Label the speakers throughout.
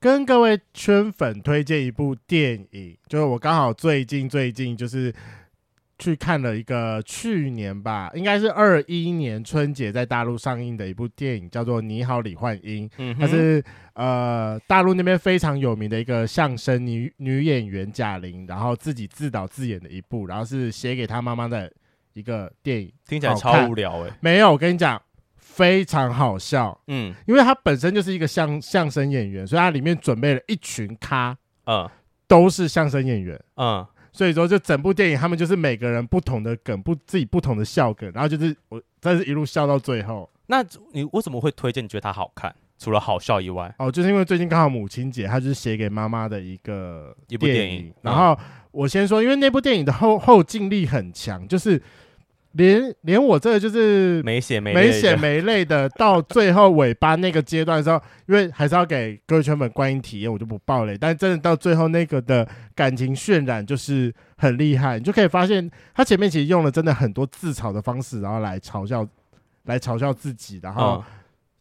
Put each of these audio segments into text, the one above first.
Speaker 1: 跟各位圈粉推荐一部电影，就是我刚好最近最近就是去看了一个去年吧，应该是二一年春节在大陆上映的一部电影，叫做《你好，李焕英》。
Speaker 2: 嗯
Speaker 1: 她
Speaker 2: 哼，
Speaker 1: 是呃大陆那边非常有名的一个相声女女演员贾玲，然后自己自导自演的一部，然后是写给她妈妈的一个电影。
Speaker 2: 听起来
Speaker 1: 好看
Speaker 2: 超无聊哎、
Speaker 1: 没有，我跟你讲，非常好笑，
Speaker 2: 嗯
Speaker 1: 因为她本身就是一个相相声演员，所以她里面准备了一群咖，
Speaker 2: 嗯
Speaker 1: 都是相声演员。
Speaker 2: 嗯，
Speaker 1: 所以说，就整部电影，他们就是每个人不同的梗，不自己不同的笑梗，然后就是我真是一路笑到最后
Speaker 2: 那你为什么会推荐？你觉得它好看？除了好笑以外，
Speaker 1: 哦，就是因为最近刚好母亲节，他就是写给妈妈的一个
Speaker 2: 一部
Speaker 1: 电
Speaker 2: 电影嗯
Speaker 1: 然后我先说，因为那部电影的后后劲力很强，就是连连我这个就是
Speaker 2: 没血没泪
Speaker 1: 没
Speaker 2: 的
Speaker 1: 血没泪的，到最后尾巴那个阶段的时候，因为还是要给各位圈粉观影体验，我就不爆雷。但真的到最后那个的感情渲染就是很厉害，你就可以发现他前面其实用了真的很多自嘲的方式，然后来嘲笑，来嘲笑自己，然后
Speaker 2: 嗯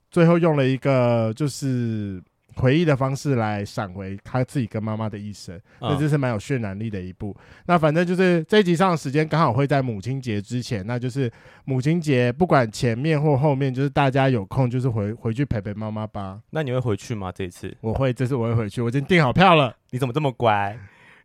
Speaker 1: 最后用了一个就是回忆的方式来闪回他自己跟妈妈的一生。那
Speaker 2: 嗯
Speaker 1: 这是蛮有渲染力的一部。那反正就是这一集上的时间刚好会在母亲节之前，那就是母亲节，不管前面或后面，就是大家有空就是回回去陪陪妈妈吧。
Speaker 2: 那你会回去吗？这一次
Speaker 1: 我会，这次我会回去，我已经订好票了。
Speaker 2: 你怎么这么乖？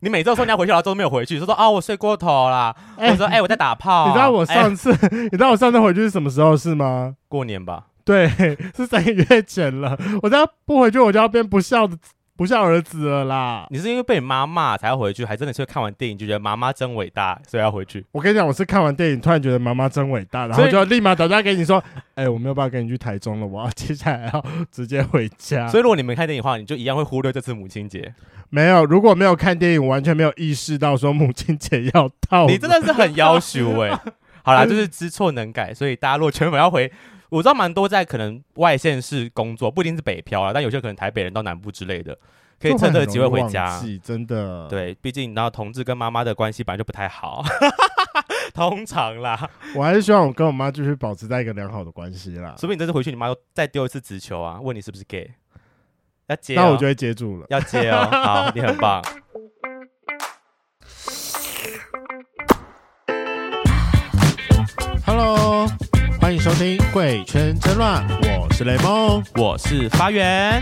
Speaker 2: 你每周说你要回去，然后都没有回去，就说啊我睡过头啦，
Speaker 1: 哎
Speaker 2: 我说哎、我在打炮，
Speaker 1: 你知道我
Speaker 2: 哎
Speaker 1: 上次， 你知道我上次回去是什么时候是吗？
Speaker 2: 过年吧，
Speaker 1: 对，是三个月前了。我再不回去，我就要变不孝的不孝儿子了啦。
Speaker 2: 你是因为被你妈骂才要回去，还真的是看完电影就觉得妈妈真伟大，所以要回去。
Speaker 1: 我跟你讲，我是看完电影突然觉得妈妈真伟大，然后
Speaker 2: 所以
Speaker 1: 就立马打电话给你说，哎、我没有办法跟你去台中了，我要接下来要直接回家。
Speaker 2: 所以如果你没看电影的话，你就一样会忽略这次母亲节。
Speaker 1: 没有，如果没有看电影，我完全没有意识到说母亲节要到了。
Speaker 2: 你真的是很要 求哎、好啦，就是知错能改，所以大家如果全粉要回，我知道蛮多在可能外县市工作，不一定是北漂啦，但有些可能台北人到南部之类的，可以趁这个机会回
Speaker 1: 就会很
Speaker 2: 家
Speaker 1: 容易忘。记，真的。，
Speaker 2: 对，毕竟你知道同志跟妈妈的关系本来就不太好， 通常啦，
Speaker 1: 我还是希望我跟我妈继续保持在一个良好的关系啦。
Speaker 2: 说不定你这次回去，你妈又再丢一次直球啊，问你是不是 gay，要接、哦，
Speaker 1: 那我就会接住了。
Speaker 2: 要接哦，好，你很棒。
Speaker 1: Hello，欢迎收听《贵圈争乱》，我是雷梦。
Speaker 2: 我是发源。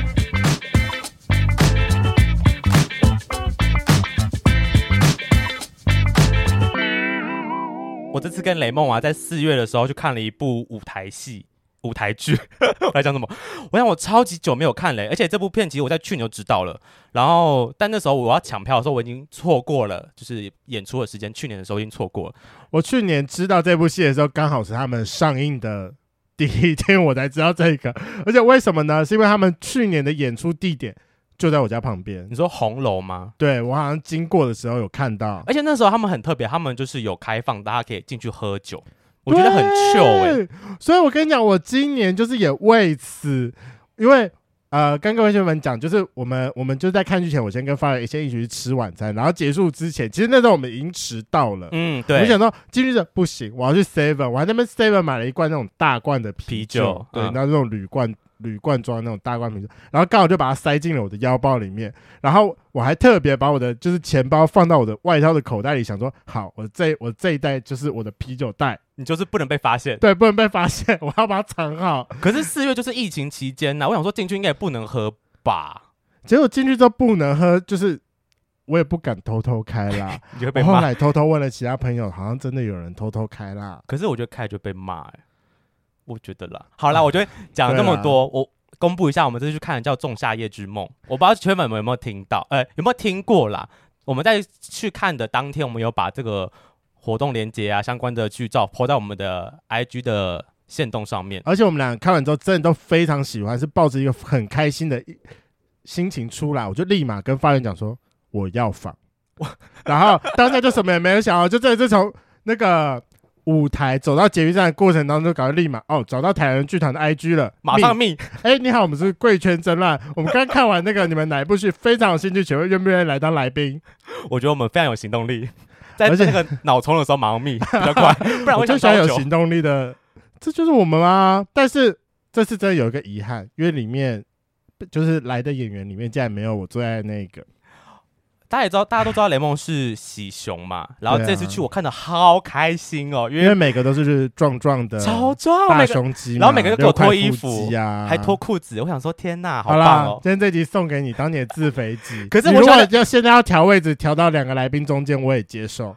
Speaker 2: 我这次跟雷梦啊，在四月的时候去看了一部舞台戏、舞台剧。 我在讲什么？我想我超级久没有看嘞，而且这部片其实我在去年就知道了，然后但那时候我要抢票的时候，我已经错过了，就是演出的时间，去年的时候已经错过了。
Speaker 1: 我去年知道这部戏的时候，刚好是他们上映的第一天，我才知道这个。而且为什么呢？是因为他们去年的演出地点就在我家旁边
Speaker 2: 你。说红楼吗？
Speaker 1: 对我好像经过的时候有看到。
Speaker 2: 而且那时候他们很特别，他们就是有开放，大家可以进去喝酒，我觉得很 chill 哎、
Speaker 1: 对所以我跟你讲，我今年就是也为此，因为呃，跟各位学们讲，就是我们我们就在看剧前，我先跟发人先一起去吃晚餐，然后结束之前，其实那时候我们已经迟到了。
Speaker 2: 嗯，
Speaker 1: 我
Speaker 2: 对，
Speaker 1: 想说进去的不行，我要去 Seven，我还在那边 Seven 买了一罐那种大罐的啤
Speaker 2: 啤酒
Speaker 1: 对，
Speaker 2: 嗯
Speaker 1: 然后那种铝罐铝罐装的那种大罐啤酒，然后刚好就把它塞进了我的腰包里面，然后我还特别把我的就是钱包放到我的外套的口袋里，想说好，我这我这一袋就是我的啤酒袋，
Speaker 2: 你就是不能被发现。
Speaker 1: 对，不能被发现， 我要把它藏好。
Speaker 2: 可是四月就是疫情期间啊呐、我想说进去应该也不能喝吧，
Speaker 1: 结果进去之后不能喝，就是我也不敢偷偷开 啦。
Speaker 2: 你就会
Speaker 1: 我
Speaker 2: 被
Speaker 1: 后
Speaker 2: 骂。
Speaker 1: 来偷偷问了其他朋友，好像真的有人偷偷开啦。
Speaker 2: 可是我觉得开了就被骂、欸，我觉得啦。好啦，我觉得讲了这么多，我公布一下，我们这次去看的叫《仲夏夜之梦》，我不知道圈粉们有没有听到，呃，有没有听过啦？我们在去看的当天，我们有把这个活动链接啊相关的剧照 po 在我们的 IG 的线动上面。
Speaker 1: 而且我们俩看完之后，真的都非常喜欢，是抱着一个很开心的一心情出来，我就立马跟发言讲说我要仿。然后当下就什么也没有想哦，就这就从那个舞台走到捷运站的过程当中，就搞得立马哦，找到台湾剧团的 IG 了，
Speaker 2: 马上密，
Speaker 1: 哎、你好，我们是贵圈争乱。我们刚看完那个你们哪一部剧非常有兴趣，请问愿不愿意来当来宾？
Speaker 2: 我觉得我们非常有行 动力，在
Speaker 1: 而且
Speaker 2: 那个脑充的时候马上密比较 快，不然
Speaker 1: 我
Speaker 2: 我
Speaker 1: 就
Speaker 2: 想
Speaker 1: 喜欢
Speaker 2: 超
Speaker 1: 有
Speaker 2: 久。
Speaker 1: 行动力的，这就是我们啊。但是这次真的有一个遗憾，因为里面就是来的演员里面，竟然没有我最爱那个。
Speaker 2: 大家也知道，大家都知道雷梦是喜熊嘛，然后
Speaker 1: 对啊
Speaker 2: 这次去我看的好开心哦，因
Speaker 1: 因为
Speaker 2: 为
Speaker 1: 每个都是就是壮壮的
Speaker 2: 超壮，
Speaker 1: 大啊
Speaker 2: 每个
Speaker 1: 胸肌嘛，
Speaker 2: 然后每个都给我
Speaker 1: 六块
Speaker 2: 脱衣
Speaker 1: 腹
Speaker 2: 服
Speaker 1: 肌啊，
Speaker 2: 还脱裤子，我想说天呐，好
Speaker 1: 好
Speaker 2: 棒
Speaker 1: 啦
Speaker 2: 哦，！
Speaker 1: 今天这集送给你，当你的自肥机。
Speaker 2: 可是
Speaker 1: 你
Speaker 2: 我
Speaker 1: 如
Speaker 2: 想
Speaker 1: 果要现在要调位置，调到两个来宾中间，我也接受。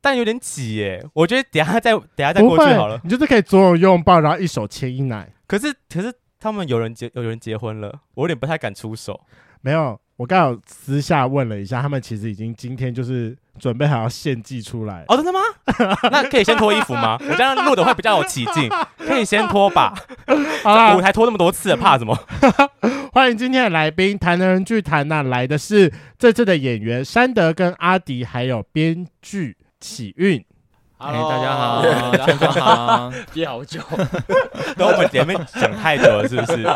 Speaker 2: 但有点挤耶，我觉得等一下再等一下再
Speaker 1: 不
Speaker 2: 过
Speaker 1: 会
Speaker 2: 去好了，。
Speaker 1: 你就是可以左右拥抱，然后一手牵一奶。
Speaker 2: 可是可是他们有人结有人结婚了，我有点不太敢出手。
Speaker 1: 没有，我刚好私下问了一下，他们其实已经今天就是准备好要献祭出来。
Speaker 2: 哦，真的吗？那可以先脱衣服吗？我这样录的会比较有起劲，可以先脱吧。
Speaker 1: 好啦
Speaker 2: 舞，台脱那么多次了，怕什么？
Speaker 1: 啊欢迎今天的来宾，谈的人剧谈呐、来的是这次的演员山德跟阿迪，还有编剧启运。
Speaker 3: 哎大家好
Speaker 4: Hello，
Speaker 3: 大家好，
Speaker 4: 憋好久，
Speaker 2: 等我们前面讲太久了，是不是？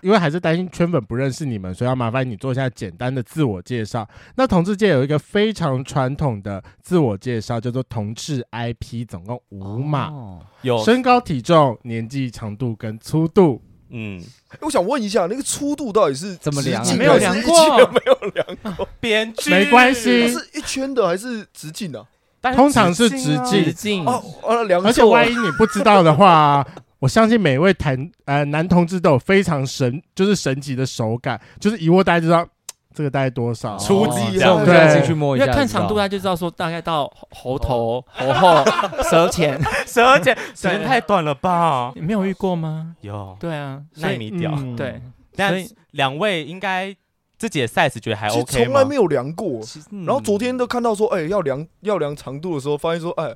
Speaker 1: 因为还是担心圈粉不认识你们，所以要麻烦你做一下简单的自我介绍。那同志界有一个非常传统的自我介绍，叫做同志 IP，总共五码：
Speaker 3: 哦
Speaker 2: 有，
Speaker 1: 身高、体重、年纪、长度跟粗度。
Speaker 2: 嗯，
Speaker 5: 我想问一下，那个粗度到底是
Speaker 3: 怎么量啊
Speaker 5: 直径
Speaker 3: 没有
Speaker 5: 还是
Speaker 3: 量
Speaker 5: 一
Speaker 3: 过
Speaker 5: 圈没有
Speaker 2: 编剧
Speaker 1: 没关系
Speaker 5: 它是一圈的还是直径的、啊？
Speaker 2: 但
Speaker 1: 通常是
Speaker 2: 啊
Speaker 1: 直
Speaker 3: 直
Speaker 1: 径
Speaker 4: 嗯
Speaker 3: 径
Speaker 5: 哦，完了，量错
Speaker 1: 而且万一你不知道的话、 我相信每位谈呃男同志都有非常神，就是神级的手感，就是一握大家就知道嘖这个大概多少。
Speaker 2: 粗
Speaker 5: 肌
Speaker 3: 这
Speaker 5: 啊
Speaker 4: 哦
Speaker 3: 我们就要进去
Speaker 1: 对
Speaker 3: 摸一
Speaker 4: 因
Speaker 3: 下，
Speaker 4: 为看长度大家就知道哦说大概到喉头、喉后、舌前，
Speaker 2: 蛇姐时间太短了吧？
Speaker 4: 你没有遇过吗？
Speaker 2: 有
Speaker 4: 对啊，所
Speaker 2: 耐
Speaker 4: 以
Speaker 2: 米掉，
Speaker 1: 嗯
Speaker 4: 对，所
Speaker 2: 但
Speaker 4: 以
Speaker 2: 两位应该自己的 size 觉得还
Speaker 5: 其实
Speaker 2: OK 嗯
Speaker 5: 从来
Speaker 2: 吗
Speaker 5: 没？有量过。
Speaker 4: 其实
Speaker 5: 然后昨天都看到说，哎、要量要量长度的时候，发现说，哎，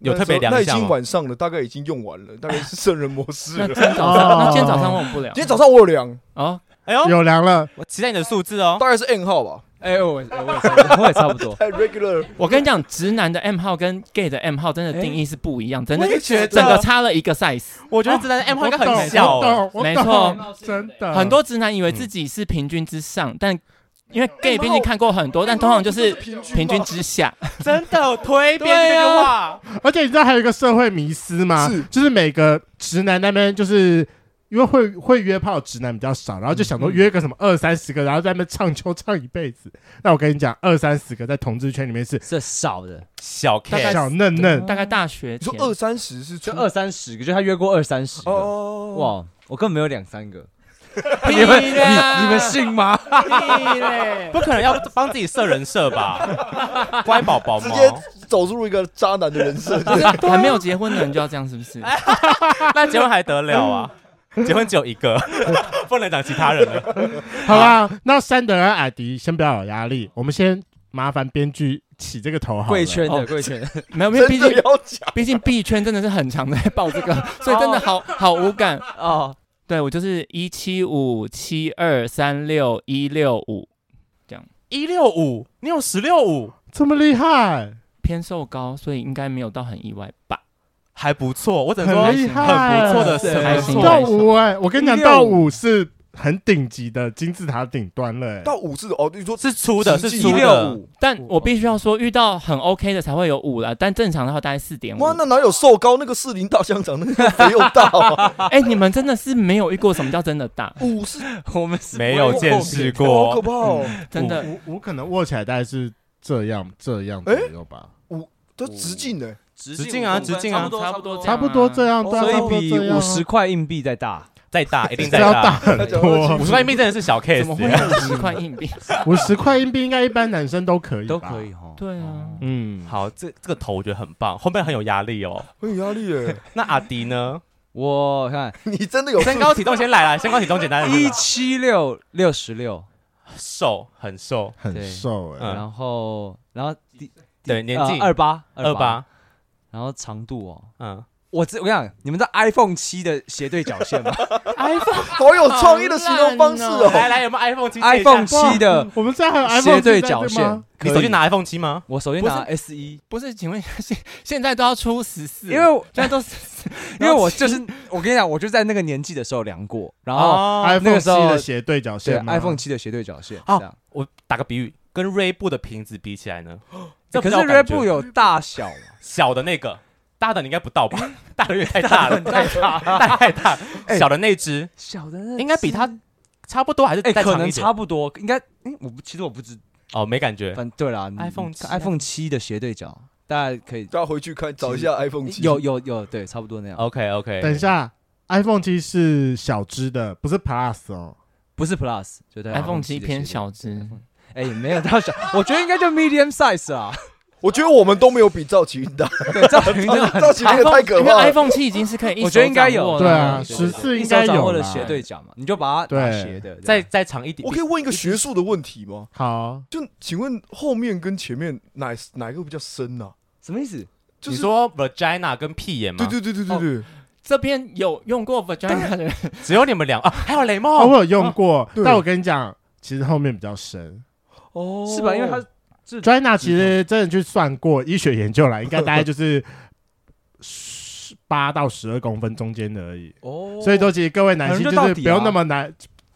Speaker 2: 有特别量
Speaker 5: 那
Speaker 2: 一
Speaker 5: 已
Speaker 2: 下
Speaker 5: 经
Speaker 2: 吗？
Speaker 5: 晚上了，大概已经用完了，大概是圣人模式
Speaker 4: 那哦
Speaker 5: 了。
Speaker 4: 今天早上，那今天早上我们不聊。
Speaker 5: 今天早上我有量，
Speaker 4: 哦，
Speaker 2: 哎呦，
Speaker 1: 有量了，
Speaker 2: 我期待你的数字哦。
Speaker 5: 大概是 N 号吧，
Speaker 3: 哎，我我也差不多我也差不多，
Speaker 5: 太 regular 了。
Speaker 4: 我跟你讲，直男的 M 号跟 gay 的 M 号真的定义是不一样，真的
Speaker 2: 我也觉得哎
Speaker 4: 整 个差了一个 size。
Speaker 2: 我觉得直男的 M 号应该很
Speaker 1: 我
Speaker 2: 小哦，
Speaker 1: 懂，我懂
Speaker 4: 没错，
Speaker 1: 真
Speaker 5: 嗯
Speaker 1: 的
Speaker 4: 很多直男以为自己是平均之上，但因为 gay 毕竟看过
Speaker 5: 哎
Speaker 4: 很多，但通常就是
Speaker 5: 平均
Speaker 4: 平均
Speaker 5: 吗
Speaker 4: 之下。
Speaker 2: 真的推
Speaker 4: 对啊
Speaker 2: 边这个话，
Speaker 1: 而且你知道还有一个社会迷思吗？
Speaker 5: 是
Speaker 1: 就是每个直男那边就是。因为会会约炮直男比较少，然后就想说约个什么二三十个，然后在那边唱秋唱一辈子。那我跟你讲，二三十个在同志圈里面是
Speaker 3: 这少的
Speaker 2: 小
Speaker 4: 大概
Speaker 2: K
Speaker 1: 小嫩嫩，
Speaker 4: 大概大学
Speaker 5: 你说
Speaker 4: 前，
Speaker 5: 二三十是粗
Speaker 3: 就二三十个，就他约过二三十个，
Speaker 5: 哦，
Speaker 3: 哇，我根本没有两三个，
Speaker 4: 屁啦，
Speaker 3: 你们信吗？
Speaker 4: 屁嘞，
Speaker 2: 不可能要帮自己设人设吧？乖宝宝
Speaker 5: 直
Speaker 2: 吗？
Speaker 5: 接走入一个渣男的人设，就是
Speaker 4: 还没有结婚的人就要这样，是不是？
Speaker 2: 那结婚还得了啊？结婚只有一个， 不能讲其他人了。
Speaker 1: 好吧，那山德跟阿迪先不要有压力，我们先麻烦编剧起这个头好了。
Speaker 3: 贵圈
Speaker 4: 哦
Speaker 3: 的贵圈的，
Speaker 4: 没有，因为毕
Speaker 5: 真
Speaker 4: 竟哎
Speaker 5: 的要讲。
Speaker 4: 毕竟币圈真的是很常在报这个，所以真的好好无感。
Speaker 3: 哦，
Speaker 4: 对我就是一七五七二三六一六五，
Speaker 2: 一六五，你有十六五，
Speaker 1: 这么厉害，
Speaker 4: 偏瘦高，所以应该没有到很意外吧？
Speaker 2: 还不错。我只能说
Speaker 1: 很厉害，
Speaker 2: 很不错的
Speaker 3: 是
Speaker 2: 身
Speaker 4: 还行
Speaker 1: 到
Speaker 2: 材。
Speaker 1: 五哎、我跟你讲，
Speaker 3: 165
Speaker 1: 到五是很顶级的金字塔顶端了、哎
Speaker 5: 到五字哦，你说
Speaker 2: 是粗的，是
Speaker 5: 实际
Speaker 2: 粗的。
Speaker 3: 五，
Speaker 4: 但我必须要说，遇到很 OK 的才会有五了，但正常的话大概四点五
Speaker 5: 哇，。那哪有瘦高？那个士林大香肠那个肥又大啊，
Speaker 4: 哎，你们真的是没有遇过什么叫真的 大，
Speaker 5: 五是
Speaker 3: 我们是
Speaker 2: 没有见识
Speaker 5: 好可
Speaker 2: 过，
Speaker 5: 怕哦。
Speaker 4: 真的
Speaker 1: 五五可能握起来大概是这样这样左右吧，
Speaker 5: 这直径呢？
Speaker 3: 直
Speaker 2: 直径啊直径啊
Speaker 4: 差不多这样
Speaker 1: 差不多这样，
Speaker 5: 哦
Speaker 1: 对啊
Speaker 3: 所
Speaker 1: 差不多
Speaker 3: 以比
Speaker 1: 这样啊
Speaker 3: 五十块硬币再大，
Speaker 2: 再大一定
Speaker 1: 这
Speaker 2: 再
Speaker 1: 要
Speaker 2: 大。
Speaker 1: 大很多
Speaker 2: 五，十块硬币真的是小 case，
Speaker 4: 怎么会有啊五十块硬币？
Speaker 1: 五十块硬币应该一般男生都可以，
Speaker 3: 都可。以哦 哈。
Speaker 4: 对啊，
Speaker 1: 嗯，
Speaker 2: 好，这这个头我觉得很棒，后面很有压力哦。
Speaker 5: 很哎有压力耶。
Speaker 2: 那阿迪呢？
Speaker 3: 我看
Speaker 5: 你真的有
Speaker 2: 身高体重先来啦，身高体重简单的
Speaker 3: 一七六六十六，
Speaker 2: 瘦很瘦，
Speaker 1: 很瘦哎、
Speaker 2: 嗯
Speaker 3: 然后然后第
Speaker 2: 对年纪
Speaker 3: 呃二八
Speaker 2: 二，八，
Speaker 3: 然后长度哦。
Speaker 2: 嗯，
Speaker 3: 我知我跟你讲，你们知道 iPhone 七的斜对角 线吗
Speaker 5: 好有创意的形容方式哦。
Speaker 2: 来来，有没有 iPhone 七
Speaker 3: ？iPhone 七的
Speaker 1: 我们现在还有 iPhone
Speaker 3: 斜对
Speaker 1: 在
Speaker 3: 角线
Speaker 1: 吗？，
Speaker 2: 你手机？拿 iPhone 七吗？
Speaker 3: 我手机拿 S 一，
Speaker 4: 不是，请问一下，现现在都要出十四，
Speaker 3: 因为我
Speaker 4: 现在都是
Speaker 3: 因为我就是我跟你讲，我就在那个年纪的时候量过，然后
Speaker 2: 哦，
Speaker 3: 那
Speaker 1: iPhone
Speaker 3: 个
Speaker 1: 七
Speaker 3: 时候
Speaker 1: 的斜对角
Speaker 3: 对
Speaker 1: 线吗
Speaker 3: iPhone 七的斜对角线
Speaker 2: 哦
Speaker 3: 这样。
Speaker 2: 我打个比喻，跟锐步的瓶子比起来呢， 这
Speaker 3: 可
Speaker 2: 比
Speaker 3: 是
Speaker 2: 较有感觉
Speaker 3: Reebok 有大小嘛，
Speaker 2: 小的那个，大的你应该不到 吧？大的有点太大了，太大，太大。小的那只
Speaker 3: 小的那
Speaker 2: 应该比它差不多还是
Speaker 3: 哎、
Speaker 2: 再
Speaker 3: 可
Speaker 2: 长
Speaker 3: 能
Speaker 2: 一点
Speaker 3: 差不哎多，应该，哎、我不，其实我不知，
Speaker 2: 哦，没感觉。
Speaker 3: 反对啦
Speaker 2: iPhone 7
Speaker 3: iPhone 七的斜对角，大家可以
Speaker 5: 大家回去看找一下 iPhone 七，
Speaker 3: 有有有，对，差不多那样，
Speaker 2: OK OK，
Speaker 1: 等一下，iPhone 七是小只的，不是 Plus 哦。
Speaker 3: 不是 Plus，就对
Speaker 4: iPhone
Speaker 3: 7
Speaker 4: 七
Speaker 3: 的
Speaker 4: 偏
Speaker 3: 斜对角，
Speaker 4: 小只，
Speaker 3: 哎、没有到小，我觉得应该就 medium size 啦，
Speaker 5: 我觉得我们都没有比赵启云大，
Speaker 3: 对，这样应该
Speaker 5: 赵启云那个太可
Speaker 4: 因为
Speaker 5: 怕了。
Speaker 4: iPhone 七已经是可以一手
Speaker 3: 我觉得应该有
Speaker 4: 掌握了
Speaker 1: 对啊，十
Speaker 3: 对对
Speaker 1: 四
Speaker 3: 一
Speaker 1: 应
Speaker 3: 手
Speaker 1: 该
Speaker 3: 掌握
Speaker 1: 有
Speaker 3: 了
Speaker 1: 啦
Speaker 3: 斜对角嘛，你就把它打
Speaker 1: 对
Speaker 3: 斜的，
Speaker 2: 再再长一点
Speaker 5: 我。可以问一个学术的问题吗？
Speaker 1: 好，
Speaker 5: 就请问后面跟前面哪哪一个比较深啊？
Speaker 3: 什么意思？
Speaker 5: 就
Speaker 2: 你
Speaker 5: 是
Speaker 2: 说 vagina 跟屁眼吗？
Speaker 5: 对对对对对
Speaker 4: 哦
Speaker 5: 对，
Speaker 4: 这边有用过 vagina 的人，
Speaker 2: 只有你们俩啊，还有雷
Speaker 1: 哦，
Speaker 2: 梦。
Speaker 1: 我有用过，
Speaker 5: 对
Speaker 1: 但我跟你讲，其实后面比较深。
Speaker 5: 哦
Speaker 3: 是吧？因为它是
Speaker 1: Joanna 其
Speaker 3: 嗯
Speaker 1: 实真的去算过医学研究啦，应该大概 就是十八到十二公分中间的而已。
Speaker 3: 哦，
Speaker 1: 所以说，其实各位男性
Speaker 3: 可能
Speaker 1: 就是
Speaker 3: 就到底啊
Speaker 1: 不用那么难，啊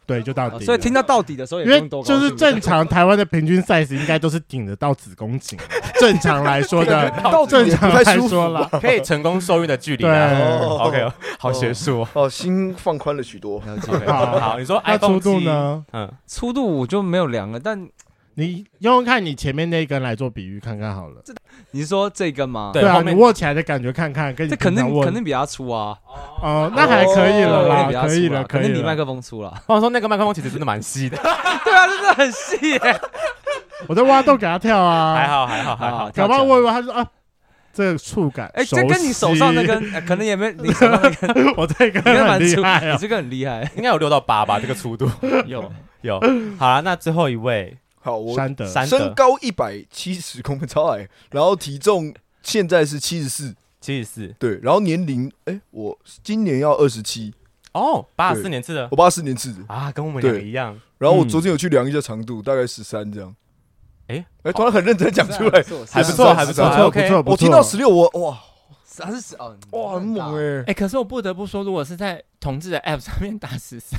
Speaker 1: 对，就到
Speaker 3: 哦
Speaker 1: 底。
Speaker 3: 所以听到到底的时候也
Speaker 1: 因
Speaker 3: 不
Speaker 1: 为
Speaker 3: 用多高兴，
Speaker 1: 就是
Speaker 3: 对
Speaker 1: 正常台湾的平均 size 应该都是顶得到子宫颈，正常来说 的，
Speaker 5: 到
Speaker 1: 正
Speaker 5: 底也不
Speaker 1: 常
Speaker 5: 太
Speaker 1: 来
Speaker 5: 舒服
Speaker 1: 说
Speaker 5: 吧
Speaker 1: 啦，
Speaker 2: 可以成功受孕的距离啊。
Speaker 1: 对。
Speaker 5: 哦
Speaker 2: OK，好学术哦。
Speaker 5: 哦，心放宽了许多。
Speaker 3: 了解
Speaker 2: OK，
Speaker 1: 好
Speaker 2: 好，你说
Speaker 1: 那
Speaker 2: iPhone
Speaker 1: 粗度
Speaker 2: 七？
Speaker 1: 呢？
Speaker 2: 嗯，
Speaker 3: 粗度我就没有量了，但
Speaker 1: 你用用看你前面那一根来做比喻看看好了。
Speaker 3: 你是说这根吗？
Speaker 2: 对
Speaker 1: 啊，
Speaker 2: 后面
Speaker 1: 你握起来的感觉看看，跟你
Speaker 3: 这肯定
Speaker 1: 平常握
Speaker 3: 肯定比它粗啊，
Speaker 1: 哦，那还可以了
Speaker 3: 肯定比
Speaker 1: 啦，
Speaker 3: 它
Speaker 1: 可以
Speaker 3: 粗
Speaker 1: 了，
Speaker 3: 啊，
Speaker 1: 可
Speaker 3: 肯
Speaker 1: 以
Speaker 3: 定比麦
Speaker 1: 了。
Speaker 3: 克风粗了。
Speaker 2: 话说那个麦克风其实真的蛮细的，
Speaker 3: 对啊，真的很细耶。
Speaker 1: 我在挖洞给他跳啊，
Speaker 2: 还，好还好还好
Speaker 3: 啊。
Speaker 1: 搞不好我以为他说啊，这个触感，
Speaker 3: 哎，这跟你手上那，根，哎可能也没你手上那根，
Speaker 1: 我这
Speaker 3: 应该
Speaker 1: 根很
Speaker 3: 蛮
Speaker 1: 厉
Speaker 3: 粗，
Speaker 1: 害
Speaker 3: 你
Speaker 1: 哦。
Speaker 3: 这个很厉 害。
Speaker 2: 应该有六到八吧，这个粗度
Speaker 4: 有
Speaker 2: 有。好了，那最后一位
Speaker 5: 好，我
Speaker 1: 山德，
Speaker 2: 三
Speaker 5: 身
Speaker 2: 德
Speaker 5: 高一百七十公分，超矮，然后体重现在是七十四，
Speaker 2: 七十四
Speaker 5: 对，然后年龄，哎、我今年要二十七，
Speaker 2: 哦，八十四年次的
Speaker 5: 我八四年次的，
Speaker 2: 啊，跟我们俩
Speaker 5: 对
Speaker 2: 一样。
Speaker 5: 然后我昨天有去量一下长度，大概十三这样。
Speaker 2: 哎
Speaker 5: 哎，突然很认真地讲出
Speaker 2: 还
Speaker 5: 来，还
Speaker 2: 不
Speaker 5: 不
Speaker 2: 错，还
Speaker 5: 错还
Speaker 2: 不
Speaker 5: 不
Speaker 2: 错，
Speaker 1: 不错
Speaker 5: 错
Speaker 1: 不
Speaker 3: 哦
Speaker 1: 错，啊
Speaker 5: 我听到十六，我哇
Speaker 3: 还是十哦，
Speaker 5: 哇很猛
Speaker 3: 哎。
Speaker 5: 哎、
Speaker 4: 哎、可是我不得不说，如果是在同志的 App 上面打十 三，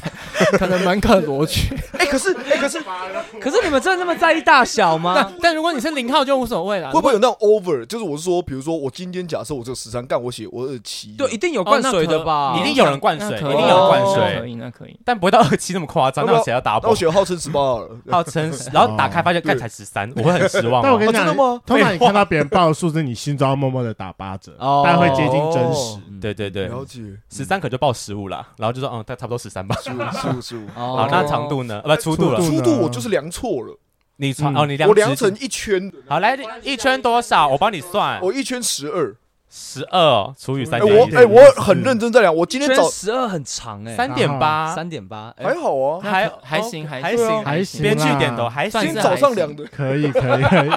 Speaker 4: 可能门可罗雀。
Speaker 5: 哎、可是哎、可是会
Speaker 3: 可是你们真的那么在意大小吗？
Speaker 4: 但但如果你是零号就无所谓了。
Speaker 5: 不会有那种 over？就是我是说，比如说我今天假设我只有十三，干我写我二七，啊
Speaker 3: 对，一定有灌水的吧？
Speaker 2: 一定有人灌水
Speaker 4: 那可
Speaker 2: 一
Speaker 4: 以
Speaker 2: 定
Speaker 5: 有人灌
Speaker 4: 那
Speaker 2: 水
Speaker 4: 可以，那可以。
Speaker 2: 但不会到二七那么夸张，
Speaker 5: 那
Speaker 2: 那
Speaker 5: 我
Speaker 2: 谁要打
Speaker 5: 那
Speaker 2: 破
Speaker 5: 我？写号称十八了。
Speaker 2: 好撑死，然后打开发现
Speaker 5: 哦
Speaker 2: 干才十三，我 会很失望
Speaker 1: 但我
Speaker 2: 哦。
Speaker 1: 跟你讲，
Speaker 5: 哦真的吗
Speaker 1: 通常你看到别人报的数字，你心中要默默的打八折，
Speaker 3: 哦
Speaker 1: 但会接近真实。
Speaker 2: 对 对对，
Speaker 5: 了解，
Speaker 2: 十三可能就报十五了，然后就说嗯，它差不多十三吧。
Speaker 5: 十五十 五十五。
Speaker 3: 哦。
Speaker 2: 好，那长度呢？呃不，粗度了
Speaker 1: 粗。
Speaker 5: 粗
Speaker 1: 度
Speaker 5: 度
Speaker 1: 呢
Speaker 5: 我就是量错了，
Speaker 2: 你穿
Speaker 1: 嗯
Speaker 2: 哦，你量
Speaker 5: 我量
Speaker 2: 直
Speaker 5: 成一圈，
Speaker 2: 好来一圈多少？我帮你算，
Speaker 5: 我一圈十二。
Speaker 2: 十二除以
Speaker 5: 哎，
Speaker 2: 三
Speaker 1: 点
Speaker 5: 我
Speaker 2: 点
Speaker 1: 一
Speaker 5: 哎、我很认真在量，我今天
Speaker 3: 圈
Speaker 5: 早
Speaker 3: 十二很长哎，
Speaker 2: 三点八，
Speaker 3: 三点八，哎
Speaker 5: 还好啊，
Speaker 2: 还
Speaker 4: 那可还行，还
Speaker 2: 还
Speaker 4: 行，
Speaker 2: 行
Speaker 1: 还行
Speaker 2: 编剧点头还
Speaker 5: 今
Speaker 2: 行
Speaker 4: 算
Speaker 2: 啊
Speaker 5: 天
Speaker 4: 是，
Speaker 5: 早上量的。
Speaker 1: 可以可以 可以，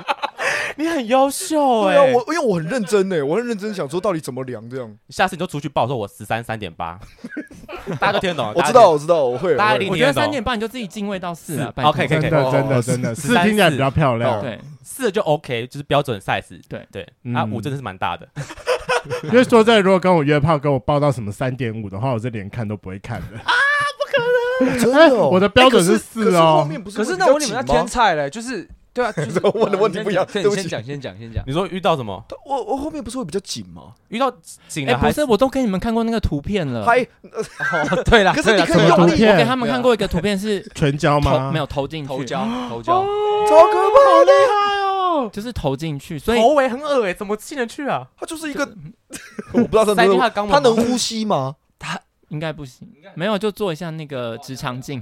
Speaker 2: 你很优秀
Speaker 5: 对
Speaker 2: 哎
Speaker 5: 啊，。我因为我很认真呢、我很认真想说到底怎么量这样。
Speaker 2: 下次你就出去报说，我十三三点 八，大家都听得懂。
Speaker 5: 我知道，我知道，我会。
Speaker 2: 大家
Speaker 5: 我
Speaker 2: 理
Speaker 5: 会
Speaker 2: 解
Speaker 4: 我觉得三点半你就自己进位到四了。拜托
Speaker 2: OK，可
Speaker 1: 真
Speaker 2: 以可以
Speaker 1: 的
Speaker 5: 哦
Speaker 1: 真的
Speaker 5: 哦
Speaker 1: 真的，
Speaker 2: 十
Speaker 1: 四听起来比较漂亮，
Speaker 5: 哦
Speaker 4: 对，
Speaker 2: 四就 OK，就是标准 size。
Speaker 4: 对
Speaker 2: 对，
Speaker 1: 嗯
Speaker 2: 啊五真的是蛮大的。
Speaker 1: 因为说真的，如果跟我约炮，跟我报到什么三点五的话，我是连看都不会看的。
Speaker 5: 真的哦、
Speaker 1: 哎我的标准
Speaker 5: 哎可
Speaker 1: 是
Speaker 5: 是
Speaker 1: 四哦
Speaker 5: 可是后面不是
Speaker 3: 可是那
Speaker 5: 会
Speaker 3: 我
Speaker 5: 比
Speaker 3: 你
Speaker 5: 较
Speaker 3: 们要
Speaker 5: 紧吗
Speaker 3: 天菜嘞，就是对啊，就是
Speaker 5: 问的问题不一样
Speaker 3: 对，
Speaker 5: 对
Speaker 3: 你
Speaker 5: 不
Speaker 3: 先
Speaker 5: 起
Speaker 3: 讲，先讲，先讲。
Speaker 2: 你说遇到什么？
Speaker 5: 我我后面不是会比较紧吗？
Speaker 2: 遇到紧
Speaker 4: 哎、
Speaker 2: 了
Speaker 4: 不
Speaker 2: 还
Speaker 4: 是，我都给你们看过那个图片了。
Speaker 5: 还
Speaker 3: 哦， 对啦，
Speaker 5: 可是你可以
Speaker 3: 呃对啦对啦
Speaker 5: 用
Speaker 3: 啊
Speaker 1: 图
Speaker 5: 力
Speaker 1: 片
Speaker 4: 我给他们看过一个图片 是
Speaker 1: 全交
Speaker 4: 投
Speaker 1: 吗？
Speaker 4: 没有投进去，
Speaker 3: 头胶， 头胶，
Speaker 5: 超可怕，好厉害！
Speaker 4: 就是投进去，所以
Speaker 2: 哦头围很恶哎，怎么进得去啊？
Speaker 5: 它就是一个， 我不知道它
Speaker 2: 塞
Speaker 5: 能
Speaker 2: 进
Speaker 5: 不
Speaker 2: 他的
Speaker 5: 能，
Speaker 2: 肛门吗，
Speaker 5: 它能呼吸吗？
Speaker 4: 应该不行。没有，就做一下那个直肠 镜，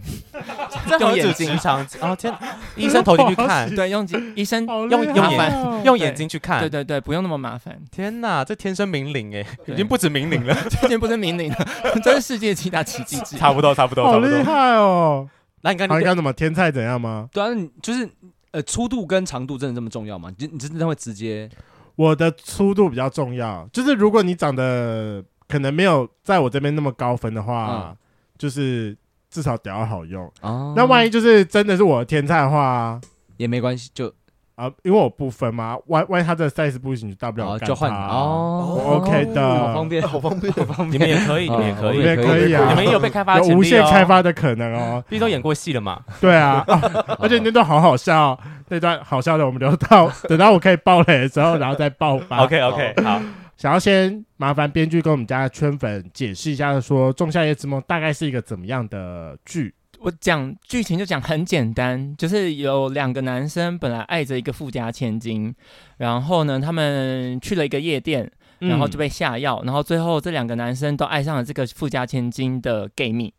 Speaker 2: 这
Speaker 4: 用
Speaker 2: 何止
Speaker 4: 眼睛
Speaker 2: 直肠镜啊！天，医生投进去看，
Speaker 4: 对，用医生，
Speaker 1: 好
Speaker 2: 用
Speaker 1: 厉
Speaker 2: 用
Speaker 1: 害
Speaker 2: 眼
Speaker 1: 哦
Speaker 2: 用眼睛去看
Speaker 4: 对。对对，不用那么麻烦。
Speaker 2: 天哪，这天生明伶哎，已
Speaker 4: 对
Speaker 2: 经不止明伶了，
Speaker 4: 这件不是明灵的， 这是世界七大奇迹之一。
Speaker 2: 差不多差不多
Speaker 1: 好
Speaker 2: 差不
Speaker 1: 厉
Speaker 2: 多。
Speaker 1: 害哦！
Speaker 2: 那你看
Speaker 1: 好，你
Speaker 2: 你
Speaker 1: 看怎么天菜怎样吗？
Speaker 3: 对啊，你就是呃，粗度跟长度真的这么重要吗？你你真的会直接
Speaker 1: 我的粗度比较重要，就是如果你长得可能没有在我这边那么高分的话，就是至少屌要好用。
Speaker 5: 哦
Speaker 3: 啊
Speaker 1: 那万
Speaker 3: 一
Speaker 1: 一就是真的是我的天菜的话，
Speaker 3: 也没关系，就
Speaker 1: 啊，因为我不分嘛，万万一他的 size 不行，就大不了
Speaker 3: 啊
Speaker 1: 我干
Speaker 3: 就换
Speaker 1: 他
Speaker 3: 你
Speaker 1: 啊
Speaker 3: 哦
Speaker 1: 我 OK 的，
Speaker 3: 好方便，
Speaker 5: 好方便，
Speaker 3: 好方
Speaker 2: 你们
Speaker 3: 便。
Speaker 2: 也可以，你们也可以，
Speaker 3: 哦
Speaker 1: 你
Speaker 3: 我
Speaker 1: 们也可以啊，
Speaker 2: 你们也有被开发
Speaker 1: 有
Speaker 2: 潜力
Speaker 1: 无限
Speaker 2: 哦
Speaker 1: 开发的可能哦。
Speaker 2: 毕竟都演过戏了嘛。
Speaker 1: 对 啊，啊而且那段好好笑哦，那段好笑的我们留 到等到我可以爆雷的时候，然后再爆发。
Speaker 2: OK OK，好，
Speaker 1: 哦想要先麻烦编剧跟我们家的圈粉解释一下，说《仲夏夜之梦》大概是一个怎么样的剧？
Speaker 4: 我讲剧情就讲很简单，就是有两个男生本来爱着一个富家千金，然后呢，他们去了一个夜店，然后就被下药，然后最后这两个男生都爱上了这个富家千金的 gay 蜜，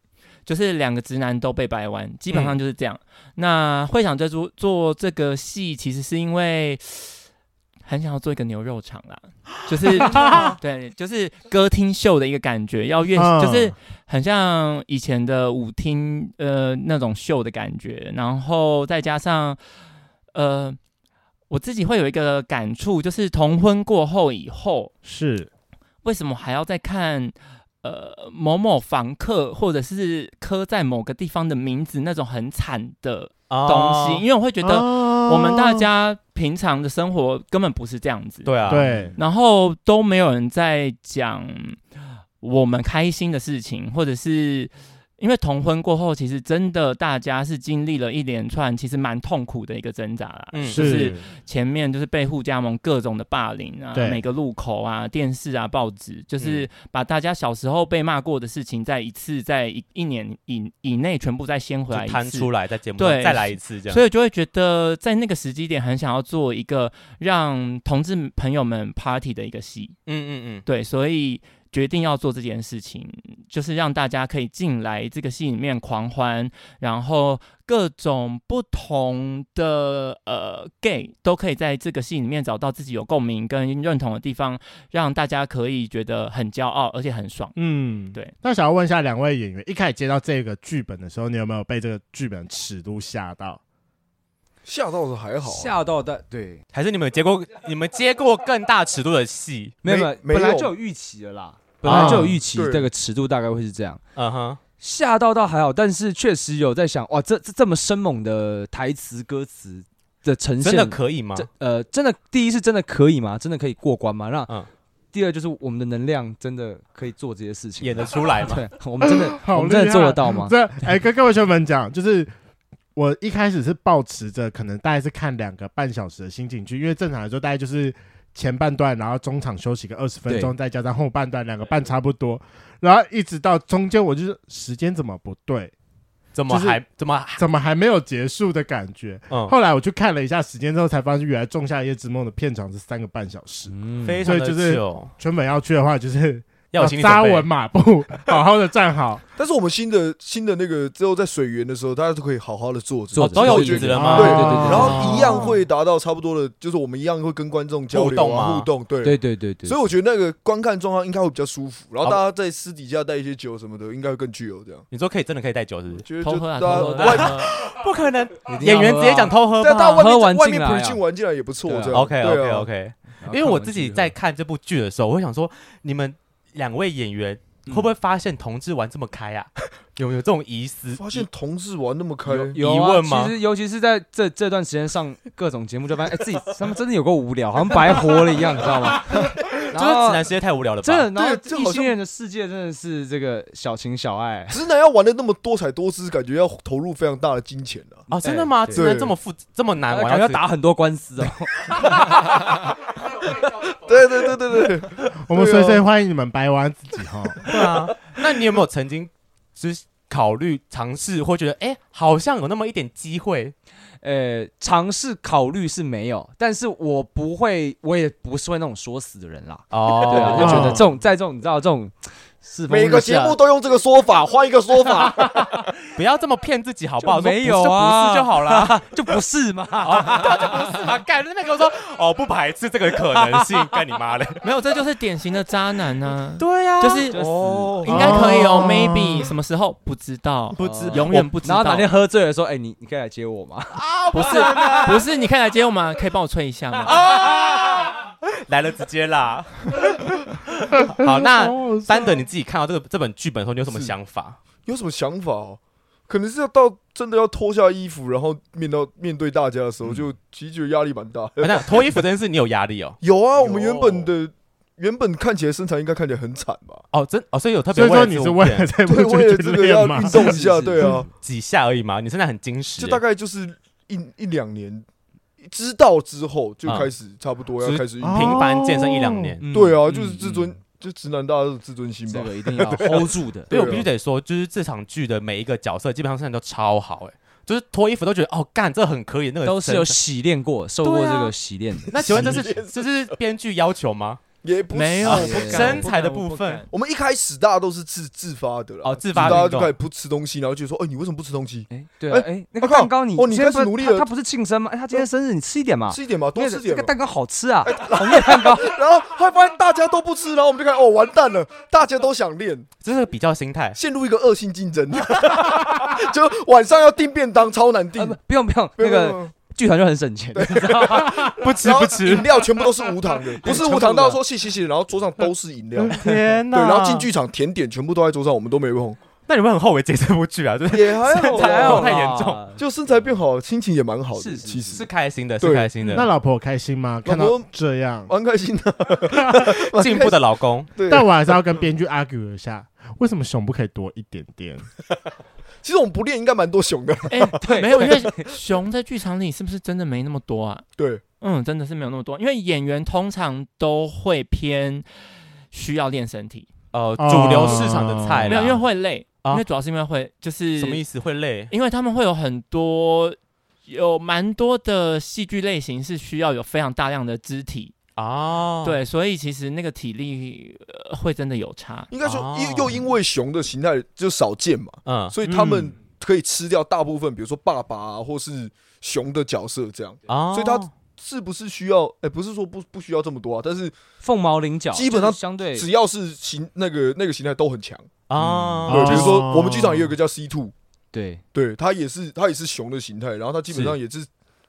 Speaker 4: 就是两个直男都被掰弯，基本上就是这样。那会想这出做这个戏，其实是因为。很想要做一个牛肉场啦，就是对，就是歌厅秀的一个感觉，要越、
Speaker 1: 嗯
Speaker 4: 就是很像以前的舞厅呃那种秀的感觉，然后再加上呃我自己会有一个感触，就是同婚过后以后，
Speaker 1: 是
Speaker 4: 为什么还要再看呃某某房客或者是刻在某个地方的名字那种很惨的
Speaker 2: 哦
Speaker 4: 东西？因为我会觉得
Speaker 1: 我
Speaker 4: 我们大家平常的生活根本不是这样子，
Speaker 2: 对啊，，
Speaker 1: 对
Speaker 4: 然后都没有人在讲我们开心的事情，或者是因为同婚过后，其实真的大家是经历了一连串其实蛮痛苦的一个挣扎啦。
Speaker 2: 嗯，
Speaker 4: 就是前面就是被互加盟各种的霸凌啊
Speaker 1: 对，
Speaker 4: 每个路口啊、电视啊、报纸，
Speaker 2: 嗯
Speaker 4: 就是把大家小时候被骂过的事情，在一次在一一年以以内全部再掀回来
Speaker 2: 就
Speaker 4: 一
Speaker 2: 摊
Speaker 4: 次
Speaker 2: 出来在节目上
Speaker 4: 对
Speaker 2: 再来一次这样，
Speaker 4: 所以就会觉得在那个时机点，很想要做一个让同志朋友们 party 的一个戏。
Speaker 2: 嗯嗯
Speaker 4: 对，所以决定要做这件事情，就是让大家可以进来这个戏里面狂欢，然后各种不同的呃 gay 都可以在这个戏里面找到自己有共鸣跟认同的地方，让大家可以觉得很骄傲，而且很爽。
Speaker 1: 嗯
Speaker 4: 对。
Speaker 1: 那想要问一下两位演员，一开始接到这个剧本的时候，你有没有被这个剧本尺度吓到？
Speaker 5: 吓到的还好啊，
Speaker 3: 吓到的对，
Speaker 2: 还是你们有接过你们接过更大尺度的戏？
Speaker 3: 没有
Speaker 5: 没
Speaker 3: 没有，
Speaker 5: 没
Speaker 3: 本来
Speaker 5: 有啊
Speaker 3: 就有预期了啦，本来就有预期
Speaker 5: 对
Speaker 3: 这个尺度大概会是这样。
Speaker 2: 嗯哼，
Speaker 3: 吓到倒还好，但是确实有在想，哇，这这这么生猛的台词歌词的呈现，
Speaker 2: 真的可以吗？
Speaker 3: 这呃，真的第一是真的可以吗？真的可以过关吗？让、
Speaker 2: 嗯
Speaker 3: 第二就是我们的能量真的可以做这些事情，
Speaker 2: 演得出来吗？
Speaker 3: 对，我们 真 的
Speaker 1: 好
Speaker 3: 我们真
Speaker 1: 厉
Speaker 3: 的做
Speaker 1: 害
Speaker 3: 得到吗？
Speaker 1: 这哎、跟各位学们讲，就是我一开始是抱持着可能大概是看两个半小时的心情去，因为正常来说大概就是前半段，然后中场休息个二十分钟，再加上后半段两个半差不多，然后一直到中间，我就是时间怎么不对，
Speaker 2: 怎么
Speaker 1: 就是
Speaker 2: 还怎么还
Speaker 1: 怎么还没有结束的感觉。
Speaker 2: 嗯
Speaker 1: 后来我去看了一下时间之后，才发现原来《仲夏夜之梦》的片长是三个半小时。
Speaker 3: 嗯
Speaker 2: 非常的
Speaker 1: 所以就是
Speaker 2: 久，
Speaker 1: 全本要去的话，就是
Speaker 2: 要有心理准
Speaker 1: 扎
Speaker 2: 备
Speaker 1: 稳马步，好好的站好。
Speaker 5: 但是我们新的新的那个之后在水源的时候，大家都可以好好的坐着，
Speaker 3: 坐
Speaker 2: 哦，
Speaker 3: 着
Speaker 2: 都有
Speaker 5: 我
Speaker 2: 椅
Speaker 5: 觉得
Speaker 2: 子了吗？
Speaker 5: 对
Speaker 3: 对对对
Speaker 5: 然后一样会达到差不多的，就是我们一样会跟观众交流啊
Speaker 2: 互
Speaker 5: 互动，对。
Speaker 3: 对对对对，
Speaker 5: 所以我觉得那个观看状况应该会比较舒服，然后大家在私底下带一些酒什么的，应该会更具有这样。
Speaker 2: 你说可以真的可以带酒是不是？
Speaker 5: 觉得
Speaker 4: 偷
Speaker 5: 就
Speaker 4: 喝啊，
Speaker 5: 大
Speaker 4: 偷喝
Speaker 5: 家
Speaker 4: 啊，
Speaker 5: 外
Speaker 4: 偷喝啊
Speaker 2: 不可能，
Speaker 3: 一定
Speaker 2: 演
Speaker 3: 要
Speaker 2: 员直接讲
Speaker 3: 喝
Speaker 2: 偷喝啊
Speaker 5: 在大
Speaker 2: 吧。
Speaker 5: 外
Speaker 3: 喝完
Speaker 5: 面外
Speaker 3: 进
Speaker 5: 面
Speaker 3: 来啊
Speaker 5: p r 进完进来也不错，
Speaker 3: 对啊
Speaker 5: 这样
Speaker 2: OK
Speaker 5: 对
Speaker 2: OK
Speaker 5: 啊
Speaker 2: OK，
Speaker 3: 啊，
Speaker 2: 因为我自己在哦看这部剧的时候，我会想说，你们两位演员会不会发现同志玩这么开啊？ 有有这种疑思？
Speaker 5: 发现同志玩那么开，
Speaker 3: 有有
Speaker 2: 疑
Speaker 3: 啊
Speaker 2: 问吗
Speaker 3: 其实尤其是在这这段时间上各种节目，就发现哎、自己他们真的有够无聊，好像白活了一样，你知道吗？
Speaker 2: 就
Speaker 3: 然
Speaker 2: 是直
Speaker 3: 后
Speaker 2: 男 世界太无聊了吧？
Speaker 3: 真的，然后
Speaker 5: 对这
Speaker 3: 异
Speaker 5: 好像
Speaker 3: 性恋的世界真的是这个小情小爱，
Speaker 5: 直男要玩的那么多彩多姿，感觉要投入非常大的金钱啊。
Speaker 2: 哦，真的吗？
Speaker 3: 对
Speaker 2: 直男这么复这么难玩，
Speaker 3: 感觉要打很多官司哦。
Speaker 5: 对对对对对，
Speaker 1: 我们随时欢迎你们掰弯自己哈。
Speaker 2: 对啊。 那你有没有曾经就是考虑尝试，或觉得哎、好像有那么一点机会？
Speaker 3: 呃，尝试考虑是没有，但是我不会，我也不是会那种说死的人啦。
Speaker 2: 哦，
Speaker 3: 对啊，就觉得
Speaker 1: 哦
Speaker 3: 这种在这种你知道这种是
Speaker 5: 每个节目都用这个说法，换一个说法。
Speaker 2: 不要这么骗自己好不好？
Speaker 3: 就没有
Speaker 2: 说不
Speaker 3: 啊
Speaker 2: 是就不是就好了。
Speaker 3: 就不 是嘛。
Speaker 2: 是吗？干那边跟我说哦，不排斥这个可能性， 干你妈嘞！
Speaker 4: 没有，这就是典型的渣男呢、
Speaker 2: 对呀、
Speaker 4: 就是
Speaker 2: 哦
Speaker 4: 应该可以哦
Speaker 1: 哦
Speaker 4: ，maybe 什么时候不知道，
Speaker 2: 不知
Speaker 4: 永远不知
Speaker 3: 然
Speaker 4: 道。
Speaker 3: 后哪天喝醉了说，哎，你你可以来接我吗？
Speaker 4: 不是不是，你可以来接我吗？可以帮我吹一 下吗？
Speaker 2: 啊， 来了直接啦。 好，那
Speaker 1: 哦
Speaker 2: 三德你自己看到这个这本剧本的时候，你有什么想法？
Speaker 5: 有什么想法、哦？可能是要到真的要脱下衣服，然后面到面对大家的时候，就其实觉得压力蛮大。
Speaker 2: 哎那脱衣服这件事你有压力哦？
Speaker 5: 有啊，
Speaker 2: 有
Speaker 5: 我们原本的原本看起来身材应该看起来很惨 吧？
Speaker 2: 哦，真哦，所以有特
Speaker 1: 所
Speaker 2: 别
Speaker 1: 以说
Speaker 2: 为
Speaker 1: 你
Speaker 2: 了
Speaker 1: 是
Speaker 2: 这部
Speaker 1: 为
Speaker 2: 片
Speaker 1: 了这部
Speaker 5: 对，为了
Speaker 1: 剧
Speaker 5: 这
Speaker 1: 去
Speaker 5: 个
Speaker 1: 练
Speaker 5: 要
Speaker 1: 吗
Speaker 5: 运？动一下，
Speaker 3: 是是
Speaker 5: 对啊，
Speaker 2: 几下而已嘛，你身材很精实
Speaker 5: 就，大概就是一一两年，知啊道之后就开始差不多要开始运动。
Speaker 1: 哦
Speaker 2: 频繁健身一两年。
Speaker 5: 对啊，
Speaker 3: 嗯
Speaker 5: 就是自
Speaker 3: 嗯
Speaker 5: 尊，就直男大家都有自尊心吧
Speaker 3: 这。个一 定要 hold 住的。
Speaker 2: 所以我
Speaker 5: 对啊
Speaker 2: 必须得说，就是这场剧的每一个角色基本上身材都超好、欸，就是脱衣服都觉得哦，干这很可以，
Speaker 5: 啊
Speaker 2: 那个
Speaker 3: 都是有
Speaker 2: 真的
Speaker 3: 洗练过、受过
Speaker 2: 对
Speaker 3: 这
Speaker 2: 啊
Speaker 3: 个洗练的。
Speaker 2: 那请问 这
Speaker 5: 洗
Speaker 2: 是
Speaker 5: 脸
Speaker 2: 这是编剧要求吗？
Speaker 5: 也不是
Speaker 4: 没有，
Speaker 5: 啊
Speaker 4: 我不敢
Speaker 2: 身材的
Speaker 4: 我不敢
Speaker 2: 部分
Speaker 4: 我不敢
Speaker 5: 我们一开始大家都是自自发的啦，
Speaker 2: 哦自发
Speaker 5: 就是大
Speaker 2: 运
Speaker 5: 家就
Speaker 2: 动
Speaker 5: 开始不吃东西，然后就说：“哎，你为什么不吃东西？
Speaker 3: 哎，对啊，
Speaker 5: 哎
Speaker 3: 哎，那个
Speaker 5: 我靠
Speaker 3: 蛋糕你
Speaker 5: 哦你
Speaker 3: 今天
Speaker 5: 开始
Speaker 3: 不
Speaker 5: 努力
Speaker 3: 他
Speaker 5: 了
Speaker 3: 他不是庆生吗？哎，他今天生日，你吃一点嘛。
Speaker 5: 吃一点嘛，多
Speaker 3: 那
Speaker 5: 吃
Speaker 3: 个
Speaker 5: 点嘛。
Speaker 3: 这
Speaker 5: 哎
Speaker 3: 个蛋糕好吃啊，红叶蛋糕。
Speaker 5: 然后后来发现大家都不吃，然后我们就看哦，完蛋了，大家都想练，
Speaker 2: 这是比较心态，
Speaker 5: 陷入一个恶性竞争， 就晚上要订便当，超难订
Speaker 3: 啊，不。不用不用，那个剧团就很省钱， 你知道吗？
Speaker 2: 不吃
Speaker 5: 然后
Speaker 2: 不吃
Speaker 5: 饮。料全部都是无糖的，不是无糖到说谢谢谢，然后桌上都是饮料。
Speaker 2: 嗯天
Speaker 5: 对，然后进剧场甜点全部都在桌上，我们都没碰，
Speaker 2: 那你会很后悔接这部剧啊？ 就是
Speaker 5: 也还好
Speaker 2: 太
Speaker 5: 啊，
Speaker 2: 好太严重
Speaker 3: 重。
Speaker 5: 就身材变好，心情也蛮好的，
Speaker 3: 是
Speaker 5: 其实
Speaker 2: 是开心的，
Speaker 5: 对
Speaker 2: 是开心
Speaker 1: 那
Speaker 2: 的，
Speaker 1: 老婆开心吗？看到这 样，
Speaker 5: 蛮开心的，蛮开 心
Speaker 2: 进步的。老 公。
Speaker 5: 对，
Speaker 1: 但我还是要跟编剧 argue 一下，为什么熊不可以多一点 点？
Speaker 5: 其实我们不练应该蛮多熊的，
Speaker 4: 哎、
Speaker 3: 对
Speaker 4: 没有，因为熊在剧场里是不是真的没那么多啊？
Speaker 5: 对，
Speaker 4: 嗯，真的是没有那么多，因为演员通常都会偏需要练身体，
Speaker 2: 呃，
Speaker 1: 哦
Speaker 2: 主流市场的菜
Speaker 1: 对
Speaker 4: 没有，因为
Speaker 2: 啦，
Speaker 4: 会累，
Speaker 2: 啊
Speaker 4: 因为主要是因为会就是
Speaker 2: 什么意思？
Speaker 4: 思？
Speaker 2: 会累？
Speaker 4: 因为他们会有很多有蛮多的戏剧类型是需要有非常大量的肢体，
Speaker 2: 哦，，
Speaker 4: 对，所以其实那个体力、呃会真的有差。
Speaker 5: 应该说
Speaker 2: 哦
Speaker 5: 因又因为熊的形态就少见嘛，
Speaker 3: 啊
Speaker 2: 嗯，
Speaker 5: 所以他们
Speaker 1: 嗯
Speaker 5: 可以吃掉大部分，比如说爸爸啊，或是熊的角色这样。
Speaker 2: 哦，
Speaker 5: 所以他是不是需要？哎、不是说不不需要这么多啊，但是
Speaker 3: 凤毛麟角，
Speaker 5: 基本上
Speaker 3: 就是相对
Speaker 5: 只要是形那个那个形态都很强。
Speaker 2: 啊，
Speaker 5: 对，
Speaker 1: 哦
Speaker 5: 比如说我们剧场也有个叫 C two，
Speaker 3: 对
Speaker 5: 对，它也是它也是熊的形态，然后它基本上也是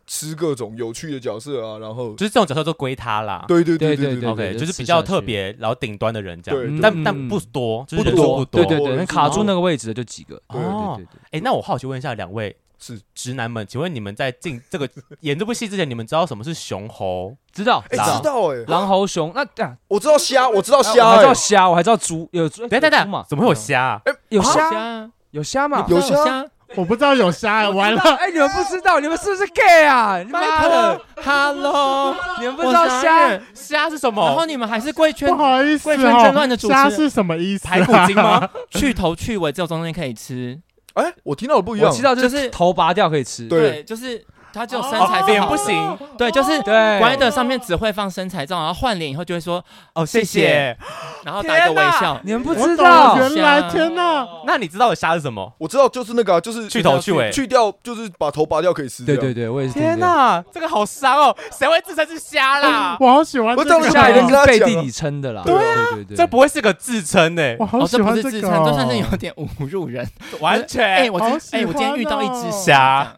Speaker 5: 吃各种有趣的角色啊，然后
Speaker 2: 就是这种角色都归他啦。
Speaker 5: 对对
Speaker 3: 对
Speaker 5: 对
Speaker 3: 对对
Speaker 2: OK，
Speaker 3: 就
Speaker 2: 就是
Speaker 3: 吃
Speaker 2: 比
Speaker 3: 下
Speaker 2: 较特
Speaker 3: 去
Speaker 2: 别，然后顶端的人这
Speaker 5: 对
Speaker 2: 样，
Speaker 5: 对
Speaker 2: 但但
Speaker 3: 嗯
Speaker 2: 不多，就是
Speaker 5: 不
Speaker 2: 人数
Speaker 5: 多
Speaker 2: 不
Speaker 3: 对
Speaker 2: 多。
Speaker 3: 对对，
Speaker 5: 我
Speaker 3: 能卡
Speaker 5: 知道
Speaker 3: 住那个位置的就几个。对
Speaker 2: 哦
Speaker 3: 对对对
Speaker 2: 哎，那我好奇问一下两位
Speaker 5: 是
Speaker 2: 直男们，请问你们在进这个演这部戏之前，你们知道什么是熊猴？
Speaker 3: 知道
Speaker 5: 哎、
Speaker 2: 狼
Speaker 5: 知道哎、
Speaker 3: 狼猴熊，那啊，
Speaker 5: 我知道虾，我知道
Speaker 3: 我
Speaker 5: 虾、
Speaker 3: 还知
Speaker 5: 哎
Speaker 3: 道虾，我还知道猪，有猪，
Speaker 2: 等一下等
Speaker 3: 有猪
Speaker 2: 一
Speaker 3: 嘛
Speaker 2: 下，怎么会有虾啊？
Speaker 3: 有虾，
Speaker 4: 虾，
Speaker 3: 有虾嘛？
Speaker 5: 有
Speaker 4: 真的虾，
Speaker 1: 我不知道有虾、完
Speaker 3: 知
Speaker 1: 了
Speaker 3: 道。哎，你们不知道，你们是不是 gay 啊？你妈的，
Speaker 4: ，Hello，
Speaker 3: 你们不
Speaker 4: 我
Speaker 3: 知道
Speaker 4: 傻
Speaker 3: 虾
Speaker 4: 眼，
Speaker 2: 虾是什
Speaker 4: 然后
Speaker 2: 么？
Speaker 4: 你们还是贵圈
Speaker 1: 不好意思
Speaker 4: 贵圈争乱的
Speaker 1: 哦，
Speaker 4: 主持
Speaker 1: 虾
Speaker 4: 人
Speaker 1: 是什么意思、啊？
Speaker 2: 排骨精吗？
Speaker 4: 去头去尾，只有中间可以吃。
Speaker 5: 哎、我听到的不一
Speaker 3: 我
Speaker 5: 样
Speaker 3: 知，道就
Speaker 4: 就是
Speaker 3: 是头拔掉可以吃，
Speaker 5: 对
Speaker 4: 就是它只有身材
Speaker 2: 哦，
Speaker 4: 是
Speaker 2: 脸
Speaker 4: 好
Speaker 2: 不
Speaker 4: 的
Speaker 2: 行
Speaker 4: 对，就是
Speaker 3: 对
Speaker 4: 管理的上面只会放身材照，然后换脸以后就会说，
Speaker 2: 哦，谢
Speaker 4: 谢
Speaker 2: 谢。
Speaker 4: 然后打一个微笑。
Speaker 3: 你们不
Speaker 1: 我
Speaker 3: 知
Speaker 1: 懂
Speaker 3: 道
Speaker 1: 了，原来
Speaker 4: 虾
Speaker 1: 天哪！
Speaker 2: 那你知道的虾是什么？
Speaker 5: 我知道就是那个、啊，就是
Speaker 2: 去头去尾。
Speaker 5: 去掉，就是把头拔掉可以吃。
Speaker 3: 对对
Speaker 5: 对，
Speaker 3: 对，我也是听
Speaker 2: 天
Speaker 3: 这样。
Speaker 2: 哪，这个好伤哦！谁会自称是虾
Speaker 3: 哦
Speaker 2: 啦？
Speaker 1: 我好喜欢
Speaker 5: 我
Speaker 1: 这
Speaker 5: 懂了
Speaker 1: 个，
Speaker 3: 下一
Speaker 5: 个
Speaker 3: 任是背地里撑的啦，
Speaker 5: 对
Speaker 3: 啊，对对，
Speaker 2: 这不会是个自称呢、
Speaker 1: 我好
Speaker 4: 哦，
Speaker 1: 喜
Speaker 4: 这不
Speaker 1: 欢
Speaker 4: 是
Speaker 1: 个、
Speaker 4: 自称，这算是有点侮辱人。
Speaker 2: 完全。
Speaker 4: 哎，我今
Speaker 1: 好喜
Speaker 4: 哎，我今天遇到一只
Speaker 1: 欢哦
Speaker 4: 虾，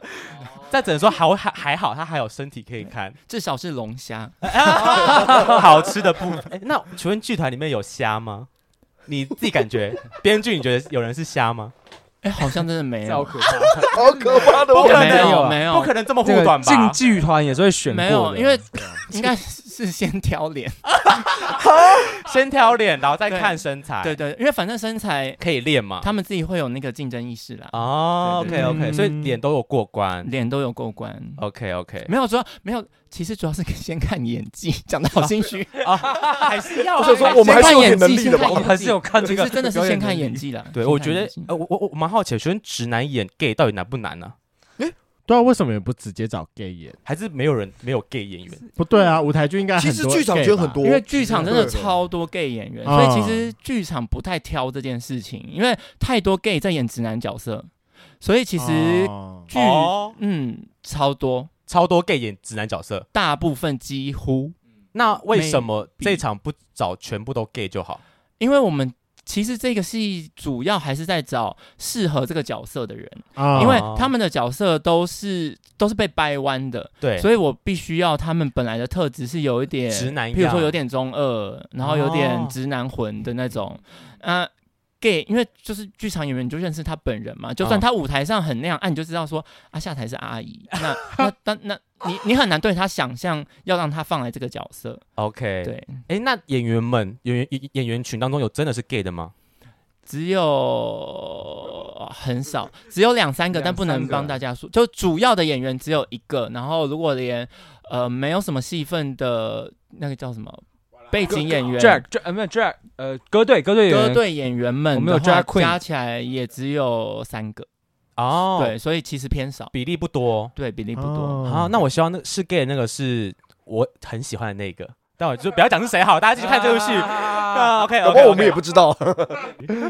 Speaker 2: 但只能说还还还好，他还有身体可以 看，
Speaker 4: 至少是龙虾。
Speaker 2: 好吃的部分。哎那请问剧团里面有虾吗？你自己感觉，编剧你觉得有人是虾吗？
Speaker 4: 哎，好像真的没
Speaker 3: 这好
Speaker 4: 有，
Speaker 3: 可怕。
Speaker 5: 好可怕的
Speaker 2: 不可
Speaker 5: 话，
Speaker 2: 能
Speaker 4: 没有
Speaker 3: 啊
Speaker 4: 没
Speaker 2: 不
Speaker 4: 有
Speaker 2: 可能这么护
Speaker 3: 这个
Speaker 2: 短吧？
Speaker 3: 进剧团也是会选过
Speaker 4: 没
Speaker 3: 的
Speaker 4: 有，因为应该是先挑脸。
Speaker 2: 先挑脸，然后再
Speaker 4: 对
Speaker 2: 看身材，
Speaker 4: 对，对，因为反正身材
Speaker 2: 可以练嘛。
Speaker 4: 他们自己会有那个竞争意识啦，
Speaker 2: 哦
Speaker 4: 对
Speaker 2: ，OK
Speaker 4: 对
Speaker 2: OK，
Speaker 1: 嗯
Speaker 2: 所以脸都有过关。
Speaker 4: 脸都有过关。
Speaker 2: OK OK，
Speaker 4: 没有说没有，其实主要是先看演 技，讲的好心虚。
Speaker 2: 还是要
Speaker 5: 我想说我们还是有点能力的吧
Speaker 3: 我们还是有看这
Speaker 4: 其
Speaker 3: 个，
Speaker 4: 实真的是先看演
Speaker 3: 技。
Speaker 4: 技啦。
Speaker 2: 对，
Speaker 4: 先
Speaker 2: 我
Speaker 4: 看
Speaker 2: 觉
Speaker 4: 演
Speaker 2: 得
Speaker 4: 技，
Speaker 2: 呃，我我我蛮好奇的，学生直男演 gay 到底难不难呢、
Speaker 1: 对啊，为什么也不直接找 gay 演？
Speaker 2: 还是没有人没有 gay 演员？
Speaker 1: 不对啊，舞台剧应该
Speaker 5: 其
Speaker 1: 很
Speaker 5: 实
Speaker 1: 多
Speaker 5: 剧场
Speaker 1: gay
Speaker 5: 圈
Speaker 1: 吧
Speaker 5: 很多，
Speaker 4: 因为剧场真的
Speaker 5: 对
Speaker 4: 超多 gay 演员，
Speaker 1: 嗯
Speaker 4: 所以其实剧场不太挑这件事情，因为太多 gay 在演直男角色，所以其实
Speaker 1: 哦
Speaker 4: 剧、
Speaker 2: 哦
Speaker 4: 嗯超多，
Speaker 2: 超多 gay 演直男角色，
Speaker 4: 大部分几乎，
Speaker 2: 那为什么
Speaker 4: Maybe
Speaker 2: 这场不找全部都 gay 就好？
Speaker 4: 因为我们其实这个戏主要还是在找适合这个角色的人，
Speaker 1: 啊
Speaker 4: 因为他们的角色都是都是被掰弯的，
Speaker 2: 对，
Speaker 4: 所以我必须要他们本来的特质是有一点
Speaker 2: 直男哦
Speaker 4: 譬如说有
Speaker 2: 点
Speaker 4: 点中二，然后有点直男魂的那种，啊、gay，因为就是剧场演员，你就认识他本人嘛，就算
Speaker 2: 嗯
Speaker 4: 他舞台上很那样，啊，你就知道说啊，下台是阿姨，那那那那你你很难对他想象要让他放来这个角色，
Speaker 2: OK。，
Speaker 4: 对，
Speaker 2: 哎，那演员们演员演演员群当中有真的是 gay 的吗？
Speaker 4: 只有很少，只有两三个，
Speaker 3: 两
Speaker 4: 但不
Speaker 3: 三
Speaker 4: 能
Speaker 3: 个
Speaker 4: 帮大家说，就主要的演员只有一个，然后如果连呃没有什么戏份的那个叫什么背景演员
Speaker 3: drag drag 呃没有 drag 呃歌队歌队演
Speaker 4: 歌
Speaker 3: 员
Speaker 4: 队演员们
Speaker 1: 哦
Speaker 3: 我们有
Speaker 4: 的话
Speaker 3: drag queen
Speaker 4: 加起来也只有三个，
Speaker 2: 哦，
Speaker 4: 对，，所以其实偏少，
Speaker 2: 比例不多
Speaker 4: 对比例不多。
Speaker 1: 哦
Speaker 2: 啊。那我希望那是 gay 的那个是我很喜欢的那个，但我就不要讲是谁好，大家继续看这部戏啊。OK，
Speaker 5: 搞不好我们也不知 道。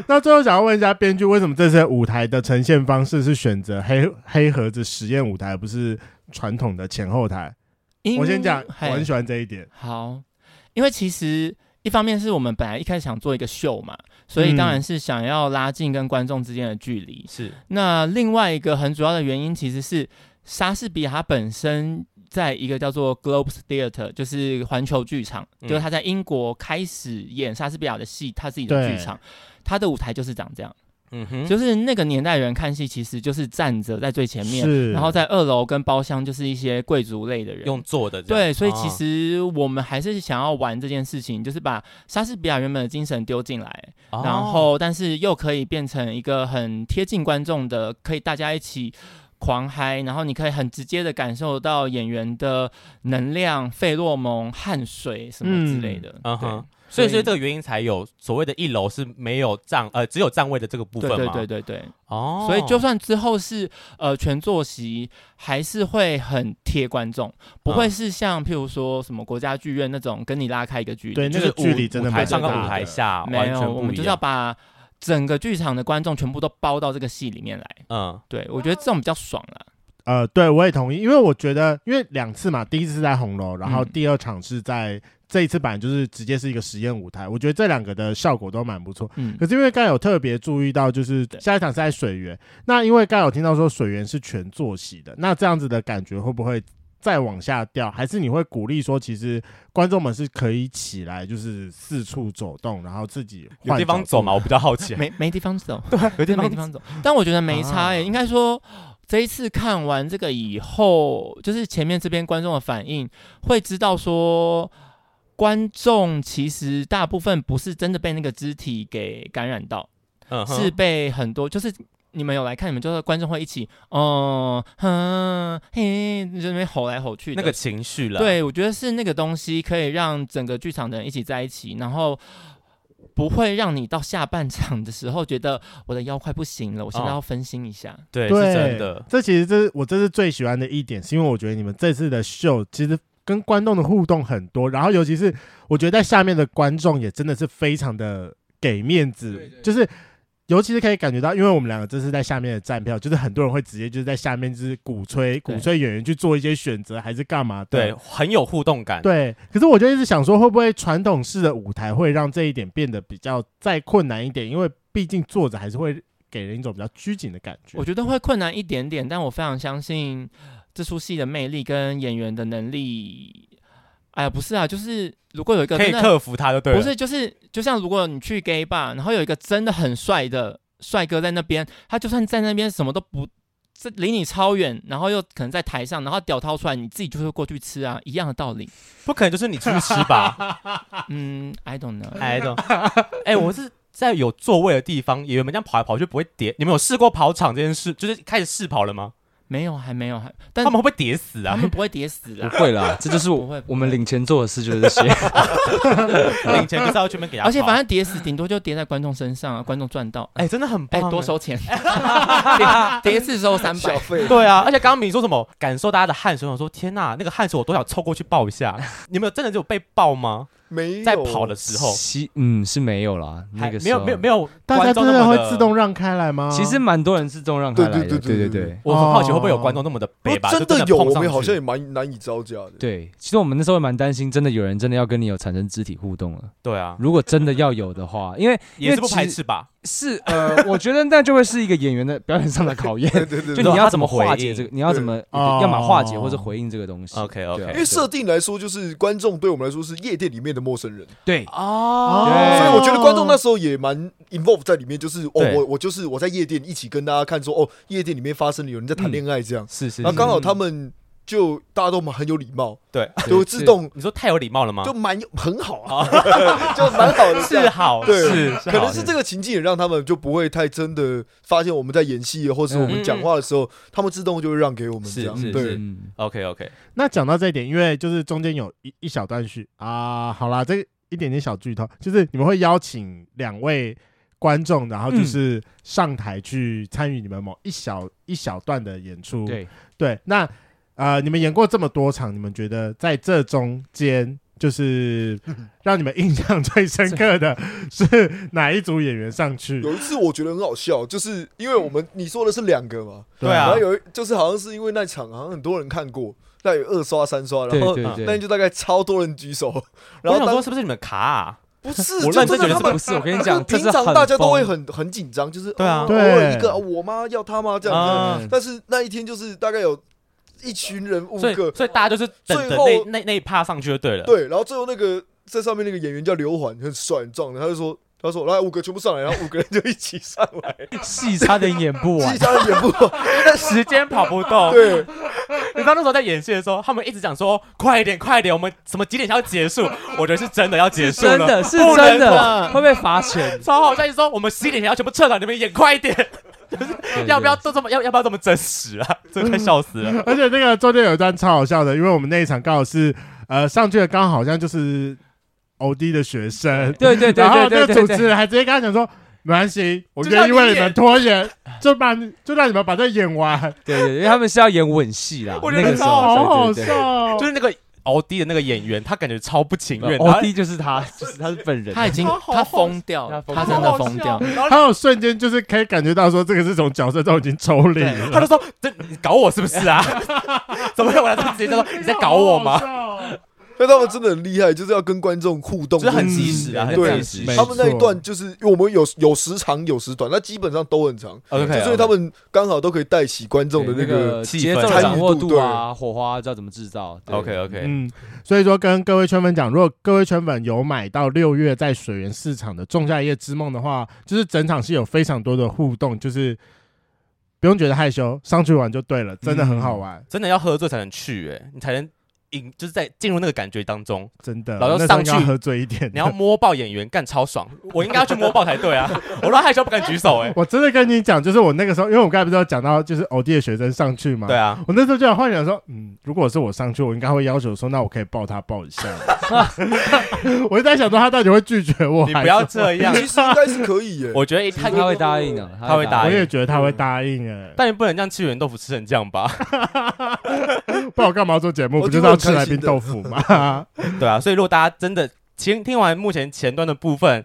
Speaker 1: 那最后想要问一下编剧，为什么这次舞台的呈现方式是选择黑黑盒子实验舞台，而不是传统的前后台？
Speaker 4: 因
Speaker 1: 我先讲，我
Speaker 4: 嘿
Speaker 1: 很喜欢这一点。
Speaker 4: 好，因为其实一方面是我们本来一开始想做一个秀嘛，所
Speaker 1: 嗯
Speaker 4: 以当然是想要拉近跟观众之间的距离。
Speaker 2: 是
Speaker 4: 那另外一个很主要的原因其实是莎士比亚它本身在一个叫做 Globes Theatre，就是环球剧场，
Speaker 2: 嗯
Speaker 4: 就是他在英国开始演莎士比亚的戏，他自己的
Speaker 1: 对
Speaker 4: 剧场，他的舞台就是长这样，
Speaker 2: 嗯哼，
Speaker 4: 就是那个年代人看戏其实就是站着在最前面，
Speaker 1: 是，
Speaker 4: 然后在二楼跟包厢就是一些贵族类的人，
Speaker 2: 用做的这样
Speaker 4: 对，所以其
Speaker 2: 哦
Speaker 4: 实我们还是想要玩这件事情，就是把莎士比亚原本的精神丢进来，
Speaker 2: 哦
Speaker 4: 然后但是又可以变成一个很贴近观众的，可以大家一起。狂嗨，然后你可以很直接的感受到演员的能量、费洛蒙、汗水什么之类的。
Speaker 2: 嗯
Speaker 4: 对
Speaker 2: 哼，所以所以这
Speaker 4: 对
Speaker 2: 个原因才有所谓的一楼是没有站呃只有站位的这个部分
Speaker 4: 对
Speaker 2: 嘛，
Speaker 4: 对对对，
Speaker 2: 哦，
Speaker 4: 所以就算之后是呃全坐席，还是会很贴观众，不会是像譬如说什么国家剧院那种跟你拉开一个距离。
Speaker 1: 对那个
Speaker 2: 就是舞
Speaker 1: 距离真的
Speaker 2: 舞台
Speaker 1: 蛮
Speaker 2: 上跟
Speaker 1: 大
Speaker 2: 舞台
Speaker 1: 的
Speaker 2: 下
Speaker 4: 没
Speaker 2: 完
Speaker 4: 有，
Speaker 2: 全不一样，
Speaker 4: 我们就是要把整个剧场的观众全部都包到这个戏里面来。
Speaker 2: 嗯
Speaker 4: 对，我觉得这种比较爽啦。
Speaker 1: 呃，对我也同意，因为我觉得，因为两次嘛，第一次是在红楼，然后
Speaker 4: 嗯
Speaker 1: 第二场是在、这一次版，就是直接是一个实验舞台，我觉得这两个的效果都蛮不错。
Speaker 4: 嗯
Speaker 1: 可，是因为刚才有特别注意到，就是下一场是在水源，那因为刚才有听到说水源是全坐席的，那这样子的感觉会不会再往下掉？还是你会鼓励说，其实观众们是可以起来，就是四处走动，然后自己
Speaker 2: 有
Speaker 1: 换
Speaker 2: 地方
Speaker 1: 角
Speaker 2: 走
Speaker 1: 度
Speaker 2: 嘛，我比较好奇，啊
Speaker 4: 没没地方走，
Speaker 2: 有地
Speaker 4: 真的
Speaker 2: 方
Speaker 4: 没地方走。但我觉得没差诶、
Speaker 2: 啊
Speaker 4: 应该说这一次看完这个以后，就是前面这边观众的反应，会知道说。观众其实大部分不是真的被那个肢体给感染到，
Speaker 2: 嗯哼
Speaker 4: 是被很多就是你们有来看，你们就是观众会一起，哦，哼，嘿，就在那边吼来吼去的，
Speaker 2: 那个情绪了，，
Speaker 4: 对，我觉得是那个东西可以让整个剧场的人一起在一起，然后不会让你到下半场的时候觉得我的腰快不行了，我现在
Speaker 2: 哦
Speaker 4: 要分心一下。
Speaker 2: 对，
Speaker 1: 对，
Speaker 2: 是真的，
Speaker 1: 这其实这是我这是最喜欢的一点，是因为我觉得你们这次的秀其实跟观众的互动很多，然后尤其是我觉得在下面的观众也真的是非常的给面子，
Speaker 3: 对对
Speaker 1: 就是。尤其是可以感觉到，因为我们两个这次在下面的站票，就是很多人会直接就是在下面就是鼓吹
Speaker 4: 对
Speaker 1: 鼓吹演员去做一些选择，还是干嘛的？
Speaker 2: 对，很有互动感，
Speaker 1: 对，可是我就一直想说，会不会传统式的舞台会让这一点变得比较再困难一点？因为毕竟坐着还是会给人一种比较拘谨的感觉。
Speaker 4: 我觉得会困难一点点，但我非常相信这出戏的魅力跟演员的能力。哎呀，不是啊，就是如果有一个
Speaker 2: 可以
Speaker 4: 真的
Speaker 2: 克服它就对了，
Speaker 4: 不是，就是就像如果你去 gay bar，然后有一个真的很帅的帅哥在那边，他就算在那边什么都不，这离你超远，然后又可能在台上，然后屌掏出来，你自己就会过去吃啊，一样的道 理。
Speaker 2: 不可能就是你出去吃吧？
Speaker 4: 嗯，I don't know，
Speaker 2: 哎，懂， 哎，我是。在有座位的地方，演员们这样跑来跑去不会跌。你们有试过跑场这件事，就是开始试跑了吗？
Speaker 4: 没有，还没有，还，
Speaker 2: 他
Speaker 4: 但
Speaker 2: 们会不会跌死
Speaker 4: 他
Speaker 2: 啊？
Speaker 4: 们不会跌死
Speaker 3: 不
Speaker 4: 啦。
Speaker 3: 会啦，这就是
Speaker 4: 不会
Speaker 3: 我
Speaker 4: 不会
Speaker 3: 我们领钱做的事就是这 些。
Speaker 2: 领钱就是要全面给他跑，
Speaker 4: 而且反正跌死，顶多就跌在观众身 上啊，观众赚到。
Speaker 2: 哎，真的很
Speaker 4: 哎
Speaker 2: 棒，，
Speaker 4: 多收钱，跌 跌一次收三
Speaker 5: 小
Speaker 4: 百。
Speaker 5: 费
Speaker 2: 对啊，而且刚刚你说什么感受大家的汗水，我说天呐，那个汗水我都想凑过去抱一下。 你们有真的就被抱吗？
Speaker 5: 没有
Speaker 2: 在跑的时 候，
Speaker 3: 其嗯是没有啦，哎那
Speaker 2: 还
Speaker 3: 个
Speaker 2: 没有没有没啊
Speaker 3: 有，
Speaker 2: 有，
Speaker 1: 大家
Speaker 2: 观
Speaker 1: 真
Speaker 2: 众那
Speaker 1: 的
Speaker 2: 么
Speaker 1: 会
Speaker 2: 的
Speaker 1: 自动。让开来吗？
Speaker 3: 其实蛮多人自动让开来的，
Speaker 5: 对对对
Speaker 3: 对
Speaker 5: 对
Speaker 3: 对
Speaker 2: 我很好奇会不会有观众那么的
Speaker 5: 不
Speaker 2: 悲
Speaker 5: 过
Speaker 2: 吧？
Speaker 5: 真
Speaker 2: 就真
Speaker 5: 有，
Speaker 2: 碰
Speaker 5: 我
Speaker 2: 上
Speaker 5: 们
Speaker 2: 去
Speaker 5: 好像也蛮难以招架的。
Speaker 3: 对。其实我们那时候也蛮担心，真的有人真的要跟你有产生肢体互动了。
Speaker 2: 对啊，
Speaker 3: 如果真的要有的话，因为因
Speaker 2: 也
Speaker 3: 为
Speaker 2: 是不
Speaker 3: 其
Speaker 2: 排
Speaker 3: 实
Speaker 2: 斥吧？
Speaker 3: 是呃，我觉得那就会是一个演员的表演上的考验。
Speaker 5: 对对对
Speaker 3: 就
Speaker 5: 对，
Speaker 3: 你要怎
Speaker 2: 他怎
Speaker 3: 么
Speaker 2: 么回
Speaker 3: 化解这个，你要怎么
Speaker 1: 哦
Speaker 3: 要么化解或者回应这个东西
Speaker 2: OK，OK
Speaker 3: 对啊
Speaker 5: 因为设定来说，就是观众对我们来说是夜店里面的陌生人，
Speaker 3: 对
Speaker 2: 哦
Speaker 3: 对
Speaker 5: 所以我觉得观众那时候也蛮 involve 在里面，就是哦，
Speaker 2: 对
Speaker 5: 我我就是我在夜店一起跟大家看说，哦，夜店里面发生了有人在谈恋爱这样，
Speaker 2: 嗯是是
Speaker 5: 然后刚
Speaker 2: 好
Speaker 5: 好他们就大家都蛮很有礼貌，
Speaker 2: 对，
Speaker 5: 就会自动
Speaker 2: 你说太有礼貌了吗
Speaker 5: 就？蛮有很好 啊，就蛮好的这样，
Speaker 2: 是啊好，
Speaker 5: 对
Speaker 2: 是
Speaker 5: 可能
Speaker 2: 好
Speaker 5: 是这个情境也让他们就不会太真的发现我们在演戏，或者是我们讲话的时候，他们自动就会让给我们这样。
Speaker 2: 嗯是
Speaker 5: 对，
Speaker 3: 嗯，
Speaker 2: OK OK，
Speaker 1: 那讲到这一点，因为就是中间有一一小段序啊，好啦，这一点点小剧透，就是你们会邀请两位观众，然后就是上台去参与你们某一小一小段的演出。
Speaker 3: 对，
Speaker 1: 对，那呃，你们演过这么多场，你们觉得在这中间， 就是让你们印象最深刻的是哪一组演员上去？
Speaker 5: 有一次我觉得很好笑，就是因为我们你说的是两个嘛，
Speaker 2: 对啊
Speaker 5: 然后有一就是好像是因为那场好像很多人看过，那有二刷三刷，然
Speaker 3: 对
Speaker 5: 后
Speaker 3: 对对
Speaker 5: 那天就大概超多人举手，
Speaker 2: 我
Speaker 5: 然后
Speaker 2: 想说
Speaker 5: 当
Speaker 2: 是不是你们卡啊？
Speaker 5: 不是，
Speaker 2: 我
Speaker 5: 就
Speaker 2: 认真
Speaker 5: 真
Speaker 2: 觉
Speaker 5: 的
Speaker 2: 得
Speaker 5: 他
Speaker 2: 是
Speaker 5: 们
Speaker 3: 不是我跟你讲，这
Speaker 5: 平
Speaker 3: 是
Speaker 5: 常
Speaker 3: 很
Speaker 5: 大家都会
Speaker 3: 疯
Speaker 5: 很很紧张，就是
Speaker 2: 对啊
Speaker 5: 哦偶尔
Speaker 1: 对
Speaker 5: 一个、啊我妈要他吗 这样子、
Speaker 2: 啊
Speaker 5: 但是那一天就是大概有一群人五
Speaker 2: 所以
Speaker 5: 个，
Speaker 2: 所以大家就是等
Speaker 5: 最
Speaker 2: 等
Speaker 5: 后
Speaker 2: 那那那一趴上去就对了。
Speaker 5: 对，然后最后那个在上面那个演员叫刘环，很帅很壮的，他就说。他说：“来，五个全部上来，然 后五个人就一起上来，
Speaker 3: 戏差点啊演不
Speaker 5: 其
Speaker 3: 完
Speaker 5: 实。他演不完。
Speaker 2: 时间跑不动。
Speaker 5: 啊 对，
Speaker 2: 你知道那时候在演戏的时候，他们一直讲说快一点，快一点，我们什么几点才要结束？ 我觉得是真的要结束了，
Speaker 3: 真的是
Speaker 2: 不能
Speaker 3: 真的
Speaker 2: 了
Speaker 3: 会被罚 钱，
Speaker 2: 超好笑！一直说我们十一点前要全部撤场，你们演快一点，要不要都这么要要不要这么真实啊？真的快笑死
Speaker 5: 嗯
Speaker 2: 了。
Speaker 1: 而且那个中间有一段超好笑的，因为我们那一场刚好是呃上去的，刚好好像就是欧弟的学生，
Speaker 3: 对对 对
Speaker 1: 然后
Speaker 3: 对
Speaker 1: 那个
Speaker 3: 对
Speaker 1: 主
Speaker 3: 对
Speaker 1: 持
Speaker 3: 对，
Speaker 1: 人还直接跟他讲说。没关系，我
Speaker 2: 就
Speaker 1: 愿意
Speaker 2: 让你
Speaker 1: 为你们
Speaker 2: 演
Speaker 1: 拖延，就把你就让你们把这演完，
Speaker 3: 对对，因为他们是要演吻戏啦，
Speaker 2: 我觉
Speaker 3: 那
Speaker 2: 得
Speaker 3: 个时候
Speaker 1: 好好
Speaker 3: 对对
Speaker 1: 笑
Speaker 3: 对
Speaker 1: 哦，
Speaker 2: 就是那个敖迪的那个演员，他感觉超不情愿，然
Speaker 3: 欧
Speaker 2: 后
Speaker 3: 弟就是他，就是他是本人，
Speaker 4: 他已经
Speaker 2: 他好
Speaker 4: 他疯掉
Speaker 3: 他
Speaker 4: 了，
Speaker 3: 疯
Speaker 4: 他真的疯掉。
Speaker 2: 然后
Speaker 1: 还有瞬间就是可以感觉到说这个是从角色中已经抽离 了，
Speaker 2: 他就说：“这你搞我是不是 啊？怎么会？”我来直接就说：“你在搞我吗
Speaker 1: 吗？
Speaker 5: 但他们真的很厉害，就是要跟观众互？”动，
Speaker 2: 就是很
Speaker 3: 嗯
Speaker 5: 就是
Speaker 2: 及时啊，很
Speaker 5: 对
Speaker 2: 及时。
Speaker 1: 没
Speaker 5: 他们那一段就是因为我们有有时长有时短，那基本上都很长，
Speaker 3: 啊
Speaker 2: OK，
Speaker 5: 所以他们刚好都可以带起观众的
Speaker 3: 对
Speaker 5: 那
Speaker 3: 那
Speaker 5: 个。
Speaker 3: 个
Speaker 2: 气
Speaker 3: 节奏
Speaker 2: 氛
Speaker 3: 掌握度啊，火花知道怎么制造。对
Speaker 2: OK OK，
Speaker 1: 嗯，所以说跟各位圈粉讲，如果各位圈粉有买到六月在水源市场的《仲夏夜之梦》的话，就是整场是有非常多的互动，就是不用觉得害羞，上去玩就对了，真的很好玩，
Speaker 2: 真的要喝醉才能去，哎，你才能引，就是在进入那个感觉当 中。
Speaker 1: 真的。
Speaker 2: 老要
Speaker 1: 那时候
Speaker 2: 上去
Speaker 1: 应该喝醉一点，
Speaker 2: 你要摸爆演员，干超爽，我应该要去摸爆才对啊！ 我都害羞不敢举手，哎，
Speaker 1: 我真的跟你讲，就是我那个时候，因为我刚才不是有讲到，就是偶弟的学生上去嘛，
Speaker 2: 对啊，
Speaker 1: 我那时候就有幻想说，嗯，如果是我上去，我应该会要求说，那我可以抱他抱一下吗。 我就在想说，他到底会拒绝我？
Speaker 2: 你不要这 样。
Speaker 5: 其实应该是可以耶、
Speaker 2: 我觉得一看
Speaker 3: 他他会答应啊的，
Speaker 2: 他会答
Speaker 1: 还是。我
Speaker 2: 应
Speaker 1: 也觉得他会答应哎、
Speaker 2: 但你不能让吃元豆腐吃成这样吧？
Speaker 1: 不然我干嘛做节目？
Speaker 5: 我
Speaker 1: 不就是要吃来宾豆腐吗？
Speaker 2: 对啊，所以如果大家真的听听完目前前端的部分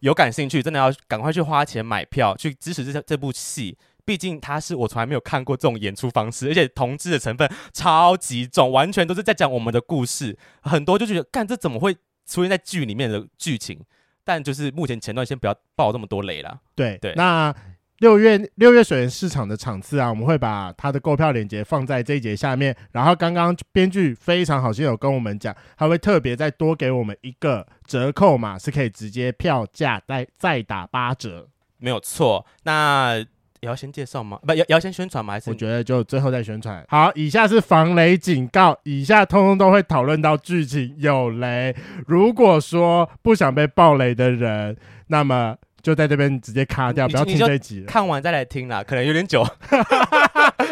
Speaker 2: 有感兴趣，真的要赶快去花钱买票去支持这这部戏。毕竟它是我从来没有看过这种演出方式，而且同志的成分超级重，完全都是在讲我们的故事。很多就觉得，干这怎么会出现在剧里面的剧情？但就是目前前段先不要爆这么多雷啦。
Speaker 1: 对
Speaker 2: 对
Speaker 1: 那六月六月水源市场的场次啊，我们会把它的购票链接放在这一节下面。然后刚刚编剧非常好心有跟我们讲，他会特别再多给我们一个折扣码，是可以直接票价再再打八折。
Speaker 2: 没有错。那也要先介绍吗？不，也也要先宣传吗？还是
Speaker 1: 我觉得就最后再宣传。好，以下是防雷警告，以下通通都会讨论到剧情有雷。如果说不想被爆雷的人，那么就在这边直接卡掉，
Speaker 2: 你
Speaker 1: 不要
Speaker 2: 你
Speaker 1: 听
Speaker 2: 就
Speaker 1: 这一集了。
Speaker 2: 看完再来听啦，可能有点久。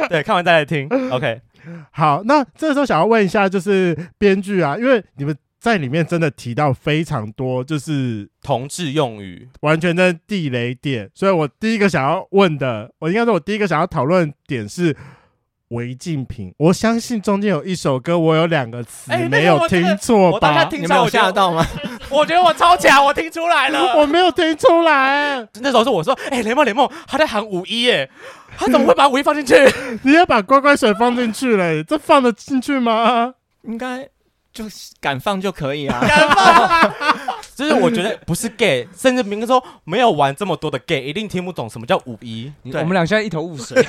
Speaker 2: 对，看完再来听。OK，
Speaker 1: 好，那这时候想要问一下，就是编剧啊，因为你们在里面真的提到非常多，就是
Speaker 2: 同志用语，
Speaker 1: 完全的地雷点，所以我第一个想要问的，我应该说，我第一个想要讨论点是。违禁品，我相信中间有一首歌，我有两个词、
Speaker 2: 哎那个
Speaker 1: 没有
Speaker 2: 我真
Speaker 1: 听
Speaker 2: 的
Speaker 1: 错
Speaker 2: 我当
Speaker 1: 吧
Speaker 2: 下？
Speaker 4: 你
Speaker 2: 听
Speaker 4: 们
Speaker 2: 到
Speaker 4: 有
Speaker 2: 我觉
Speaker 4: 吓
Speaker 2: 得，
Speaker 4: 到吗？
Speaker 2: 我觉得我超强，我听出来了。
Speaker 1: 我没有听出来，
Speaker 2: 那时候是我说，哎、雷梦雷梦，他在喊五一耶，他怎么会把五一放 进去？
Speaker 1: 你也把乖乖水放进去了，这放得进去吗？
Speaker 4: 应该就是敢放就可以啊。
Speaker 2: 就是我觉得不是 gay，甚至明哥说没有玩这么多的 gay，一定听不懂什么叫五一。
Speaker 3: 你
Speaker 2: 对
Speaker 3: 我们俩现在一头雾水，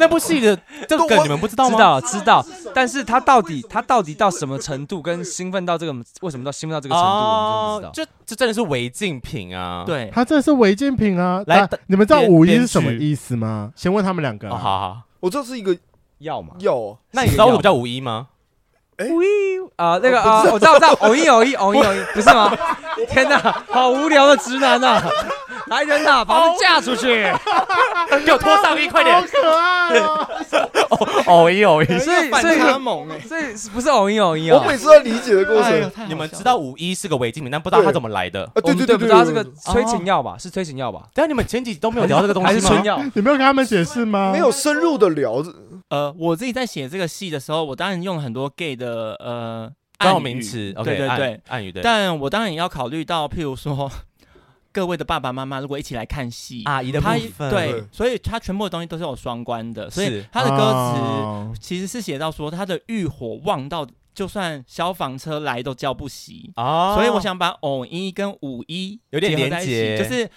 Speaker 2: 那部戏的这 个梗你们不知道
Speaker 3: 知
Speaker 2: 吗？
Speaker 3: 道知道，但是他到底他到底到什么程度，跟兴奋到这个为什么到兴奋到这个程度，我们真的不知道。
Speaker 2: 哦就这真的是违禁品啊。。
Speaker 4: 对，
Speaker 1: 它这是违禁品啊！
Speaker 2: 来
Speaker 1: 来，你们知道
Speaker 2: 编
Speaker 1: 五一
Speaker 2: 编
Speaker 1: 是什么
Speaker 2: 剧
Speaker 1: 意思吗？先问他们两个啊、
Speaker 2: 哦，好好，
Speaker 5: 我这是一个
Speaker 3: 要嘛？
Speaker 5: 药、哦，
Speaker 2: 那你知道为什么叫五一吗？
Speaker 3: 啊，那个啊，我知道我知道，偶一偶一偶一偶一，不是吗？天哪，好无聊的直男呐！啊来人呐，把他们架出去！
Speaker 2: 给我脱上衣，快点
Speaker 1: 好！可爱哦！
Speaker 2: 哦一哦一，
Speaker 3: 所以所以
Speaker 4: 萌哎，
Speaker 3: 所以不是偶一偶一
Speaker 5: 我
Speaker 3: 哦，
Speaker 5: 每次在理解的过
Speaker 4: 哎呦
Speaker 5: 程
Speaker 4: 太好
Speaker 2: 你们
Speaker 4: 笑
Speaker 2: 知
Speaker 4: 了
Speaker 2: 道五一是个违禁品，但不知道它怎么来的。
Speaker 5: 啊，
Speaker 3: 我
Speaker 5: 对
Speaker 3: 们
Speaker 5: 对
Speaker 3: 不知道这个
Speaker 5: 对
Speaker 3: 催情药吧？是催情药吧？
Speaker 2: 但你们前几集都没有聊这个东
Speaker 3: 还
Speaker 2: 西
Speaker 3: 是春
Speaker 2: 吗？
Speaker 3: 药？
Speaker 1: 你没有跟他们解释吗？
Speaker 5: 没有，深入的聊着，
Speaker 4: 呃，我自己在写这个戏的时候，我当然用很多 gay 的呃
Speaker 2: 专
Speaker 4: 暗
Speaker 2: 有
Speaker 4: 语
Speaker 2: 名词
Speaker 4: 对
Speaker 2: ，OK，
Speaker 4: 对
Speaker 2: 暗
Speaker 4: 对，，
Speaker 2: 暗语对。
Speaker 4: 但我当然也要考虑到，譬如说各位的爸爸妈妈如果一起来看戏，
Speaker 2: 阿啊姨的部
Speaker 4: 他
Speaker 2: 分，
Speaker 4: 对
Speaker 5: 对，
Speaker 4: 所以他全部的东西都是有双关的，所以
Speaker 2: 是
Speaker 4: 他的歌
Speaker 1: 哦
Speaker 4: 词其实是写到说他的欲火旺到，就算消防车来都叫不熄。
Speaker 2: 啊，
Speaker 4: 所以我想把偶一跟五一
Speaker 2: 有点
Speaker 4: 结合在
Speaker 2: 连
Speaker 4: 一起，
Speaker 2: 结
Speaker 4: 就是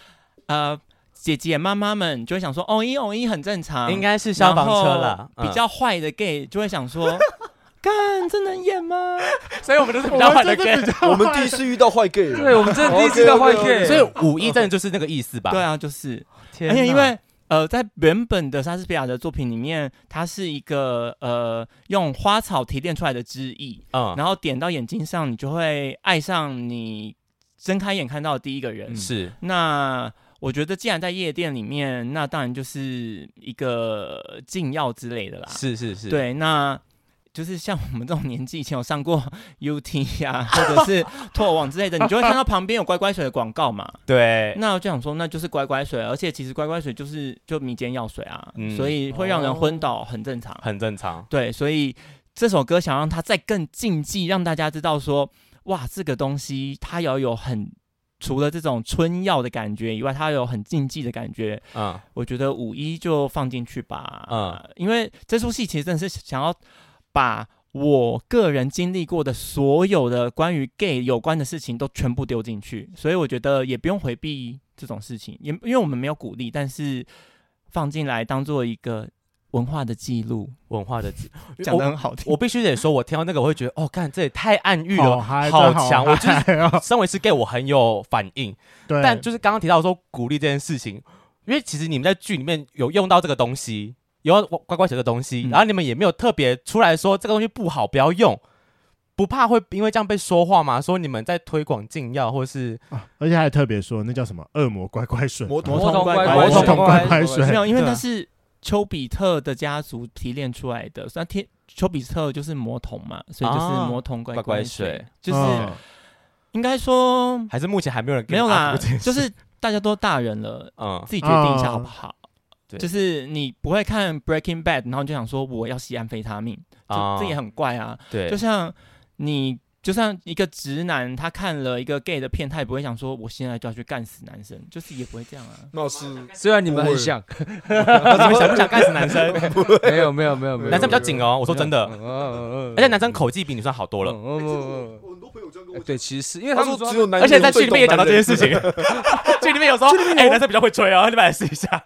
Speaker 4: 呃，姐姐妈妈们就会想说，偶一偶一很正常，
Speaker 2: 应该是消防车啦，
Speaker 4: 然后比
Speaker 2: 嗯
Speaker 4: 较坏的 gay 就会 想说，干这能演吗？
Speaker 2: 所以我们都是比
Speaker 1: 我
Speaker 2: 较
Speaker 1: 们
Speaker 2: 坏的
Speaker 1: 真的
Speaker 2: gay
Speaker 1: 比。较坏
Speaker 5: 我们第一次遇到坏 gay
Speaker 3: 对，
Speaker 5: 了，
Speaker 3: 我们真的第一次到坏 gay，
Speaker 5: OK，OK，OK
Speaker 2: 所以五一真的就是那个意思吧？哎
Speaker 4: 对，啊，就是，
Speaker 2: 天
Speaker 4: 而且因
Speaker 2: 哪
Speaker 4: 为呃，在原本的莎士比亚的作品里面，它是一个呃用花草提炼出来的汁液，
Speaker 2: 嗯
Speaker 4: 然后点到眼睛上，你就会爱上你睁开眼看到的第一个人。
Speaker 2: 是
Speaker 4: 那我觉得，既然在夜店里面，那当然就是一个禁药之类的啦。
Speaker 2: 是是是，
Speaker 4: 对，那就是像我们这种年纪，以前有上过 UT 呀、或者是脱网之类的，你就会看到旁边有乖乖水的广告嘛。
Speaker 2: 对，
Speaker 4: 那我就想说，那就是乖乖水，而且其实乖乖水就是就民间药水啊，
Speaker 2: 嗯哦
Speaker 4: 所以会让人昏倒，很正常。
Speaker 2: 很正常。
Speaker 4: 对，所以这首歌想让它再更禁忌，让大家知道说，哇，这个东西它要有很。除了这种春药的感觉以外，它有很禁忌的感觉，
Speaker 2: 嗯，
Speaker 4: 我觉得五一就放进去吧，
Speaker 2: 嗯
Speaker 4: 嗯，因为这出戏其实真的是想要把我个人经历过的所有的关于 gay 有关的事情都全部丢进去，所以我觉得也不用回避这种事情，也因为我们没有鼓励，但是放进来当做一个文化的记录，
Speaker 2: 文化的
Speaker 4: 讲的很好听。
Speaker 2: 我必须得说，我听到那个我会觉得，哦，看这也太暗喻
Speaker 1: 好
Speaker 2: 了，
Speaker 1: 嗨，
Speaker 2: 好
Speaker 1: 真
Speaker 2: 强！我就是
Speaker 1: 嗨哦
Speaker 2: 身为是 gay，我很有反应。
Speaker 1: 对，
Speaker 2: 但就是刚刚提到说鼓励这件事情，因为其实你们在剧里面有用到这个东西，有要乖乖写的东西，
Speaker 4: 嗯
Speaker 2: 然后你们也没有特别出来说这个东西不好，不要用。不怕会因为这样被说话吗？说你们在推广禁药，或是
Speaker 1: 啊而且还特别说那叫什么恶魔乖乖啊水，
Speaker 5: 魔
Speaker 4: 魔童乖
Speaker 3: 乖
Speaker 4: 乖
Speaker 1: 魔童
Speaker 3: 水
Speaker 1: 乖乖水
Speaker 4: 没有，因为
Speaker 2: 对啊
Speaker 4: 它是丘比特的家族提炼出来的，那天丘比特就是魔童嘛，所以就是
Speaker 2: 啊
Speaker 4: 魔童乖
Speaker 2: 乖乖水
Speaker 4: 水，就是
Speaker 1: 嗯
Speaker 4: 应该说
Speaker 2: 还是目前还没有人给
Speaker 4: 没有
Speaker 2: 你阿
Speaker 4: 啦
Speaker 2: 布这件，事
Speaker 4: 就是大家都大人了，
Speaker 2: 嗯，
Speaker 4: 自己决定一下
Speaker 1: 啊
Speaker 4: 好不好？
Speaker 2: 对
Speaker 4: 就是你不会看 Breaking Bad，然后你就想说我要吸安非他命，这、
Speaker 2: 啊
Speaker 4: 这也很怪啊。
Speaker 2: 对，
Speaker 4: 就像你，就像一个直男，他看了一个 gay 的片，他也不会想说我现在就要去干死男生，就是也不会这样啊。
Speaker 5: 那是
Speaker 3: 虽然你们很像，
Speaker 2: 我怎么想不想干死男 生？
Speaker 3: 没有没有没有没有，
Speaker 2: 男生比较紧哦，我说真的，
Speaker 3: 而
Speaker 2: 而且男生口技比女生好多了。
Speaker 3: 嗯了。
Speaker 5: 很多朋友这样跟
Speaker 3: 呃哎对，其实是因为
Speaker 5: 他
Speaker 3: 他们
Speaker 5: 说
Speaker 3: 说
Speaker 5: 只有男，
Speaker 2: 而且在剧里面也讲到这件事，情， 剧里面有说，哎，男生比较会吹哦，你们来试一下。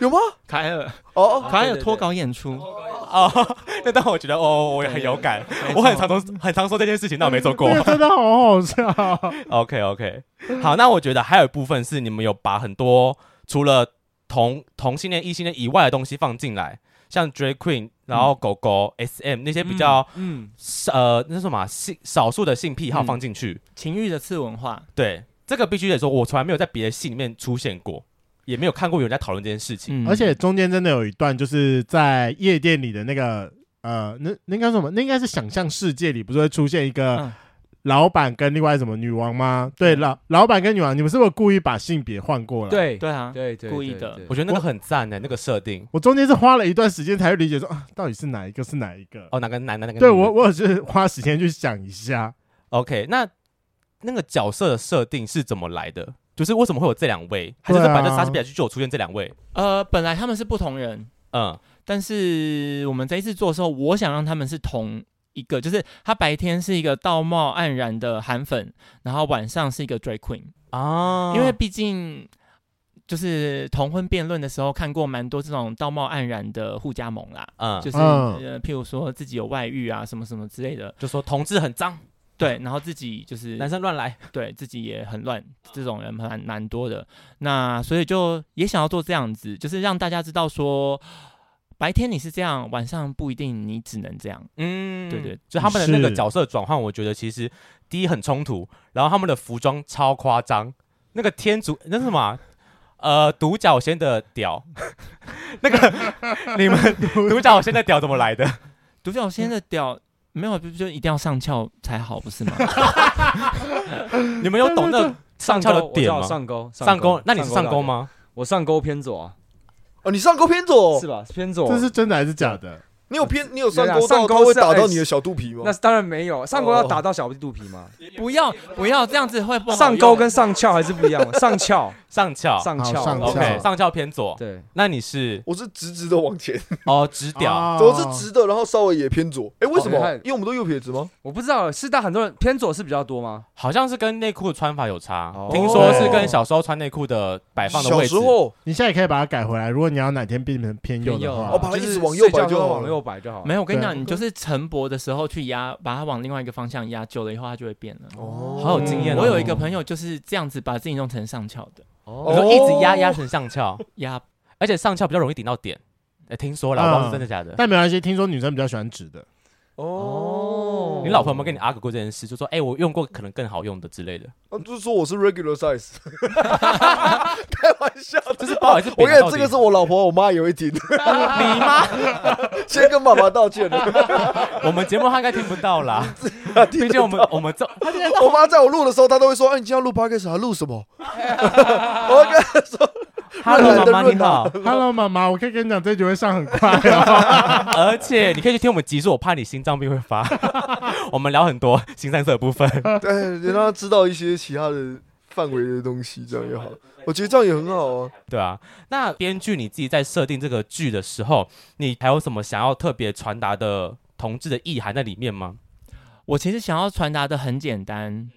Speaker 5: 有吗？
Speaker 4: 凯尔，
Speaker 5: 哦，
Speaker 4: 凯
Speaker 3: 对
Speaker 4: 尔
Speaker 3: 对
Speaker 4: 脱稿演出，
Speaker 2: 哦， 那但我觉得哦，我也很有感，我很常说很常说这件事情，但我没做过
Speaker 1: 那。哎个真的好好笑。
Speaker 2: OK OK，好，那我觉得还有一部分是你们有把很多除了同同性恋、异性恋以外的东西放进来，像 Drag Queen，然后狗狗、SM 那些比较
Speaker 3: 嗯，
Speaker 2: 呃那是什么啊性少数的性癖好
Speaker 4: 嗯
Speaker 2: 放进去。
Speaker 4: 情欲的次文化，
Speaker 2: 对，这个必须得说，我从来没有在别的戏里面出现过，也没有看过有人在讨论这件事情。
Speaker 4: 嗯
Speaker 1: 而且中间真的有一段，就是在夜店里的那个呃，那那应该是什么？那应该是想象世界里，不是会出现一个
Speaker 4: 嗯
Speaker 1: 老板跟另外什么女王吗？对，老老板跟女王，你们是不是故意把性别换过来？，
Speaker 3: 对
Speaker 4: 对啊，
Speaker 3: 对对，
Speaker 4: 故意的
Speaker 2: 我觉得那个很赞欸的、那个设定。
Speaker 1: 我中间是花了一段时间才会理解说啊，到底是哪一个是哪一个？
Speaker 2: 哦，哪个男的，哪个
Speaker 1: 对
Speaker 2: 女的
Speaker 1: 我，我也是花时间去想一下。
Speaker 2: OK，那那个角色的设定是怎么来的？就是为什么会有这两位？还是
Speaker 1: 对
Speaker 2: 说
Speaker 1: 啊
Speaker 2: 反正莎士比亚剧就有出现这两位？
Speaker 4: 呃，本来他们是不同人，
Speaker 2: 嗯，
Speaker 4: 但是我们这一次做的时候，我想让他们是同一个，就是他白天是一个道貌岸然的韩粉，然后晚上是一个 drag queen，、
Speaker 2: 啊
Speaker 4: 因为毕竟就是同婚辩论的时候看过蛮多这种道貌岸然的互加盟啦，
Speaker 2: 嗯
Speaker 4: 就、
Speaker 2: 就是
Speaker 1: 嗯
Speaker 4: 呃譬如说自己有外遇啊什么什么之类的，
Speaker 2: 就说同志很脏，
Speaker 4: 对，然后自己就是
Speaker 2: 男生乱来。
Speaker 4: 对自己也很乱，这种人蛮蛮多的。那所以就也想要做这样子，就是让大家知道说，白天你是这样，晚上不一定你只能这样。
Speaker 2: 嗯
Speaker 4: 对对，
Speaker 2: 就他们的那个
Speaker 1: 是
Speaker 2: 角色转换，我觉得其实第一很冲突，然后他们的服装超夸张，那个天竺那是什么啊？呃，独角仙的屌， 那 个你们独角仙的屌怎么来的？
Speaker 4: 独角仙的屌没有，就就一定要上翘才好，不是吗？
Speaker 2: 你们有懂那种上翘的
Speaker 3: 钩我
Speaker 2: 点
Speaker 3: 知道
Speaker 2: 吗
Speaker 3: 上钩，
Speaker 2: 上钩？那你是上
Speaker 3: 大
Speaker 2: 钩
Speaker 3: 点？
Speaker 2: 吗？
Speaker 3: 我上钩偏左啊，
Speaker 5: 哦，你上钩偏左
Speaker 3: 是，吧？偏左
Speaker 1: 这，是真的还是假的？
Speaker 5: 你有偏，你有上
Speaker 3: 对啊
Speaker 5: 钩到
Speaker 3: 上钩
Speaker 5: 它会
Speaker 3: 是
Speaker 5: 打到
Speaker 3: 哎
Speaker 5: 你的小肚皮吗
Speaker 3: 那？是当然没有，上钩要
Speaker 5: 哦
Speaker 3: 打到小肚皮吗？
Speaker 4: 不要不要这样子会不好用欸
Speaker 3: 上钩跟上翘还是不一样， 上翘，
Speaker 2: 上翘
Speaker 3: 上
Speaker 1: 好
Speaker 3: 翘
Speaker 1: 上翘
Speaker 2: ，OK，上翘偏左。
Speaker 3: 对，
Speaker 2: 那你 是
Speaker 5: 我是直直的往前，
Speaker 2: 哦直屌，
Speaker 1: 哦
Speaker 5: 我是直的，然后稍微也偏左。哎，为什么
Speaker 3: 哦你看？
Speaker 5: 因为我们都右撇子吗？
Speaker 3: 我不知道是但很多人偏左是比较多吗？
Speaker 2: 好像是跟内裤的穿法有差
Speaker 3: 哦，
Speaker 2: 听说是跟小时候穿内裤的摆放的
Speaker 5: 小
Speaker 2: 位置
Speaker 5: 时。候
Speaker 1: 你现在也可以把它改回来。如果你要哪天变成偏右的
Speaker 4: 偏
Speaker 1: 话
Speaker 4: 右
Speaker 5: 哦，
Speaker 1: 哦，
Speaker 5: 把它
Speaker 3: 就
Speaker 5: 一
Speaker 3: 是
Speaker 5: 直往右
Speaker 3: 睡
Speaker 5: 摆
Speaker 3: 觉
Speaker 5: 就
Speaker 3: 要
Speaker 5: 好
Speaker 3: 往
Speaker 5: 了。
Speaker 3: 右摆就好。
Speaker 4: 没有，我跟你
Speaker 1: 对
Speaker 4: 讲，你就是晨勃的时候去压，把它往另外一个方向压，久了以后它就会变了。
Speaker 5: 哦
Speaker 2: 好有经验哦
Speaker 4: 我有一个朋友就是这样子把自己弄成上翘的，
Speaker 3: 哦
Speaker 2: 你说一直压压成上翘，
Speaker 4: 压
Speaker 2: 而且上翘比较容易顶到点。哎，听说了，我不知道是真的假的。
Speaker 1: 但没关系，听说女生比较喜欢直的。
Speaker 5: 哦，
Speaker 2: 你老婆有没有跟你 argue 过这件事？就说哎，我用过可能更好用的之类的，
Speaker 5: 啊，就是说我是 regular size，开玩笑的。
Speaker 2: 就是不好意思
Speaker 5: 我
Speaker 2: 贬
Speaker 5: 跟
Speaker 2: 到
Speaker 5: 你讲，
Speaker 2: 底。
Speaker 5: 这个是我老婆，我妈也会听。
Speaker 2: 你妈，
Speaker 5: 先跟爸爸道歉了，
Speaker 2: 我们节目她应该听不到啦，毕竟我们我们这
Speaker 5: 我妈在我录的时候，她都会说：“哎，你今天要录 podcast 啊？录什么？”我跟她说
Speaker 2: Hello
Speaker 5: 懒得
Speaker 2: 妈妈你
Speaker 5: 润啊
Speaker 2: 好，
Speaker 1: Hello，妈妈，我可以跟你讲，这局会上很快哦。
Speaker 2: 而且你可以去听我们集数，我怕你心脏病会发。我们聊很多新三色的部分，：“
Speaker 5: 对，哎你让她知道一些其他的范围的东西，这样也好。我觉得这样也很好啊。
Speaker 2: 对啊。那编剧你自己在设定这个剧的时候，你还有什么想要特别传达的同志的意涵在里面吗？
Speaker 4: 我其实想要传达的很简单，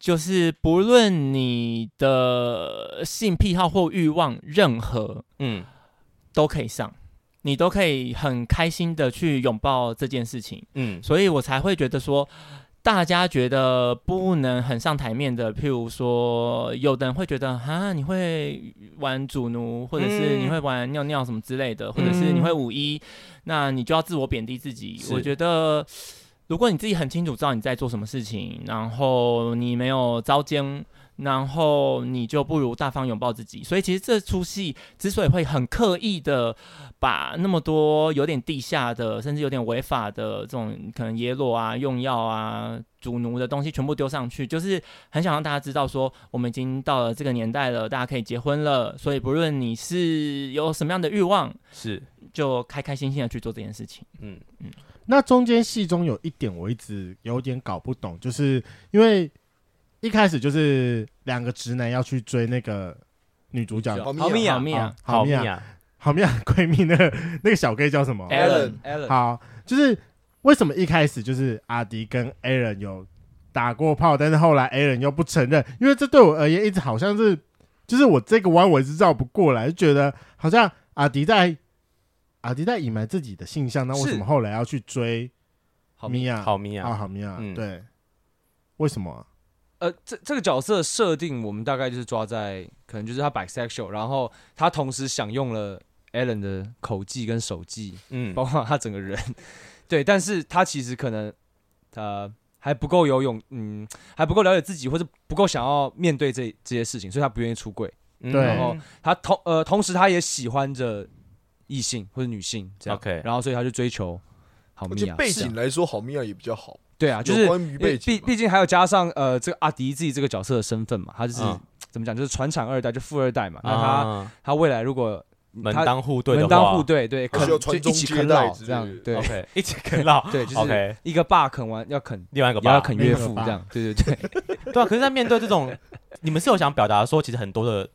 Speaker 4: 就是不论你的性癖好或欲望，任何
Speaker 2: 嗯，
Speaker 4: 都可以上，你都可以很开心的去拥抱这件事情，
Speaker 2: 嗯
Speaker 4: 所以我才会觉得说。大家觉得不能很上台面的，譬如说，有的人会觉得啊，你会玩主奴，或者是
Speaker 2: 嗯
Speaker 4: 你会玩尿尿什么之类的，或者是你会五一，那你就要自我贬低自己。
Speaker 2: 是
Speaker 4: 我觉得，如果你自己很清楚知道你在做什么事情，然后你没有遭奸，然后你就不如大方拥抱自己。所以其实这出戏之所以会很刻意的把那么多有点地下的，甚至有点违法的这种可能耶落啊、用药啊、主奴的东西全部丢上去，就是很想让大家知道说，我们已经到了这个年代了，大家可以结婚了。所以不论你是有什么样的欲望，
Speaker 2: 是，
Speaker 4: 就开开心心的去做这件事情。
Speaker 2: 嗯
Speaker 1: 那中间戏中有一点我一直有点搞不懂，就是因为一开始就是两个直男要去追那个女主角，
Speaker 5: 好
Speaker 3: 好密
Speaker 5: 密
Speaker 3: 呀
Speaker 4: 好命啊！
Speaker 1: 好
Speaker 2: 好
Speaker 1: 蜜
Speaker 2: 命
Speaker 1: 啊，
Speaker 2: 啊，
Speaker 1: 好蜜啊，闺蜜那个那个小 gay 叫什么？
Speaker 5: 哎
Speaker 4: Alan
Speaker 3: Alan，啊
Speaker 1: 好，就是为什么一开始就是阿迪跟 Aaron 有打过炮，但是后来 Aaron 又不承认，因为这对我而言一直好像是，就是我这个弯我一直绕不过来，就觉得好像阿迪在阿迪在隐瞒自己的性向，那为
Speaker 3: 是
Speaker 1: 什么后来要去追
Speaker 3: 好
Speaker 1: 米娅？
Speaker 2: 好命
Speaker 1: 啊，
Speaker 2: 啊，
Speaker 1: 好米娅，
Speaker 2: 嗯
Speaker 1: 对，为什么啊？
Speaker 3: 呃，这这个角色设定，我们大概就是抓在可能就是他 bisexual，然后他同时享用了 Alan 的口技跟手技，
Speaker 2: 嗯
Speaker 3: 包括他整个人， 对，但是他其实可能呃还不够游泳，嗯，还不够了解自己，或者不够想要面对这这些事情，所以他不愿意出柜。
Speaker 2: 嗯
Speaker 1: 对
Speaker 3: 然后他同呃同时他也喜欢着异性或者女性这样
Speaker 2: OK
Speaker 3: 然后所以他就追求好
Speaker 5: 而
Speaker 3: 米
Speaker 5: 且
Speaker 3: 娅
Speaker 5: 哦背
Speaker 3: 是啊
Speaker 5: 景来说，好米娅也比较好，
Speaker 3: 对啊，就
Speaker 5: 有
Speaker 3: 是
Speaker 5: 关于
Speaker 3: 因为
Speaker 5: 背
Speaker 3: 毕
Speaker 5: 景嘛。
Speaker 3: 毕竟还有加上呃，这个阿迪自己这个角色的身份嘛，他就是、
Speaker 2: 嗯
Speaker 3: 怎么讲，就是传产二代，就富二代嘛。那他、
Speaker 2: 啊，
Speaker 3: 他未来如果
Speaker 2: 门
Speaker 3: 他
Speaker 2: 当户对的
Speaker 3: 门
Speaker 2: 话，
Speaker 3: 当户对，对，
Speaker 5: 他
Speaker 3: 啃
Speaker 5: 需要
Speaker 3: 就
Speaker 5: 传
Speaker 3: 一
Speaker 5: 宗
Speaker 3: 起
Speaker 5: 接
Speaker 3: 啃
Speaker 5: 代
Speaker 3: 老
Speaker 5: 之
Speaker 3: 这样
Speaker 5: 类的，哦
Speaker 3: 对，
Speaker 2: ，OK，一起啃老
Speaker 3: 对， 就是
Speaker 2: OK，
Speaker 3: 一个爸啃完要啃，
Speaker 2: 另外一个
Speaker 3: 也要
Speaker 2: 吧，
Speaker 3: 啃
Speaker 1: 另一
Speaker 3: 岳
Speaker 1: 个
Speaker 3: 父
Speaker 1: 爸
Speaker 3: 这样，对对对，
Speaker 2: 对啊，可是，在面对这种，你们是有想表达说，其实很多的，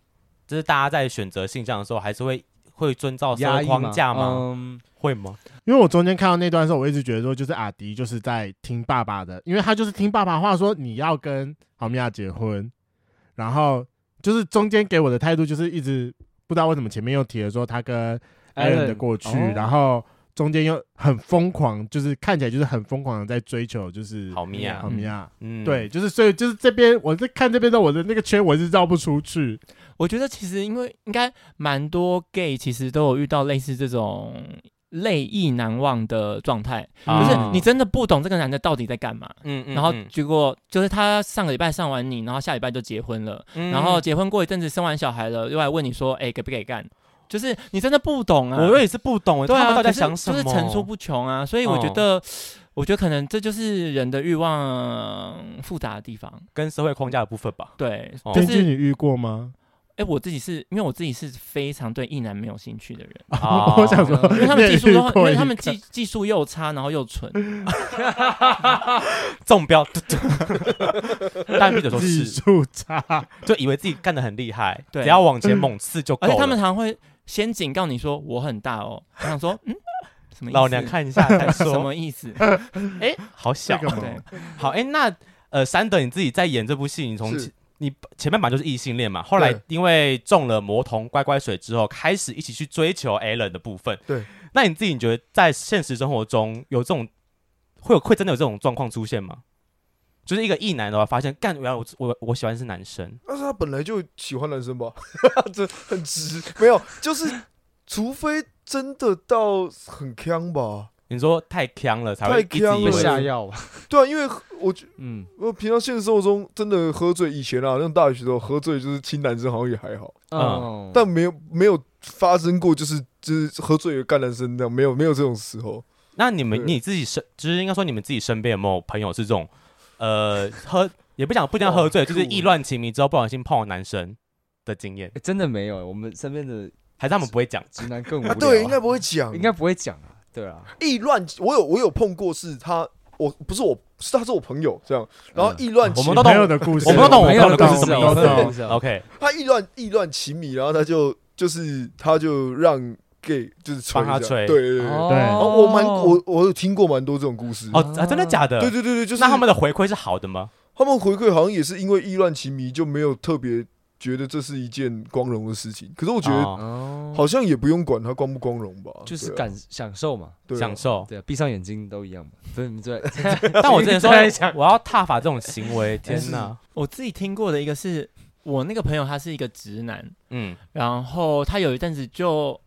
Speaker 2: 就是大家在选择性向的时候，还是会会遵照社
Speaker 3: 压
Speaker 2: 会
Speaker 3: 抑
Speaker 2: 框架
Speaker 3: 嘛
Speaker 2: 哦吗？
Speaker 3: 嗯，
Speaker 2: 会吗？
Speaker 1: 因为我中间看到那段的时候，我一直觉得说，就是阿迪就是在听爸爸的，因为他就是听爸爸话说你要跟郝米娅结婚，然后就是中间给我的态度就是一直不知道为什么前面又提了说他跟
Speaker 2: 哎
Speaker 1: Allen 的过去，
Speaker 3: 哦
Speaker 1: 然后中间又很疯狂，就是看起来就是很疯狂的在追求，就是
Speaker 2: 好迷啊
Speaker 1: 郝，米娅，
Speaker 2: 嗯，
Speaker 1: 对，就是所以就是这边我在看这边的我的那个圈我是绕不出去，
Speaker 4: 我觉得其实因为应该蛮多 gay 其实都有遇到类似这种泪意难忘的状态，
Speaker 2: 啊
Speaker 4: 就是你真的不懂这个男的到底在干嘛。
Speaker 2: 嗯嗯
Speaker 4: 然后
Speaker 2: 嗯
Speaker 4: 结果就是他上个礼拜上完你，然后下礼拜就结婚了，
Speaker 2: 嗯
Speaker 4: 然后结婚过一阵子生完小孩了，又来问你说，哎、给不给干？就是你真的不懂啊，
Speaker 2: 嗯我也是不懂，欸
Speaker 4: 对
Speaker 2: 他
Speaker 4: 啊，
Speaker 2: 们到底在
Speaker 4: 可是
Speaker 2: 想什么？哦
Speaker 4: 就是层出不穷啊，所以我觉得，我觉得可能这就是人的欲望复杂的地方。
Speaker 2: 跟社会框架的部分吧。
Speaker 4: 对，
Speaker 2: 哦
Speaker 4: 就
Speaker 1: 编剧
Speaker 4: 是
Speaker 1: 你遇过吗？
Speaker 4: 哎、我自己是因为我自己是非常对异男没有兴趣的人，
Speaker 2: 啊
Speaker 1: 我想说
Speaker 4: 因，为他们技术都
Speaker 1: 你也遇
Speaker 4: 很，因
Speaker 1: 过
Speaker 4: 为他们
Speaker 1: 一个
Speaker 4: 技技术又差，然后又蠢，
Speaker 2: 中标， 但闭嘴说
Speaker 1: 技
Speaker 2: 是，
Speaker 1: 术差，
Speaker 2: 就以为自己干得很厉害，
Speaker 4: 对
Speaker 2: 只要往前猛刺就够
Speaker 4: 而且
Speaker 2: 了。
Speaker 4: 他们常会先警告你说我很大哦，我想说嗯，什么意思？
Speaker 2: 老娘看一下再
Speaker 4: 什
Speaker 2: 说，
Speaker 4: 么 意思？
Speaker 2: 好小
Speaker 1: 这。个嘛
Speaker 4: 对，
Speaker 2: 好，哎，那呃，山德你自己在演这部戏，你从
Speaker 5: 是
Speaker 2: 前你前面本来就是异性恋嘛，后来
Speaker 5: 对
Speaker 2: 因为中了魔童乖乖水之后，开始一起去追求 Allen 的部分。
Speaker 5: 对，
Speaker 2: 那你自己觉得在现实生活中有这种会有会真的有这种状况出现吗？就是一个异男的话，发现干，原来我我我喜欢是男生，
Speaker 5: 但啊是他本来就喜欢男生吧， 这很直。没有，就是除非真的到很强吧。
Speaker 2: 你说太强了才
Speaker 5: 太
Speaker 2: 会一直以
Speaker 5: 呛
Speaker 2: 为
Speaker 5: 了
Speaker 2: 是
Speaker 5: 下
Speaker 3: 药吧？
Speaker 5: 对啊，因为 我觉
Speaker 3: 嗯，
Speaker 5: 我平常现实生活中真的喝醉，以前啊，那种大学的时候喝醉就是亲男生好像也还好，
Speaker 2: 嗯
Speaker 3: 嗯，
Speaker 5: 但没有没有发生过就是就是喝醉了干男生这样，没有没有这种时候。
Speaker 2: 那你们
Speaker 5: 对
Speaker 2: 你自己身，就是应该说你们自己身边有没有朋友是这种，呃，喝也不讲不讲喝醉，
Speaker 5: 哇
Speaker 2: 就是意乱情迷之后不小心碰到男生的经验，
Speaker 3: 诶真的没有诶，我们身边的
Speaker 2: 还是他们不会讲？
Speaker 3: 直男更无聊
Speaker 5: 啊，
Speaker 3: 啊。
Speaker 5: 对，应该不会讲，
Speaker 3: 应该不会讲啊，对啊，
Speaker 5: 意乱。我有我有碰过，是他，我不是我，是他是我朋友这样，然后
Speaker 3: 嗯
Speaker 5: 意乱
Speaker 2: 啊我
Speaker 5: 情
Speaker 2: 们
Speaker 5: 迷，
Speaker 2: 都懂
Speaker 1: 朋友的故事，
Speaker 2: 我们都懂我
Speaker 3: 没
Speaker 2: 朋
Speaker 3: 有
Speaker 2: 友的故事
Speaker 1: 懂
Speaker 2: 什
Speaker 1: 我们
Speaker 2: 么
Speaker 1: 都
Speaker 2: 意
Speaker 1: 懂
Speaker 2: 思？OK，
Speaker 5: 他意乱意乱情迷，然后他就就是他就让 gay 就是吹
Speaker 2: 帮他
Speaker 5: 一下
Speaker 2: 吹
Speaker 5: 对对对对。
Speaker 1: 对
Speaker 5: 然
Speaker 3: 哦
Speaker 5: 后我蛮我我有听过蛮多这种故事，
Speaker 2: 哦，啊真的假的？
Speaker 5: 对对对对，就是
Speaker 2: 那他们的回馈是好的吗？
Speaker 5: 他们回馈好像也是因为意乱情迷，就没有特别觉得这是一件光荣的事情。可是我觉得
Speaker 2: 哦
Speaker 3: 哦，
Speaker 5: 好像也不用管它光不光荣吧，
Speaker 3: 就是
Speaker 5: 对啊
Speaker 3: 感享受嘛，
Speaker 5: 对啊
Speaker 2: 享 受，
Speaker 3: 对啊，闭上眼睛都一样嘛，对不对？
Speaker 2: 但我之前 说
Speaker 3: 在讲
Speaker 2: 我要踏法这种行为，天哪！
Speaker 4: 我自己听过的一个是我那个朋友，他是一个直男，
Speaker 2: 嗯，
Speaker 4: 然后他有一阵子就，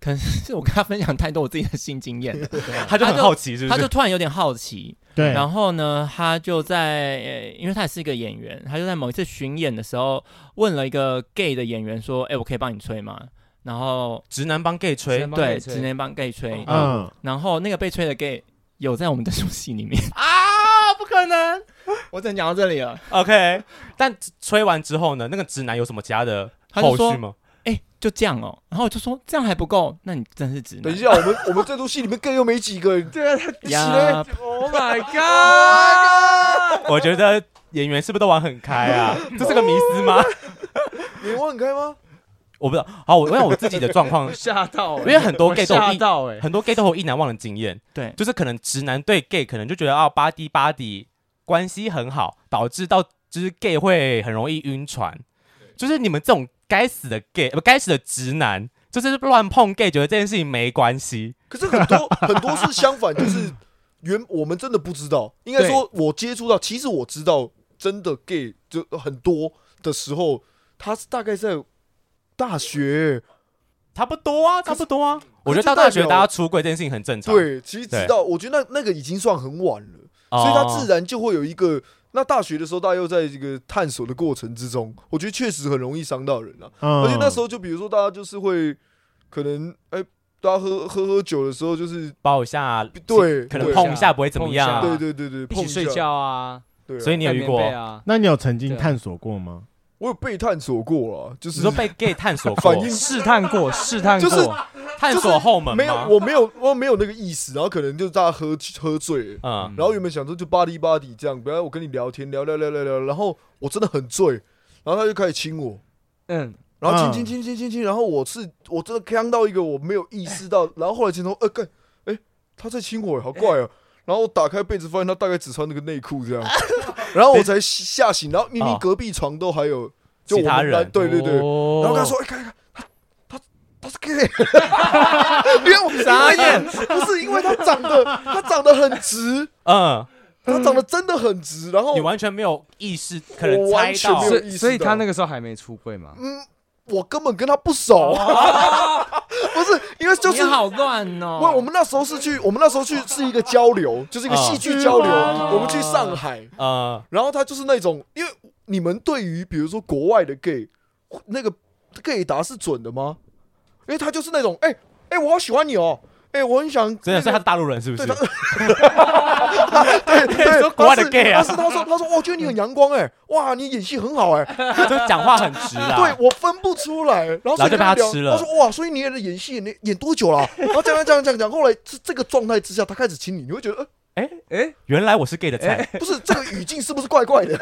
Speaker 4: 可能是我跟他分享太多我自己的性经验了，
Speaker 2: 他就很好奇，是不
Speaker 4: 他
Speaker 2: 是
Speaker 4: 就？突然有点好奇，
Speaker 1: 对，
Speaker 4: 然后呢，他就在，呃因为他也是一个演员，他就在某一次巡演的时候问了一个 gay 的演员说：“哎、我可以帮你吹吗？”然后
Speaker 2: 直男帮 gay
Speaker 3: 直
Speaker 2: 吹
Speaker 3: 男帮
Speaker 4: 对，
Speaker 3: gay 吹
Speaker 4: 直男帮 gay 吹，
Speaker 1: 嗯，
Speaker 4: 然后那个被吹的 gay 有在我们的书系里面
Speaker 2: 啊，不可能。
Speaker 4: 我只能讲到这里了。
Speaker 2: OK，但吹完之后呢，那个直男有什么其他的
Speaker 4: 他就
Speaker 2: 后
Speaker 4: 说
Speaker 2: 续吗？
Speaker 4: 哎、就这样哦，然后我就说这样还不够，那你真是直男。
Speaker 5: 等一下，我们我们这出戏里面 gay 又没 几个，对啊，一起嘞
Speaker 4: 呀，
Speaker 3: Oh my god！，
Speaker 2: 我觉得演员是不是都玩很开啊？这是个迷思吗？
Speaker 5: 你忘很开吗？
Speaker 2: 我不知道。好，我让我自己的状 况
Speaker 3: 吓到欸，
Speaker 2: 因为很多 gay 都有
Speaker 3: 吓
Speaker 2: 一
Speaker 3: 到哎，
Speaker 2: 很多 gay 都有一难忘的经验，
Speaker 4: 对，
Speaker 2: 就是可能直男对 gay 可能就觉得啊，巴迪巴迪关系很好，导致到就是 gay 会很容易晕船。就是你们这种该死的 gay，呃不该死的直男，就是乱碰 gay，觉得这件事情没关系。
Speaker 5: 可是很多很多是相反，就是原我们真的不知道。应该说，我接触到，其实我知道真的 gay 就很多的时候，他是大概在大学。
Speaker 2: 差不多啊，差
Speaker 5: 可是
Speaker 2: 不多啊。我
Speaker 5: 可
Speaker 2: 觉
Speaker 5: 是
Speaker 2: 得到
Speaker 5: 就代
Speaker 2: 大学
Speaker 5: 表
Speaker 2: 大家出柜这件事情很正常，
Speaker 5: 对，其实
Speaker 2: 对
Speaker 5: 知道，我觉得那那个已经算很晚了。
Speaker 2: 哦，
Speaker 5: 所以他自然就会有一个。那大学的时候，大家又在这个探索的过程之中，我觉得确实很容易伤到人啊。
Speaker 1: 嗯
Speaker 5: 而且那时候就比如说，大家就是会可能哎、大家喝喝喝酒的时候，就是
Speaker 2: 抱一下，
Speaker 5: 对
Speaker 2: 可能
Speaker 5: 对
Speaker 2: 碰一下不会怎么样啊。
Speaker 5: 对对对对，
Speaker 3: 一
Speaker 5: 碰一
Speaker 3: 起
Speaker 5: 下
Speaker 3: 睡，觉啊，
Speaker 5: 对啊、
Speaker 2: 所以你有
Speaker 3: 盖
Speaker 2: 遇
Speaker 3: 棉
Speaker 2: 过？
Speaker 3: 被啊，
Speaker 1: 那你有曾经探索过吗？
Speaker 5: 我有被探索过啊，就是
Speaker 2: 你说被 gay 探索过
Speaker 5: 反，应
Speaker 3: 试探过，试探
Speaker 5: 就是
Speaker 3: 过，
Speaker 2: 探索后门
Speaker 5: 没有，
Speaker 2: 吗？
Speaker 5: 我没有我没有那个意思，然后可能就大家喝喝醉了，
Speaker 2: 嗯，
Speaker 5: 然后原本想说就巴黎巴黎这样，本来我跟你聊天聊聊聊聊聊，然后我真的很醉，然后他就开始亲我，
Speaker 3: 嗯，
Speaker 5: 然后
Speaker 1: 嗯
Speaker 5: 亲亲亲亲亲亲，然后我是我真的呛到一个我没有意识到，然后后来镜头呃干，哎、他在亲我，好怪哦、然后我打开被子，发现他大概只穿那个内 裤这样，然后我才吓醒，然后明明
Speaker 2: 哦
Speaker 5: 隔壁床都还有就
Speaker 2: 其
Speaker 5: 我们
Speaker 2: 他人哦
Speaker 5: 班对对对，然
Speaker 2: 然
Speaker 5: 后他说哎、看看他他他是 gay，因为 我
Speaker 2: 傻眼，
Speaker 5: 不是因为他长得他长得很直，
Speaker 2: 嗯，
Speaker 5: 他长得真的很直，然后
Speaker 2: 你完全没有意识，可能
Speaker 5: 我
Speaker 2: 猜
Speaker 5: 完全
Speaker 2: 到
Speaker 5: 没有
Speaker 3: 所
Speaker 5: 意
Speaker 3: 以
Speaker 5: 识
Speaker 3: 所以
Speaker 5: 到
Speaker 3: 他那个时候还没出柜嘛，
Speaker 5: 嗯。我根本跟他不熟， 不是因为就是
Speaker 4: 你好乱哦。
Speaker 5: 我我们那时候是去，我们那时候去是一个交流，就是一个戏剧交流。
Speaker 4: 哦
Speaker 5: 我们去上海，
Speaker 2: 呃，
Speaker 5: 然后他就是那种，因为你们对于比如说国外的 gay，那个 gay 答是准的吗？因为他就是那种，哎、哎、我好喜欢你哦、哎、我很想、
Speaker 2: 真的
Speaker 5: 那个哎
Speaker 2: 是他是大陆人是不是？
Speaker 5: 对对，
Speaker 2: 说国外的
Speaker 5: 他是
Speaker 2: gay 啊
Speaker 5: 他是他说他说，哦我觉得你很阳光哎、哇，你演戏很好哎、
Speaker 2: 就讲话很直啦。
Speaker 5: 对我分不出来，然
Speaker 2: 啊
Speaker 5: 后
Speaker 2: 然后就被他
Speaker 5: 他
Speaker 2: 吃了
Speaker 5: 他说哇，所以你演的演戏你演多久了、然后这样这样这样讲，后来是这个状态之下，他开始亲你，你会觉得，呃
Speaker 3: 哎，
Speaker 2: 原来我是 gay 的菜。
Speaker 5: 不是这个语境是不是怪怪 的？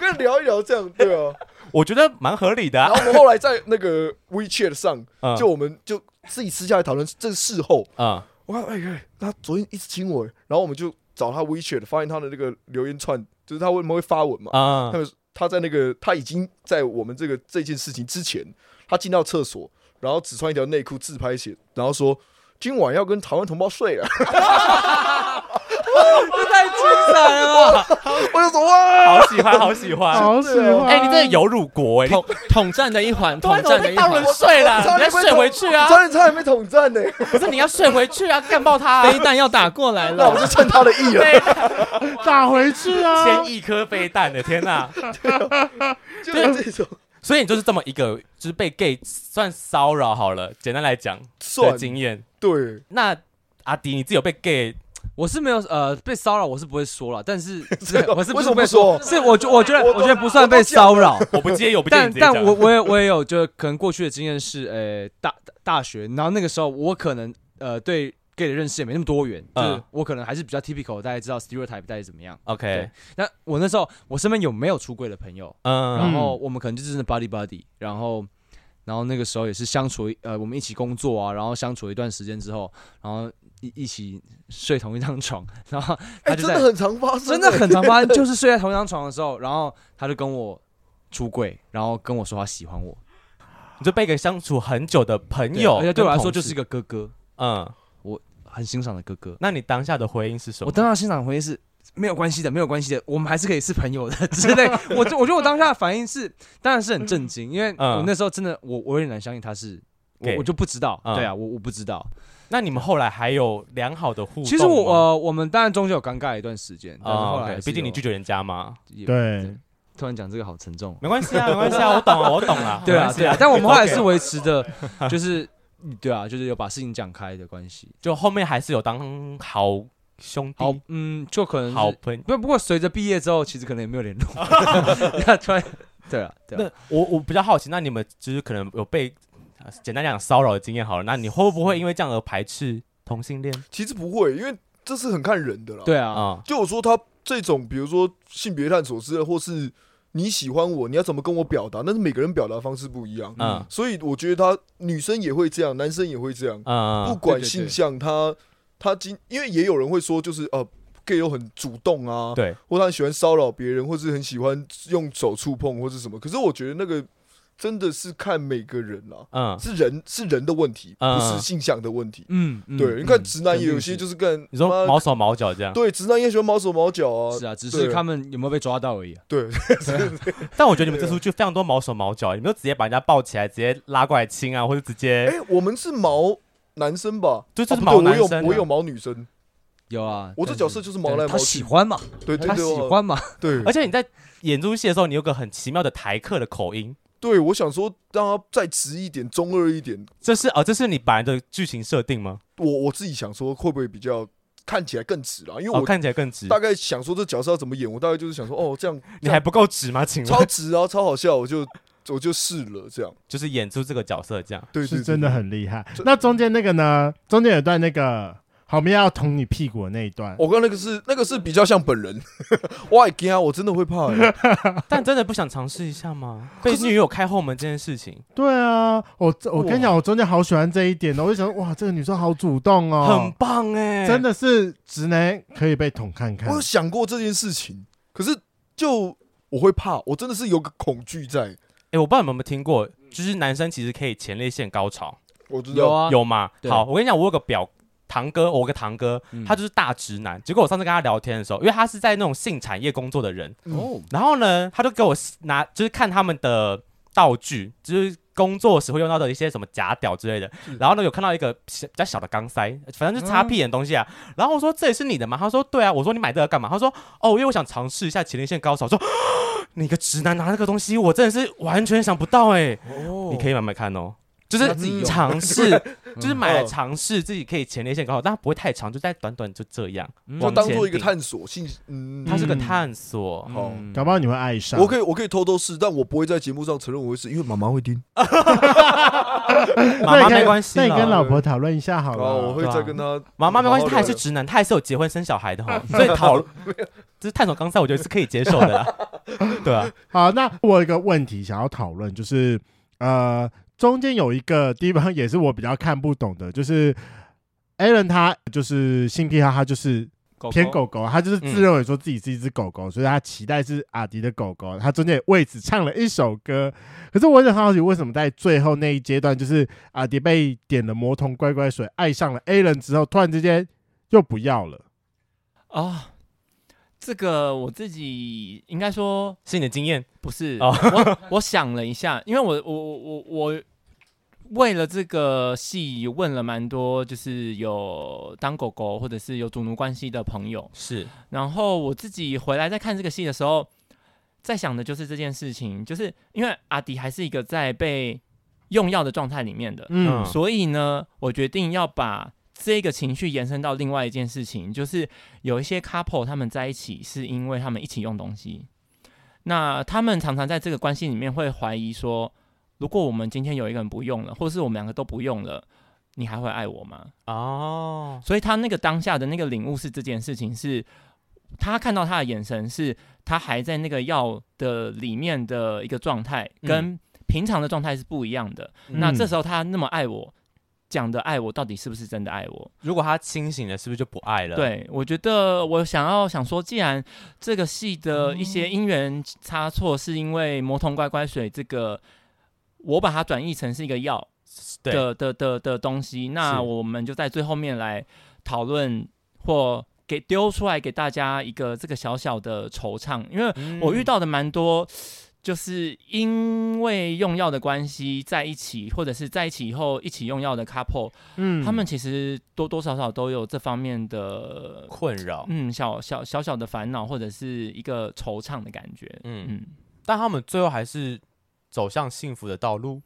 Speaker 5: 跟他聊一聊这样，对啊。
Speaker 2: 我觉得蛮合理的、
Speaker 5: 然
Speaker 2: 啊。
Speaker 5: 后我们后来在那个 WeChat 上，
Speaker 2: 嗯
Speaker 5: 就我们就自己私下来讨论这个事后，
Speaker 2: 嗯，
Speaker 5: 我看哎哎，他昨天一直亲我，然后我们就找他 WeChat，发现他的那个留言串，就是他为什么会发文嘛？
Speaker 2: 嗯
Speaker 5: 他们他在那个他已经在我们这个这件事情之前，他进到厕所，然后只穿一条内裤自拍写，然后说今晚要跟台湾同胞睡了。
Speaker 3: 这太精彩 了吧！
Speaker 5: 我就说哇，
Speaker 2: 好喜欢，好喜
Speaker 5: 啊
Speaker 3: 啊
Speaker 2: 欢。
Speaker 1: 好喜欢！
Speaker 2: 哎、你真的有辱国哎、啊
Speaker 4: 统统战的 一环，统战的一环，
Speaker 2: 睡
Speaker 5: 了
Speaker 2: 你要睡回去啊！
Speaker 5: 差点差点被统战呢、
Speaker 2: 不是你要睡回去啊，干爆他、
Speaker 4: 飞弹要打 过来
Speaker 5: 那我
Speaker 4: 了。
Speaker 5: 就趁他的意了。
Speaker 1: 打回去啊！
Speaker 2: 千亿颗飞弹的天哪！
Speaker 5: 就是这种
Speaker 2: 所以你就是这么一个，就是被 gay 算骚扰好了，简单来讲的
Speaker 5: 算
Speaker 2: 经验。
Speaker 5: 对，
Speaker 2: 那阿迪，你自己有被 gay
Speaker 3: 我是没有呃被骚扰，我是不会说了，但 是啊
Speaker 5: 真的
Speaker 3: 我是
Speaker 5: 为
Speaker 3: 不
Speaker 5: 什
Speaker 3: 是
Speaker 5: 么
Speaker 3: 被
Speaker 5: 不说
Speaker 3: 是我觉我觉得
Speaker 5: 我
Speaker 3: 我
Speaker 5: 都
Speaker 3: 觉得不算被骚扰，
Speaker 2: 我不介意，我不介意
Speaker 3: 但
Speaker 2: 你直接
Speaker 3: 但
Speaker 2: 讲。
Speaker 3: 我我也我也有，就可能过去的经验是，呃，大大学，然后那个时候我可能呃对 gay 的认识也没那么多元，就
Speaker 2: 嗯
Speaker 3: 是我可能还是比较 typical，大家知道 stereotype 大概怎么样。
Speaker 2: OK，
Speaker 3: 那我那时候我身边有没有出柜的朋友，然
Speaker 2: 嗯
Speaker 3: 后我们可能就真的 buddy buddy，然后然后那个时候也是相处一呃我们一起工作啊，然后相处一段时间之后，然后一一起睡同一张床，然后
Speaker 5: 哎、
Speaker 3: 他就
Speaker 5: 真
Speaker 3: 在、
Speaker 5: 的很常发生、
Speaker 3: 真的很常发 生，就是睡在同一张床的时候，然后他就跟我出柜，然后跟我说他喜欢我。
Speaker 2: 你就被一个相处很久的朋
Speaker 3: 对
Speaker 2: 友，
Speaker 3: 而且对我来说
Speaker 2: 跟同
Speaker 3: 就
Speaker 2: 事
Speaker 3: 是一个哥哥，
Speaker 2: 嗯。
Speaker 3: 很欣赏的哥哥。
Speaker 2: 那你当下的回应是什么？
Speaker 3: 我当下欣赏的回应是没有关系的，没有关系的，我们还是可以是朋友的 之类。我就我觉得我当下的反应是，当然是很震惊，因为
Speaker 2: 嗯
Speaker 3: 我那时候真的我我有点难相信他是。我
Speaker 2: Gay
Speaker 3: 我就不知道，
Speaker 2: 嗯
Speaker 3: 对啊，我我不知道。
Speaker 2: 那你们后来还有良好的互动吗？
Speaker 3: 其实我呃，我们当然中间有尴尬一段时间，但是
Speaker 2: 啊
Speaker 3: 后来
Speaker 2: OK，
Speaker 3: 还是
Speaker 2: 毕竟你
Speaker 3: 有
Speaker 2: 拒绝人家嘛，
Speaker 3: 也
Speaker 1: 对，
Speaker 3: 突然讲这个好沉 重哦。
Speaker 2: 没关系啊，没关系 啊，我懂啊，我懂啊。
Speaker 3: 对
Speaker 2: 没
Speaker 3: 啊，
Speaker 2: 关系
Speaker 3: 对啊，但我们后来是
Speaker 2: OK
Speaker 3: 维持 的，就是对啊，就是有把事情讲开的关系。
Speaker 2: 就后面还是有当好兄
Speaker 3: 好
Speaker 2: 弟、，
Speaker 3: 嗯，就可能
Speaker 2: 好
Speaker 3: 是
Speaker 2: 朋友。
Speaker 3: 不不过随着毕业之后，其实可能也没 有联络。 那突然，对啊，对
Speaker 2: 那
Speaker 3: 啊，
Speaker 2: 我我比较好奇，那你们就是可能有被呃简单讲骚扰的经验好了，那你会不会因为这样而排斥同性恋？
Speaker 5: 其实不会，因为这是很看人的啦。
Speaker 3: 对啊，
Speaker 2: 啊，
Speaker 5: 就我说他这种，比如说性别探索之类，或是你喜欢我，你要怎么跟我表达？但是每个人表达方式不一样，
Speaker 2: 嗯
Speaker 5: 所以我觉得他女生也会这样，男生也会这样，不
Speaker 2: 嗯
Speaker 5: 管
Speaker 3: 对对
Speaker 5: 性
Speaker 3: 对
Speaker 5: 向，他他今因为也有人会说，就是呃。gay 又很主动啊，
Speaker 2: 对，
Speaker 5: 或他很喜欢骚扰别人，或是很喜欢用手触碰或是什么。可是我觉得那个真的是看每个人啦、
Speaker 2: 嗯，
Speaker 5: 是人是人的问题，
Speaker 2: 嗯
Speaker 5: 不是性向的问题。
Speaker 3: 嗯，嗯
Speaker 5: 对，你看直男也有些，
Speaker 3: 嗯
Speaker 5: 就是跟
Speaker 2: 你说
Speaker 5: 妈
Speaker 2: 毛手毛脚这样，
Speaker 5: 对直男也喜欢毛手毛脚啊
Speaker 3: 肯定是，是啊，只
Speaker 5: 对
Speaker 3: 是他们有没有被抓到而已啊。
Speaker 5: 对，
Speaker 2: 但我觉得你们这
Speaker 5: 啊
Speaker 2: 出剧非常多毛手毛脚，你们就直接把人家抱起来，直接拉过来亲啊，或者直接
Speaker 5: 哎、我们是毛男生吧？
Speaker 2: 对这是
Speaker 5: 哦不
Speaker 2: 毛男生
Speaker 5: 我
Speaker 2: 啊
Speaker 5: 有我有毛女生，
Speaker 3: 有啊，
Speaker 5: 我这角色就是毛来
Speaker 3: 但
Speaker 5: 毛
Speaker 3: 是他
Speaker 5: 去
Speaker 3: 喜。欢嘛，
Speaker 5: 对 对啊
Speaker 3: 他
Speaker 5: 对，
Speaker 3: 喜
Speaker 5: 我
Speaker 3: 欢嘛，
Speaker 5: 对
Speaker 2: 而，且你在演出戏的时候，你有个很奇妙的台客的口音，
Speaker 5: 对我想说让他再直一点，中二一点。
Speaker 2: 这是哦，这是你本来的剧情设定吗？
Speaker 5: 我我自己想说会不会比较看起来更直啦？因为
Speaker 2: 哦，
Speaker 5: 我
Speaker 2: 看起来更直，
Speaker 5: 大概想说这角色要怎么演，我大概就是想说哦，这样
Speaker 2: 你还不够直吗？请
Speaker 5: 超
Speaker 2: 问，
Speaker 5: 直啊，超好笑，我就我就试了这样。
Speaker 2: 就是演出这个角色这样，
Speaker 5: 对对
Speaker 1: 是
Speaker 5: 对
Speaker 1: 真的。很厉害
Speaker 5: 这。
Speaker 1: 那中间那个呢？中间有一段那个好面要捅你屁股的那一段，
Speaker 5: 我刚刚那个是那个是比较像本人， 我也惊啊，我真的会怕欸、
Speaker 2: 但真的不想尝试一下吗？被
Speaker 5: 可是
Speaker 2: 女友开后门这件事情
Speaker 1: 对啊，我我跟你
Speaker 5: 哇
Speaker 1: 讲，我中间好喜欢这一点哦，我就想，哇，这个女生好主动
Speaker 2: 很
Speaker 1: 哦，
Speaker 2: 棒哎，
Speaker 1: 真的是直男可以被捅看看
Speaker 5: 我有。想过这件事情，可是就我会怕，我真的是有个恐惧在。
Speaker 2: 哎，我不知道你们有没有听过，就是男生其实可以前列腺高潮，
Speaker 5: 我知道
Speaker 3: 有，啊，
Speaker 2: 有吗？
Speaker 3: 对
Speaker 2: 好，我跟你讲，我有个表堂哥，我有个堂哥，
Speaker 3: 嗯
Speaker 2: 他就是大直男。结果我上次跟他聊天的时候，因为他是在那种性产业工作的人，
Speaker 5: 嗯
Speaker 3: 哦，
Speaker 2: 然后呢，他就给我拿，就是看他们的道具，就是工作时会用到的一些什么假屌之类的
Speaker 3: 嗯
Speaker 5: 是。
Speaker 2: 然后呢，有看到一个小比较小的钢塞，反正就擦屁眼的东西啊。
Speaker 3: 嗯
Speaker 2: 然后我说这也是你的吗？他说对啊。我说你买这个干嘛？他说哦，因为我想尝试一下前列腺高潮。我说 啊你个直男拿这个东西，我真的是完全想不到哎、
Speaker 3: 哦
Speaker 2: 你可以慢慢看哦。就
Speaker 3: 要
Speaker 2: 是
Speaker 3: 自己用
Speaker 2: 尝试，就是买来
Speaker 5: 嗯
Speaker 2: 尝试自己可以前列腺高潮，但它不会太长，就在短短就这样。
Speaker 5: 就
Speaker 2: 往
Speaker 5: 当
Speaker 2: 前
Speaker 5: 做一个
Speaker 2: 顶
Speaker 5: 探索性，嗯，
Speaker 2: 它是个
Speaker 4: 嗯
Speaker 2: 探索，
Speaker 5: 好
Speaker 1: 搞不好你会爱上。
Speaker 5: 我可以我可以偷偷试，但我不会在节目上承认我会试，因为妈妈会听。
Speaker 2: 妈
Speaker 1: 那
Speaker 2: 妈
Speaker 1: 你跟
Speaker 2: 没关系
Speaker 1: 那你跟
Speaker 2: 啦，
Speaker 1: 老婆讨论一下好
Speaker 5: 哦，我
Speaker 1: 了。
Speaker 5: 会再跟她
Speaker 2: 妈妈没关系，
Speaker 5: 好好
Speaker 2: 她还是
Speaker 5: 聊
Speaker 2: 直男，她还是有结婚生小孩的哈，所以讨论就是探索刚才，我觉得是可以接受的啦。对啊，
Speaker 1: 好，那我有一个问题想要讨论，就是呃，中间有一个地方也是我比较看不懂的，就是 Alan 他就是性癖好，他就是偏狗狗，他就是自认为说自己是一只狗狗，所以他期待是阿迪的狗狗。他中间也为此唱了一首歌，可是我很好奇，为什么在最后那一阶段，就是阿迪被点了魔童乖乖水，爱上了 A 人之后，突然之间又不要了？
Speaker 4: 哦，这个我自己应该说
Speaker 2: 是你的经验，
Speaker 4: 不是，
Speaker 2: 哦
Speaker 4: 我我想了一下，因为我我我我我为了这个戏问了蛮多，就是有当狗狗或者是有主奴关系的朋友，
Speaker 2: 是
Speaker 4: 然后我自己回来再看这个戏的时候，在想的就是这件事情，就是因为阿迪还是一个在被用药的状态里面的，
Speaker 1: 嗯
Speaker 2: 嗯
Speaker 4: 所以呢，我决定要把这个情绪延伸到另外一件事情，就是有一些 couple 他们在一起是因为他们一起用东西，那他们常常在这个关系里面会怀疑说，如果我们今天有一个人不用了，或是我们两个都不用了，你还会爱我吗？
Speaker 2: 哦，
Speaker 4: 所以他那个当下的那个领悟是这件事情是，他看到他的眼神是他还在那个药的里面的一个状态，
Speaker 2: 嗯
Speaker 4: 跟平常的状态是不一样的。那
Speaker 1: 嗯
Speaker 4: 这时候他那么爱我。讲的爱我到底是不是真的爱我？
Speaker 2: 如果他清醒了，是不是就不爱了？，
Speaker 4: 对我觉得我想要想说，既然这个戏的一些因缘差错是因为魔童乖乖水这个，我把它转译成是一个药，
Speaker 2: 对
Speaker 4: 的的的的东西。那
Speaker 2: 是
Speaker 4: 我们就在最后面来讨论或给丢出来给大家一个这个小小的惆怅，因为
Speaker 2: 嗯
Speaker 4: 我遇到的蛮多。就是因为用药的关系在一起，或者是在一起以后一起用药的 couple，、
Speaker 1: 嗯
Speaker 4: 他们其实多多少少都有这方面的，
Speaker 2: 困扰，
Speaker 4: 嗯，小小小小的烦恼，或者是一个惆怅的感觉，
Speaker 2: 嗯，
Speaker 4: 嗯，
Speaker 2: 但他们最后还是走向幸福的道路。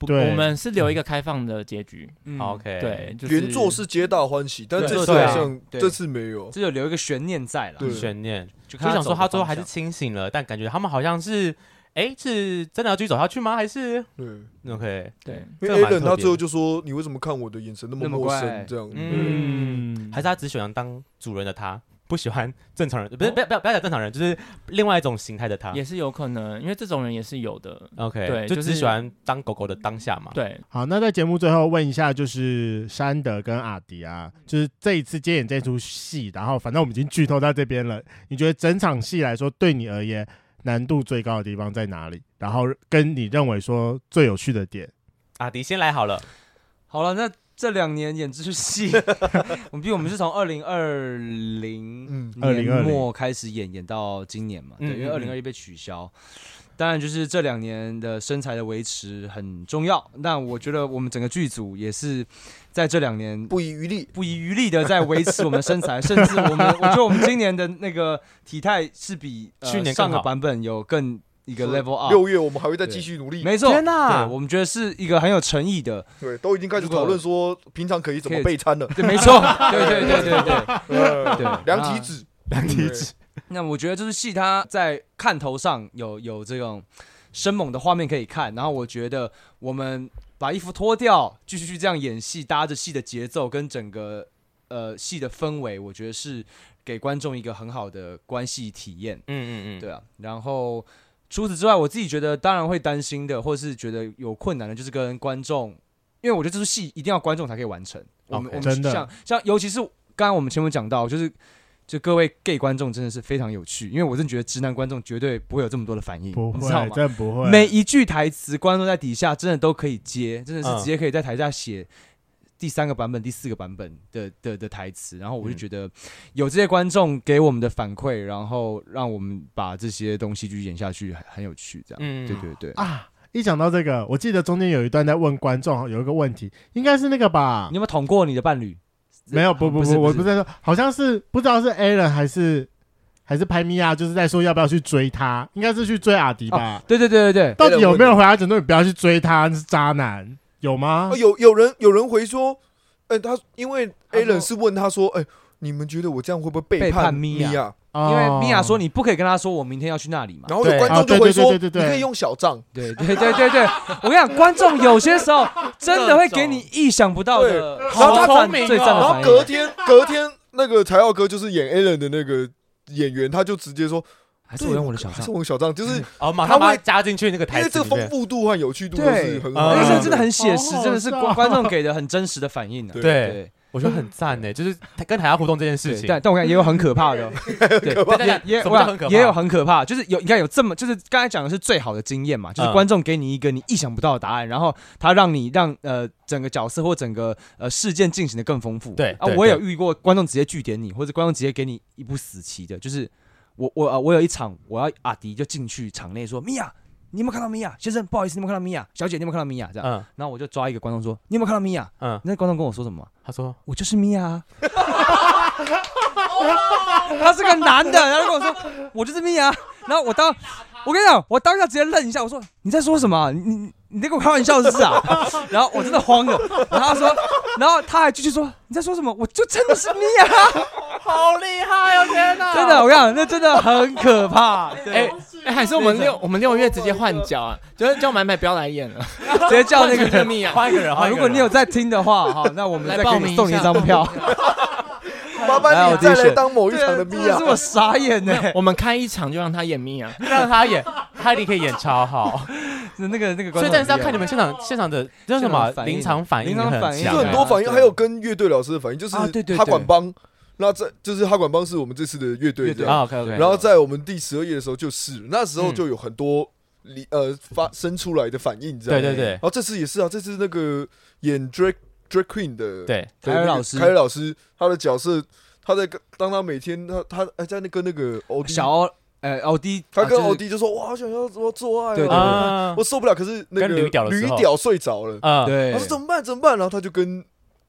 Speaker 4: 不，
Speaker 1: 对
Speaker 4: 我们是
Speaker 2: 嗯
Speaker 4: 留一个开放的结局，
Speaker 3: 嗯
Speaker 2: OK，
Speaker 4: 对，，就是
Speaker 5: 原作是皆大欢喜，但
Speaker 3: 对
Speaker 5: 这次
Speaker 2: 对啊
Speaker 5: 好像
Speaker 3: 对
Speaker 5: 这次没有。
Speaker 3: 这就留一个悬念在了，
Speaker 5: 对
Speaker 2: 悬念，
Speaker 3: 就
Speaker 2: 就想说他最后还是
Speaker 3: 是
Speaker 2: 清醒了，但感觉他们好像是，哎，是真的要继续走下去吗？还是
Speaker 5: 对，
Speaker 4: 嗯
Speaker 2: OK？
Speaker 4: 对，
Speaker 2: 这
Speaker 5: 因
Speaker 2: 个
Speaker 5: 为
Speaker 2: 蛮
Speaker 5: Alan
Speaker 2: 特
Speaker 5: 他
Speaker 2: 别
Speaker 5: 最后
Speaker 2: 的
Speaker 5: 就说：“你为什么看我的眼神那么
Speaker 3: 那么
Speaker 5: 陌
Speaker 3: 怪
Speaker 5: 生？”这样，
Speaker 2: 嗯
Speaker 5: 嗯，
Speaker 4: 嗯，
Speaker 2: 还是他只喜欢当主人的他，不喜欢正
Speaker 4: 哦
Speaker 2: 常人，不是不要不要不要讲正常人，就是另外一种形态的他。
Speaker 4: 也是有可能，因为这种人也是有的。
Speaker 2: OK，
Speaker 4: 对
Speaker 2: 就
Speaker 4: 就是
Speaker 2: 只喜欢当狗狗的当下嘛。
Speaker 4: 对，
Speaker 1: 好，那在节目最后问一下，就是山德跟阿迪啊，就是这一次接演这出戏，然后反正我们已经剧透到这边了，你觉得整场戏来说，对你而言难度最高的地方在哪里？然后跟你认为说最有趣的点，
Speaker 2: 阿啊迪先来好了，
Speaker 3: 好了，那这两年演这出戏， 我们毕竟我们是从二零二零
Speaker 5: 嗯
Speaker 1: 2020
Speaker 3: 年末开始演，演到今年嘛，
Speaker 2: 嗯
Speaker 3: 对，因为
Speaker 2: 嗯
Speaker 3: 二零二一被取消。当然，就是这两年的身材的维持很重要。那我觉得我们整个剧组也是在这两年
Speaker 5: 不遗余力。
Speaker 3: 不遗余力的在维持我们的身 材，甚至我们，我觉得我们今年的那个体态是比、呃
Speaker 2: 去年更
Speaker 3: 上
Speaker 2: 好
Speaker 3: 个版本有更一个 level up。
Speaker 5: 六月我们还会再继续努力。
Speaker 3: 没错，
Speaker 2: 天哪
Speaker 3: 对我们觉得是一个很有诚 意的，
Speaker 5: 对，都已经开始
Speaker 3: 如果
Speaker 5: 讨论说平常可以怎么备餐了。
Speaker 3: 对，没错，对对对对对。
Speaker 5: 呃
Speaker 3: 对
Speaker 5: 量体脂，
Speaker 2: 量体
Speaker 5: 脂。
Speaker 3: 那我觉得这出戏它在看头上有有这种生猛的画面可以看，然后我觉得我们把衣服脱掉，继续去这样演戏，搭着戏的节奏跟整个呃戏的氛围，我觉得是给观众一个很好的关系体验。
Speaker 2: 嗯嗯嗯，
Speaker 3: 对啊，然后除此之外，我自己觉得当然会担心的，或是觉得有困难的，就是跟观众，因为我觉得这出戏一定要观众才可以完成。我们
Speaker 2: OK
Speaker 3: 我
Speaker 1: 真
Speaker 3: 们
Speaker 1: 的
Speaker 3: 像像尤其是刚刚我们前面讲到，就是就各位 gay 观众真的是非常有趣，因为我真的觉得直男观众绝对不会有这么多的反应，
Speaker 1: 不
Speaker 3: 你知道
Speaker 1: 会，
Speaker 3: 吗？
Speaker 1: 真不会，
Speaker 3: 每一句台词，观众在底下真的都可以接，真的是
Speaker 2: 嗯
Speaker 3: 直接可以在台下写第三个版本、第四个版本的的的台词。然后我就
Speaker 2: 嗯
Speaker 3: 觉得有这些观众给我们的反馈，然后让我们把这些东西去演下去，很很有趣。这样，
Speaker 2: 嗯
Speaker 3: 对对对，
Speaker 1: 啊。一讲到这个，我记得中间有一段在问观众有一个问题，应该是那个吧
Speaker 3: 你？有没有捅过你的伴侣？
Speaker 1: 没有，不不
Speaker 3: 不是
Speaker 1: 不，我不
Speaker 3: 不是
Speaker 1: 是在说，好像是不知道是 a l a n 还是还是拍米娅，就是在说要不要去追他，应该是去追阿迪吧？
Speaker 3: 对对对对对，
Speaker 1: 到底有没有人回答讲说你不要去追他，那是渣男？有吗
Speaker 5: 啊，？有有人有人回说，哎、他因为
Speaker 3: 他说
Speaker 5: Alan 是问他说，哎、你们觉得我这样会不会
Speaker 3: 背
Speaker 5: 背
Speaker 3: 叛啊
Speaker 5: 米
Speaker 3: 咪呀
Speaker 5: 娅？
Speaker 1: 哦
Speaker 3: 因为米娅说，你不可以跟他说我明天要去那里嘛。
Speaker 5: 然后有
Speaker 1: 对
Speaker 5: 观
Speaker 1: 啊对
Speaker 5: 众就回
Speaker 1: 对对
Speaker 5: 说，
Speaker 1: 对对对
Speaker 5: 你可以用小账。
Speaker 3: 对对对对对，我跟你讲，观众有些时候真的会给你意想不到
Speaker 5: 对
Speaker 3: 的，
Speaker 5: 然后他
Speaker 3: 反
Speaker 2: 聪明哦
Speaker 3: 最赞
Speaker 5: 然
Speaker 3: 的
Speaker 5: 后
Speaker 3: 反
Speaker 5: 隔
Speaker 3: 应，
Speaker 5: 天隔天那个柴耀哥就是演 Alan 的那个演员，他就直接说，
Speaker 3: 还是我用我的小
Speaker 5: 还
Speaker 3: 账嗯
Speaker 5: 是。我用小账，就是
Speaker 2: 哦，马上
Speaker 5: 他
Speaker 2: 把
Speaker 5: 会
Speaker 2: 它加进去那个
Speaker 5: 因
Speaker 2: 台
Speaker 5: 为
Speaker 2: 词
Speaker 5: 这个
Speaker 4: 哎
Speaker 2: 里面
Speaker 5: 丰富度和有趣度都
Speaker 3: 对
Speaker 5: 是很
Speaker 2: 啊
Speaker 5: 好，
Speaker 3: 那
Speaker 2: 嗯
Speaker 3: 个真的很写实
Speaker 1: 好，好
Speaker 3: 真的是
Speaker 1: 笑
Speaker 3: 观观众给的很真实的反应啊。
Speaker 5: 对
Speaker 2: 对，
Speaker 3: 对，
Speaker 2: 我觉得很赞呢，就是跟台下互动这件事
Speaker 3: 对
Speaker 2: 情。
Speaker 3: 但但我跟你讲也有很可怕的 哦，对
Speaker 2: 可怕
Speaker 3: 也也
Speaker 2: 什
Speaker 3: 我
Speaker 2: 么叫
Speaker 3: 想
Speaker 2: 很可怕
Speaker 3: 也有很可怕，就是有你看有这么就是刚才讲的是最好的经验嘛，就是
Speaker 2: 嗯
Speaker 3: 观众给你一个你意想不到的答案，然后他让你让呃整个角色或整个呃事件进行的更丰富。
Speaker 2: 对
Speaker 3: 啊
Speaker 2: 对，
Speaker 3: 我也有
Speaker 2: 对
Speaker 3: 遇过观众直接据点你，或者观众直接给你一步死棋的，就是我我呃我有一场我要阿迪就进去场内说米娅。你有没有看到米娅先生？不好意思，你有没有看到米娅小姐？你有没有看到米娅？这样，
Speaker 2: 嗯
Speaker 3: 然后我就抓一个观众说：“你有没有看到米娅？”
Speaker 2: 嗯，
Speaker 3: 那观众跟我说什么？
Speaker 2: 他说
Speaker 3: 我就是米 娅。啊他是个男的，然后跟我说我就是米 娅，啊然后我当，我跟你讲，我当下直接愣一下，我说你在说什么啊？你你你在跟我开玩笑是不是啊？ 然后我真的慌了，然后他 说，然后他还继续说你在说什么？我就真的是米娅，
Speaker 2: 好厉害哦，天哪
Speaker 3: 真的，我跟你讲，那真的很可怕，
Speaker 4: 哎、
Speaker 3: 对，
Speaker 4: 哎还是我们六我们六月直接换角啊，就是叫买买不要来演了，
Speaker 3: 直接叫那个
Speaker 4: 换成
Speaker 3: 人。
Speaker 4: 蜜啊，
Speaker 2: 换一个人，
Speaker 3: 啊，
Speaker 2: 换一
Speaker 3: 如
Speaker 2: 个
Speaker 3: 果
Speaker 2: 人
Speaker 3: 你有在听的话，哈，那我们
Speaker 4: 来
Speaker 3: 再
Speaker 4: 报
Speaker 3: 给
Speaker 4: 名
Speaker 3: 你
Speaker 4: 一
Speaker 3: 送你一
Speaker 4: 下
Speaker 3: 张票。
Speaker 5: 麻
Speaker 3: 来
Speaker 5: 烦
Speaker 3: 我
Speaker 5: 你
Speaker 3: 第一
Speaker 5: 再来
Speaker 3: 选
Speaker 5: 当某一
Speaker 3: 对啊
Speaker 5: 场的
Speaker 3: 真
Speaker 5: 米娅
Speaker 3: 是。我傻眼欸呢。
Speaker 4: 我们开一场就让他演蜜啊，
Speaker 2: 让他演，他一定可以演超好。
Speaker 3: 那个那个 观众很厉
Speaker 2: 所
Speaker 3: 害，
Speaker 2: 以，但是要看你们现场现场的叫什么
Speaker 3: 现场反应
Speaker 2: 临场反应
Speaker 3: 临场
Speaker 2: 很
Speaker 3: 反应
Speaker 2: 强
Speaker 5: 就
Speaker 2: 欸，
Speaker 5: 很多反应，
Speaker 3: 对
Speaker 5: 还有跟乐队老师的反应，就是
Speaker 3: 啊对对对
Speaker 5: 哈管帮。那这就是哈管帮是我们这次的乐队
Speaker 3: 乐
Speaker 5: 这
Speaker 3: 队
Speaker 5: 样，
Speaker 2: 啊，OK OK，
Speaker 5: 然后在我们第十二页的时候就是，那时
Speaker 2: 嗯
Speaker 5: 候就有很多里呃发生出来的反应这
Speaker 2: 对
Speaker 5: 样。
Speaker 2: 对对
Speaker 5: 然后这次也是啊，这次那个演 Drag Drag Queen 的
Speaker 2: 对，
Speaker 5: 的
Speaker 3: 凯
Speaker 5: 那
Speaker 3: 尔
Speaker 5: 个
Speaker 3: 老师
Speaker 5: 凯尔老师他的角色，他在跟当他每天他他哎在那跟那个欧弟，
Speaker 3: 小欧，呃，欧弟，
Speaker 5: 他跟
Speaker 3: 啊
Speaker 5: 欧，弟就说哇好想要怎么做爱啊，
Speaker 3: 对对对
Speaker 2: 啊
Speaker 5: 我受不了，可是那个
Speaker 2: 跟驴屌的时
Speaker 5: 驴
Speaker 2: 候
Speaker 5: 屌睡着了，
Speaker 2: 呃，
Speaker 3: 就，是
Speaker 5: 他说怎么办怎么办，然后他就跟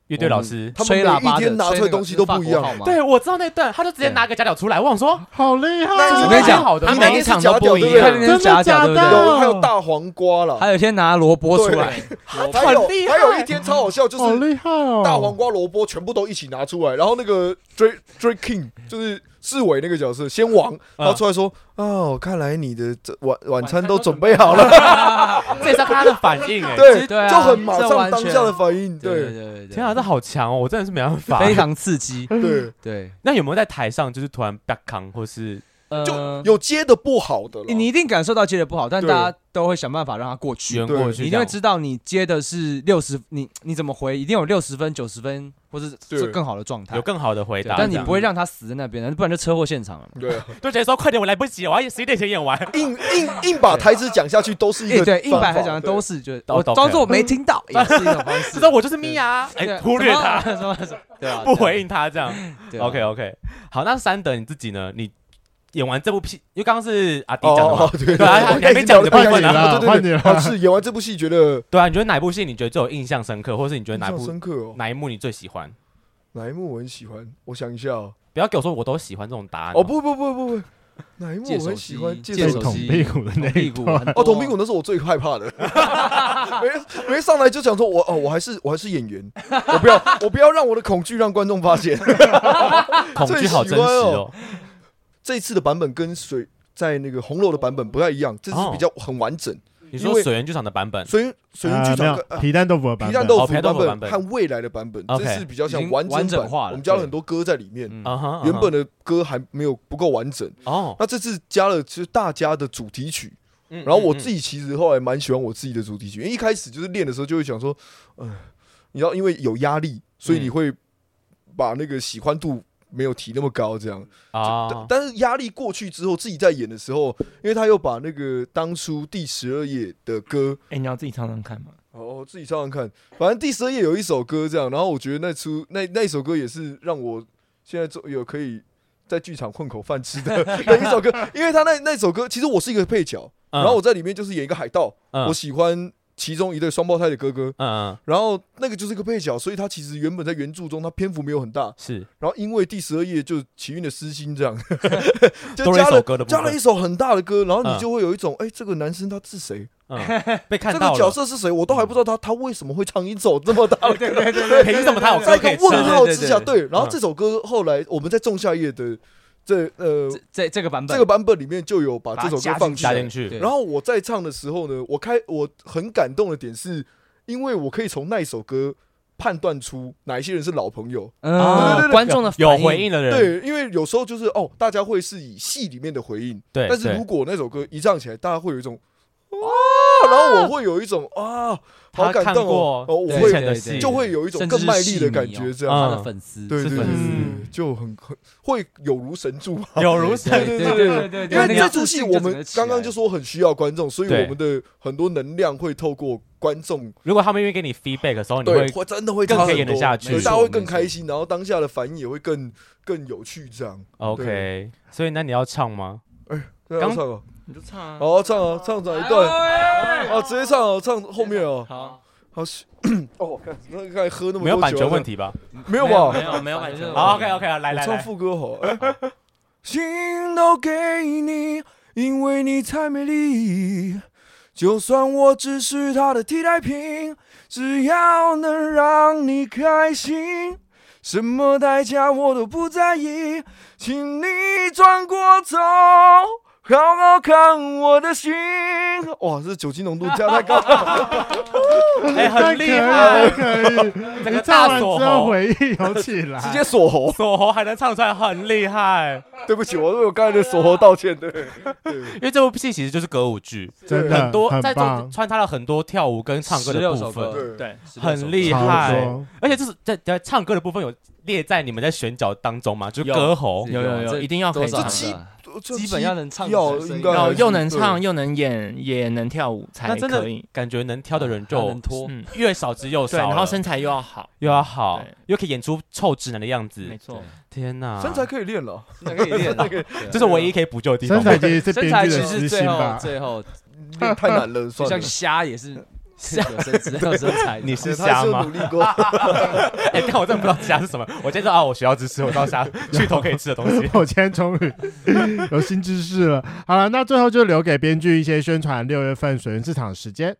Speaker 2: 乐队老师，
Speaker 5: 他们
Speaker 3: 吹
Speaker 5: 每
Speaker 3: 喇叭
Speaker 5: 一
Speaker 3: 的
Speaker 5: 天拿出来东西都不一样。，
Speaker 2: 对我知道那段，他就直接拿个假屌出来，我想说，
Speaker 1: 好厉害
Speaker 5: 那
Speaker 1: 哦！
Speaker 5: 你
Speaker 3: 我跟你讲
Speaker 2: 好的
Speaker 4: 他
Speaker 5: 你
Speaker 4: 每一场都不一
Speaker 5: 对
Speaker 3: 看那
Speaker 4: 样。
Speaker 3: 天假假对不
Speaker 1: 真的假
Speaker 3: 对？
Speaker 1: 的
Speaker 5: 有还有大黄瓜啦，
Speaker 3: 还有些拿萝卜出来，
Speaker 5: 还有
Speaker 2: 很厉害
Speaker 5: 还有一天超好笑，就
Speaker 1: 好
Speaker 5: 是
Speaker 1: 厉害哦！
Speaker 5: 大黄瓜、萝卜全部都一起拿出来，然后那个 Drake Drake King 就是世伟那个角色先王，他出来说：“哦，看来你的这晚晚餐都准备好了。
Speaker 2: 这也是要看他的反应哎。
Speaker 5: 对，
Speaker 3: 对啊
Speaker 5: 就很马
Speaker 3: 这
Speaker 5: 上
Speaker 3: 完
Speaker 5: 当
Speaker 3: 全
Speaker 5: 下的反应，
Speaker 3: 对
Speaker 5: 对
Speaker 3: 对对，
Speaker 2: 天啊，这好强哦！我真的是没办法。
Speaker 3: 非常刺激，
Speaker 5: 对，
Speaker 3: 对，
Speaker 2: 那有没有在台上就是突然 back 扛，或是
Speaker 3: 呃，
Speaker 5: 有接的不好的啦，
Speaker 3: 你一定感受到接的不好，但
Speaker 5: 对
Speaker 3: 大家都会想办法让它过去
Speaker 2: 圆。过去？
Speaker 3: 你一定会知道你接的是六十，你你怎么回，一定有六十分、九十分，或是
Speaker 5: 对
Speaker 3: 是更好的状态
Speaker 2: 有。更好的回
Speaker 3: 对
Speaker 2: 答，
Speaker 3: 但你
Speaker 2: 这样
Speaker 3: 不会让他死在那边，啊不然就车祸现场了嘛。
Speaker 5: 对啊，
Speaker 2: 就直接说快点，我来不及，我要十一点前演完。
Speaker 5: 硬硬硬把台词讲下去都是一
Speaker 3: 哎，
Speaker 5: 个
Speaker 3: 对，硬摆还讲
Speaker 5: 讲
Speaker 3: 的都是，就是
Speaker 2: 都
Speaker 3: 我
Speaker 2: 都
Speaker 3: 装
Speaker 2: 可以
Speaker 3: 作我没听到，也是一种方式啊
Speaker 2: 知。道我就是米娅，哎，忽略他，
Speaker 3: 什么什么，对啊，
Speaker 2: 不回应他这样。
Speaker 3: 对啊。
Speaker 2: OK OK，好，那三德你自己呢？你演完这部戏，因为刚刚是阿迪
Speaker 5: 哦
Speaker 2: 讲的嘛
Speaker 5: 哦，，对
Speaker 2: 对啊还还没讲你的部
Speaker 1: 换
Speaker 2: 分
Speaker 1: 你
Speaker 2: 啊
Speaker 1: 了，
Speaker 5: 对对
Speaker 1: 换你
Speaker 5: 对，
Speaker 1: 了
Speaker 5: 啊，。是演完这部戏觉得
Speaker 2: 对啊，你觉得哪部戏你觉得最有印象深刻，或是你觉得
Speaker 5: 印
Speaker 2: 哪
Speaker 5: 象
Speaker 2: 部
Speaker 5: 深刻哦，
Speaker 2: 哪一幕你最喜欢？
Speaker 5: 哪一幕我很喜欢？我想一下哦，
Speaker 2: 不要给我说我都喜欢这种答案
Speaker 5: 哦不不不不不，哪一幕
Speaker 3: 借
Speaker 5: 我
Speaker 3: 手
Speaker 5: 很喜欢？
Speaker 3: 机
Speaker 5: 借
Speaker 1: 被
Speaker 3: 借
Speaker 5: 手
Speaker 3: 手
Speaker 1: 捅
Speaker 3: 机
Speaker 1: 屁股的那一
Speaker 3: 屁股啊
Speaker 1: 段，
Speaker 5: 哦，董冰谷那是我最害怕的， 没没上来就想说我哦，我还是我还是演员，我不要我不要让我的恐惧让观众发现。
Speaker 2: 恐惧好真实哦。
Speaker 5: 这一次的版本跟水在那个红楼的版本不太一样，这次比较很完整。
Speaker 2: 你说水源剧场的版本，
Speaker 5: 水云 水云
Speaker 1: 啊
Speaker 5: 剧
Speaker 1: 没
Speaker 5: 场
Speaker 1: 有
Speaker 5: 跟呃
Speaker 1: 皮蛋豆腐的版
Speaker 5: 皮
Speaker 1: 本啊
Speaker 5: 蛋豆
Speaker 2: 哦
Speaker 5: 腐
Speaker 2: 皮蛋豆腐
Speaker 5: 版
Speaker 2: 版
Speaker 5: 本
Speaker 2: 本
Speaker 5: 和未来的版本，
Speaker 2: OK
Speaker 5: 这次比较
Speaker 3: 已
Speaker 5: 像
Speaker 3: 经
Speaker 5: 完
Speaker 3: 完
Speaker 5: 整
Speaker 3: 整
Speaker 5: 版
Speaker 3: 化了
Speaker 5: 我们加了
Speaker 3: 对
Speaker 5: 很多歌在里面。
Speaker 3: 嗯
Speaker 2: 啊哈，
Speaker 5: 原本的歌还没有不够完整，
Speaker 2: 哦，
Speaker 5: 那这次加了就是大家的主题曲，
Speaker 2: 然
Speaker 5: 嗯然后我自己其实后来蛮喜欢我自己的主题曲，因为一开始就是练的时候就会想说，嗯、你知道，因为有压力，所以你会把那个喜欢度没有提那么高，这样。但
Speaker 2: 啊，
Speaker 5: 但是压力过去之后，自己在演的时候，因为他又把那个当初第十二页的歌，
Speaker 4: 哎、你要自己唱唱看吗？
Speaker 5: 哦，自己唱唱看，反正第十二页有一首歌这样，然后我觉得那出那那一首歌也是让我现在做有 可以在剧场混口饭吃的的一首歌，因为他那那首歌其实我是一个配角，
Speaker 2: 嗯
Speaker 5: 然后我在里面就是演一个海盗，
Speaker 2: 嗯
Speaker 5: 我喜欢其中一对双胞胎的哥哥，
Speaker 2: 嗯嗯
Speaker 5: 然后那个就是个配角，所以他其实原本在原著中他篇幅没有很大，
Speaker 2: 是
Speaker 5: 然后因为第十二页就奇运的私心这样，就
Speaker 2: 多了一
Speaker 5: 加
Speaker 2: 首
Speaker 5: 了
Speaker 2: 歌的部
Speaker 5: 加了
Speaker 2: 分
Speaker 5: 一，首很大的歌，然后
Speaker 2: 嗯
Speaker 5: 你就会有一种哎、这个男生他是谁？
Speaker 2: 嗯，被看
Speaker 5: 这
Speaker 2: 到
Speaker 5: 个角
Speaker 2: 了，
Speaker 5: 色是谁？我都还不知道他他为什么会唱一首这 么大的歌。
Speaker 3: 对对对，
Speaker 2: 凭什么他有
Speaker 5: 在
Speaker 2: 歌
Speaker 5: 一
Speaker 2: 可以
Speaker 5: 个
Speaker 2: 唱
Speaker 5: 问号之下，
Speaker 3: 对
Speaker 5: 对。然后
Speaker 2: 嗯
Speaker 5: 这首歌后来我们在仲夏夜的这呃
Speaker 3: 这这这个版本，
Speaker 5: 这个版本里面就有把这首歌放
Speaker 2: 加
Speaker 5: 来
Speaker 2: 进去
Speaker 3: 对
Speaker 5: 然后我在唱的时候呢，我开我很感动的点是，因为我可以从那一首歌判断出哪一些人是老朋友。
Speaker 2: 啊
Speaker 5: 对
Speaker 3: 嗯，
Speaker 5: 对对
Speaker 4: 观众的
Speaker 2: 有
Speaker 4: 反应
Speaker 2: 回应的人，
Speaker 5: 对，因为有时候就是哦，大家会是以戏里面的回应，
Speaker 2: 对，
Speaker 5: 但是
Speaker 2: 对
Speaker 5: 如果那首歌一唱起来，大家会有一种哇，然后我会有一种啊，好
Speaker 2: 他
Speaker 5: 感
Speaker 2: 看
Speaker 5: 动哦
Speaker 2: 过，
Speaker 5: 哦我
Speaker 3: 对
Speaker 5: 会
Speaker 2: 之前的
Speaker 3: 对
Speaker 2: 戏，
Speaker 5: 就会有一种更卖力哦的
Speaker 3: 哦
Speaker 5: 感觉，这样。
Speaker 3: 他
Speaker 2: 嗯
Speaker 3: 的粉丝
Speaker 5: 对
Speaker 2: 是
Speaker 5: 对对
Speaker 2: 粉丝
Speaker 1: 嗯
Speaker 5: 对，就很很会有如神助吧。
Speaker 2: 有如神
Speaker 5: 对
Speaker 3: 对
Speaker 5: 对
Speaker 3: 对对
Speaker 5: 因
Speaker 3: 对，
Speaker 5: 为
Speaker 3: 那
Speaker 5: 这
Speaker 3: 个
Speaker 5: 出
Speaker 3: 自
Speaker 5: 戏
Speaker 3: 信
Speaker 5: 我
Speaker 3: 整
Speaker 5: 们
Speaker 3: 个起
Speaker 5: 刚刚
Speaker 3: 来
Speaker 5: 就说很需要观众，所以
Speaker 2: 对
Speaker 5: 我们的很多能量会透过观众，
Speaker 2: 如果他们愿意给你 feedback 的时候，你
Speaker 5: 对，
Speaker 2: 会
Speaker 5: 会真的会
Speaker 2: 更
Speaker 5: 差
Speaker 2: 可以
Speaker 5: 很
Speaker 2: 演得
Speaker 5: 多
Speaker 2: 下去
Speaker 5: 对
Speaker 3: 没错
Speaker 5: 大家会更
Speaker 3: 没错
Speaker 5: 开心，然后当下的反应也会更更有趣，这样。
Speaker 2: OK。所以那你要唱吗？
Speaker 5: 对啊
Speaker 2: 刚
Speaker 5: 唱哦，
Speaker 4: 你就唱啊。
Speaker 5: 好唱哦，唱哪一段？
Speaker 2: 哎
Speaker 5: 哦，直接唱哦，唱后面哦。
Speaker 4: 好，
Speaker 5: 好， 哦，看那刚才喝那么多
Speaker 2: 没有版
Speaker 5: 酒
Speaker 2: 权
Speaker 5: 还
Speaker 2: 问题吧？
Speaker 5: 唱，没有吧？
Speaker 4: 没有没有感觉。
Speaker 2: 好，OK OK，来
Speaker 5: 我
Speaker 2: 来
Speaker 5: 唱
Speaker 2: 来，
Speaker 5: 副歌好了。心都给你，因为你太美丽。就算我只是他的替代品，只要能让你开心，什么代价我都不在意。请你转过头，好好看我的心。哇，这酒精浓度加太高了。
Speaker 2: 哎，很厉
Speaker 1: 还
Speaker 2: 害，
Speaker 1: 可 以，可以。你
Speaker 2: 整个
Speaker 1: 唱
Speaker 2: 大
Speaker 1: 完
Speaker 2: 锁
Speaker 1: 之后
Speaker 2: 喉，
Speaker 1: 回忆有起来，
Speaker 5: 直接锁喉，
Speaker 2: 锁喉还能唱出来，很厉害。
Speaker 5: 对不起，我为我刚才的锁喉道歉。对，
Speaker 2: 因为这部戏其实就是歌舞剧，
Speaker 1: 真的
Speaker 2: 很多在中
Speaker 1: 棒，
Speaker 2: 穿插了很多跳舞跟唱歌的
Speaker 3: 16
Speaker 2: 部
Speaker 3: 首歌
Speaker 2: 分，
Speaker 5: 对
Speaker 4: 对，
Speaker 2: 很厉
Speaker 1: 超
Speaker 2: 害
Speaker 1: 多。
Speaker 2: 而且这是在在唱歌的部分有列在你们在选角当中嘛，就是
Speaker 4: 有
Speaker 2: 歌喉
Speaker 4: 有有有，
Speaker 3: 这
Speaker 4: 一定要可
Speaker 3: 多
Speaker 4: 以
Speaker 3: 少
Speaker 4: 唱
Speaker 5: 这七
Speaker 4: 的，
Speaker 3: 个
Speaker 5: 这
Speaker 3: 基本要能唱
Speaker 5: 要
Speaker 3: 出声
Speaker 5: 应
Speaker 3: 音
Speaker 5: 该
Speaker 4: 然后
Speaker 5: 还是
Speaker 4: 又能
Speaker 5: 对
Speaker 4: 唱又能演，也能跳舞才
Speaker 2: 那真
Speaker 4: 可
Speaker 2: 的
Speaker 4: 以。
Speaker 2: 感觉能挑的人
Speaker 3: 他
Speaker 2: 就
Speaker 3: 能拖，
Speaker 4: 嗯，
Speaker 2: 越少之又少
Speaker 4: 对，
Speaker 2: 了，
Speaker 4: 然后身材又要好，
Speaker 2: 又要好
Speaker 4: 对，
Speaker 2: 又可以演出臭直男的样
Speaker 4: 没
Speaker 2: 子。
Speaker 4: 错。
Speaker 2: 天哪，
Speaker 5: 身材可以练 了，
Speaker 3: 那可以练的，
Speaker 2: 这是唯一可以补救的地
Speaker 1: 身
Speaker 2: 方。
Speaker 1: 材其实是
Speaker 3: 身
Speaker 1: 编
Speaker 3: 材
Speaker 1: 剧
Speaker 3: 其
Speaker 1: 的
Speaker 3: 实
Speaker 1: 私
Speaker 3: 最
Speaker 1: 心
Speaker 3: 后
Speaker 1: 吧？。
Speaker 3: 最后
Speaker 5: 练太难了，
Speaker 3: 就
Speaker 5: 算了
Speaker 3: 像。虾 也是有身材有身材 的，
Speaker 2: 你是
Speaker 5: 对他
Speaker 2: 瞎
Speaker 5: 是有
Speaker 2: 吗
Speaker 5: 努？力过，
Speaker 2: 哎，但我真的不知道瞎是什么。我今天说啊，我学校只吃，我知道 瞎去头可以吃的东西
Speaker 1: 我今天终于有新知识了。好了，那最后就留给编剧一些宣传六月份水源市场的时间。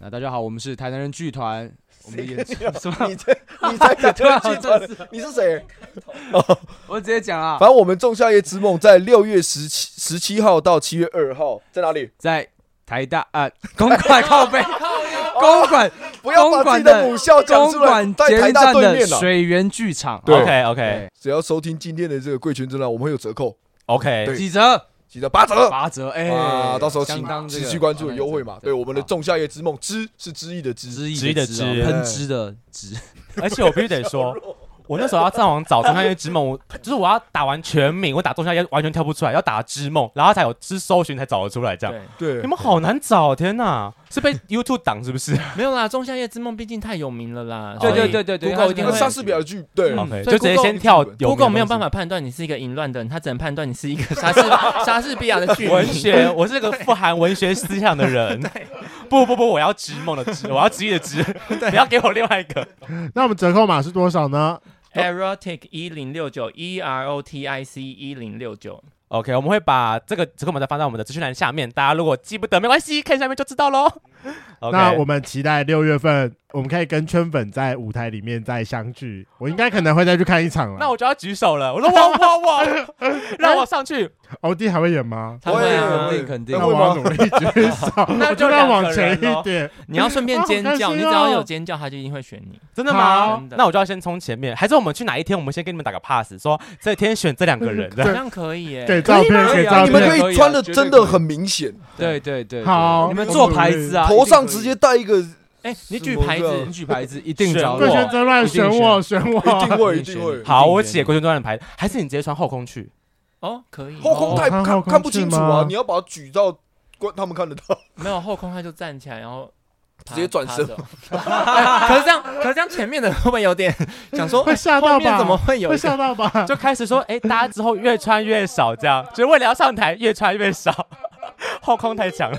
Speaker 3: 那大家好，我们是台南人剧团，我们的演出什么？
Speaker 5: 你这你在感觉剧团
Speaker 3: 真
Speaker 5: 了，你是谁？
Speaker 3: 我直接讲啊，
Speaker 5: 反正我们《仲夏夜之梦》在六月十七十七号到七月二号在哪里？
Speaker 3: 在台大啊，公馆靠背，公馆
Speaker 5: 不要把自己的母校讲
Speaker 3: 公
Speaker 5: 出来，
Speaker 3: 馆
Speaker 5: 在
Speaker 3: 捷
Speaker 5: 台
Speaker 3: 运
Speaker 5: 大
Speaker 3: 站
Speaker 5: 对
Speaker 3: 的
Speaker 5: 面了。
Speaker 3: 水源剧场，
Speaker 5: 对
Speaker 2: OK OK
Speaker 3: 对
Speaker 5: 只要收听今天的这个贵圈真览，我们会有折扣，
Speaker 2: OK，
Speaker 5: 对
Speaker 3: 几折？
Speaker 5: 记得八折。
Speaker 3: 八折，哎
Speaker 5: 啊，，到时候
Speaker 3: 相
Speaker 5: 请
Speaker 3: 当这
Speaker 5: 持
Speaker 3: 个
Speaker 5: 续关注有优惠嘛。对，我们的《
Speaker 3: 好
Speaker 5: 仲夏夜之梦》知是知意的知，
Speaker 3: 汁
Speaker 2: 汁
Speaker 3: 一
Speaker 2: 的
Speaker 3: 汁哦
Speaker 2: 汁
Speaker 5: 啊
Speaker 3: 喷汁的汁，
Speaker 2: 而且我必须得 说，我那时候要上网找中夏夜之梦，我就是我要打完全名，我打中夏夜完全跳不出来，要打之梦，然后才有之搜寻才找得出来这样。
Speaker 4: 对，
Speaker 5: 对
Speaker 2: 你，们好难找，天哪！是被 YouTube 挡是不是
Speaker 4: 没有啦，《仲夏夜之梦》毕竟太有名了啦，所
Speaker 3: 对
Speaker 4: 以
Speaker 3: 对对对对
Speaker 4: Google 一定
Speaker 5: 那
Speaker 4: 会
Speaker 5: 莎士比亚的剧，对，
Speaker 4: 嗯
Speaker 2: ？OK，
Speaker 4: 所
Speaker 2: 就
Speaker 4: 以
Speaker 2: 直接
Speaker 4: Google-
Speaker 2: 先跳有
Speaker 4: Google 没有办
Speaker 2: 法。
Speaker 4: 法判断你是一个淫乱的人，他只能判断你是一个莎士莎士比亚的剧迷
Speaker 2: 文学，我是个富含文学思想的人。不不不，我要直梦的直，我要直译的直，不要给我另外一个。
Speaker 1: 那我们折扣码是多少呢？
Speaker 4: erotic 一零六九 e r o t i c 一零六九。
Speaker 2: OK，我们会把这个折扣码再放在我们的资讯栏下面，大家如果记不得没关系，看下面就知道喽。OK，
Speaker 1: 那我们期待六月份，我们可以跟圈粉在舞台里面再相聚。我应该可能会再去看一场了。
Speaker 2: 那我就要举手了，我说我我我，让我上去，
Speaker 1: 欧弟还会演吗？
Speaker 4: 他会啊
Speaker 5: 我
Speaker 3: 肯
Speaker 5: 也
Speaker 3: 定肯定
Speaker 1: 那。我要努力举手，
Speaker 2: 那
Speaker 1: 我
Speaker 2: 就
Speaker 1: 就要
Speaker 2: 两个
Speaker 1: 往前
Speaker 2: 人咯
Speaker 1: 一点。
Speaker 4: 你要顺便尖
Speaker 1: 啊好开心
Speaker 4: 叫，
Speaker 1: 哦
Speaker 4: 你只要有尖叫，他就一定会选你。
Speaker 2: 真的吗
Speaker 4: 真？的
Speaker 2: 那我就要先冲前面，还是我们去哪一天，我们先给你们打个 pass，说这天选 这两个人
Speaker 1: 对
Speaker 4: 好
Speaker 2: 的。
Speaker 4: 像可哦以耶。
Speaker 1: 给照片，
Speaker 3: 可以
Speaker 1: 给
Speaker 3: 啊
Speaker 1: 照
Speaker 5: 你们
Speaker 1: 片。
Speaker 5: 可以穿的真的很明显，
Speaker 3: 对对对，对
Speaker 1: 好
Speaker 3: 你们做牌子啊，
Speaker 5: 头上直接戴 一个，一
Speaker 4: 哎，你举牌
Speaker 5: 什么
Speaker 4: 子
Speaker 5: 的
Speaker 3: 你，举 牌子，一定
Speaker 2: 选
Speaker 3: 找
Speaker 2: 我
Speaker 1: 贵圈
Speaker 3: 我。
Speaker 1: 真乱，选我，选
Speaker 5: 定
Speaker 1: 我。
Speaker 5: 会，
Speaker 3: 一
Speaker 5: 一
Speaker 3: 定
Speaker 5: 定会。
Speaker 2: 好，
Speaker 3: 一定
Speaker 2: 我
Speaker 3: 的
Speaker 2: 写国军专的牌，还是你直接穿后空去？
Speaker 4: 哦，可以。
Speaker 5: 后空太
Speaker 1: 哦看
Speaker 5: 看
Speaker 1: 后
Speaker 5: 看
Speaker 1: 空
Speaker 5: 不
Speaker 1: 是
Speaker 5: 清楚
Speaker 1: 吗
Speaker 5: 啊，你要把它举到观他们看得到。
Speaker 4: 没有后空，他就站起来，然后
Speaker 5: 直接转身
Speaker 4: 趴着。 哎可是这样，可是这样前面的会不会有点想说哎
Speaker 1: 会吓到
Speaker 4: 后面
Speaker 1: 吧？
Speaker 4: 怎么会有
Speaker 1: 会
Speaker 4: 一个？
Speaker 1: 吓到吧？
Speaker 2: 就开始说，哎、大家之后越穿越少，这样，就是为了要上台，越穿越少。后空太强了。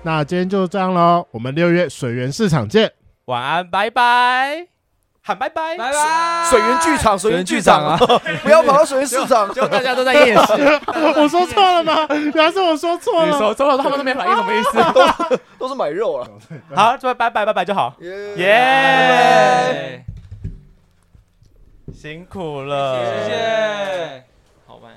Speaker 1: 那今天就这样喽，我们六月水源市场见。
Speaker 2: 晚安，拜拜，喊拜拜，
Speaker 3: 拜拜。
Speaker 5: 水源剧场，水源
Speaker 3: 源
Speaker 5: 剧
Speaker 3: 剧
Speaker 5: 场
Speaker 3: 场
Speaker 5: 啊
Speaker 3: 啊，
Speaker 5: 不要跑到 水源市场。
Speaker 4: 就大家都在夜市，
Speaker 1: 我说错了吗？原来是我说错
Speaker 2: 你
Speaker 1: 了。
Speaker 2: 说走了，他们都没反应，什么意思？
Speaker 5: 都是买肉 了，
Speaker 2: 好，说拜拜拜拜就好，
Speaker 5: 耶
Speaker 4: 哎
Speaker 2: 耶，辛苦了，
Speaker 3: 谢谢。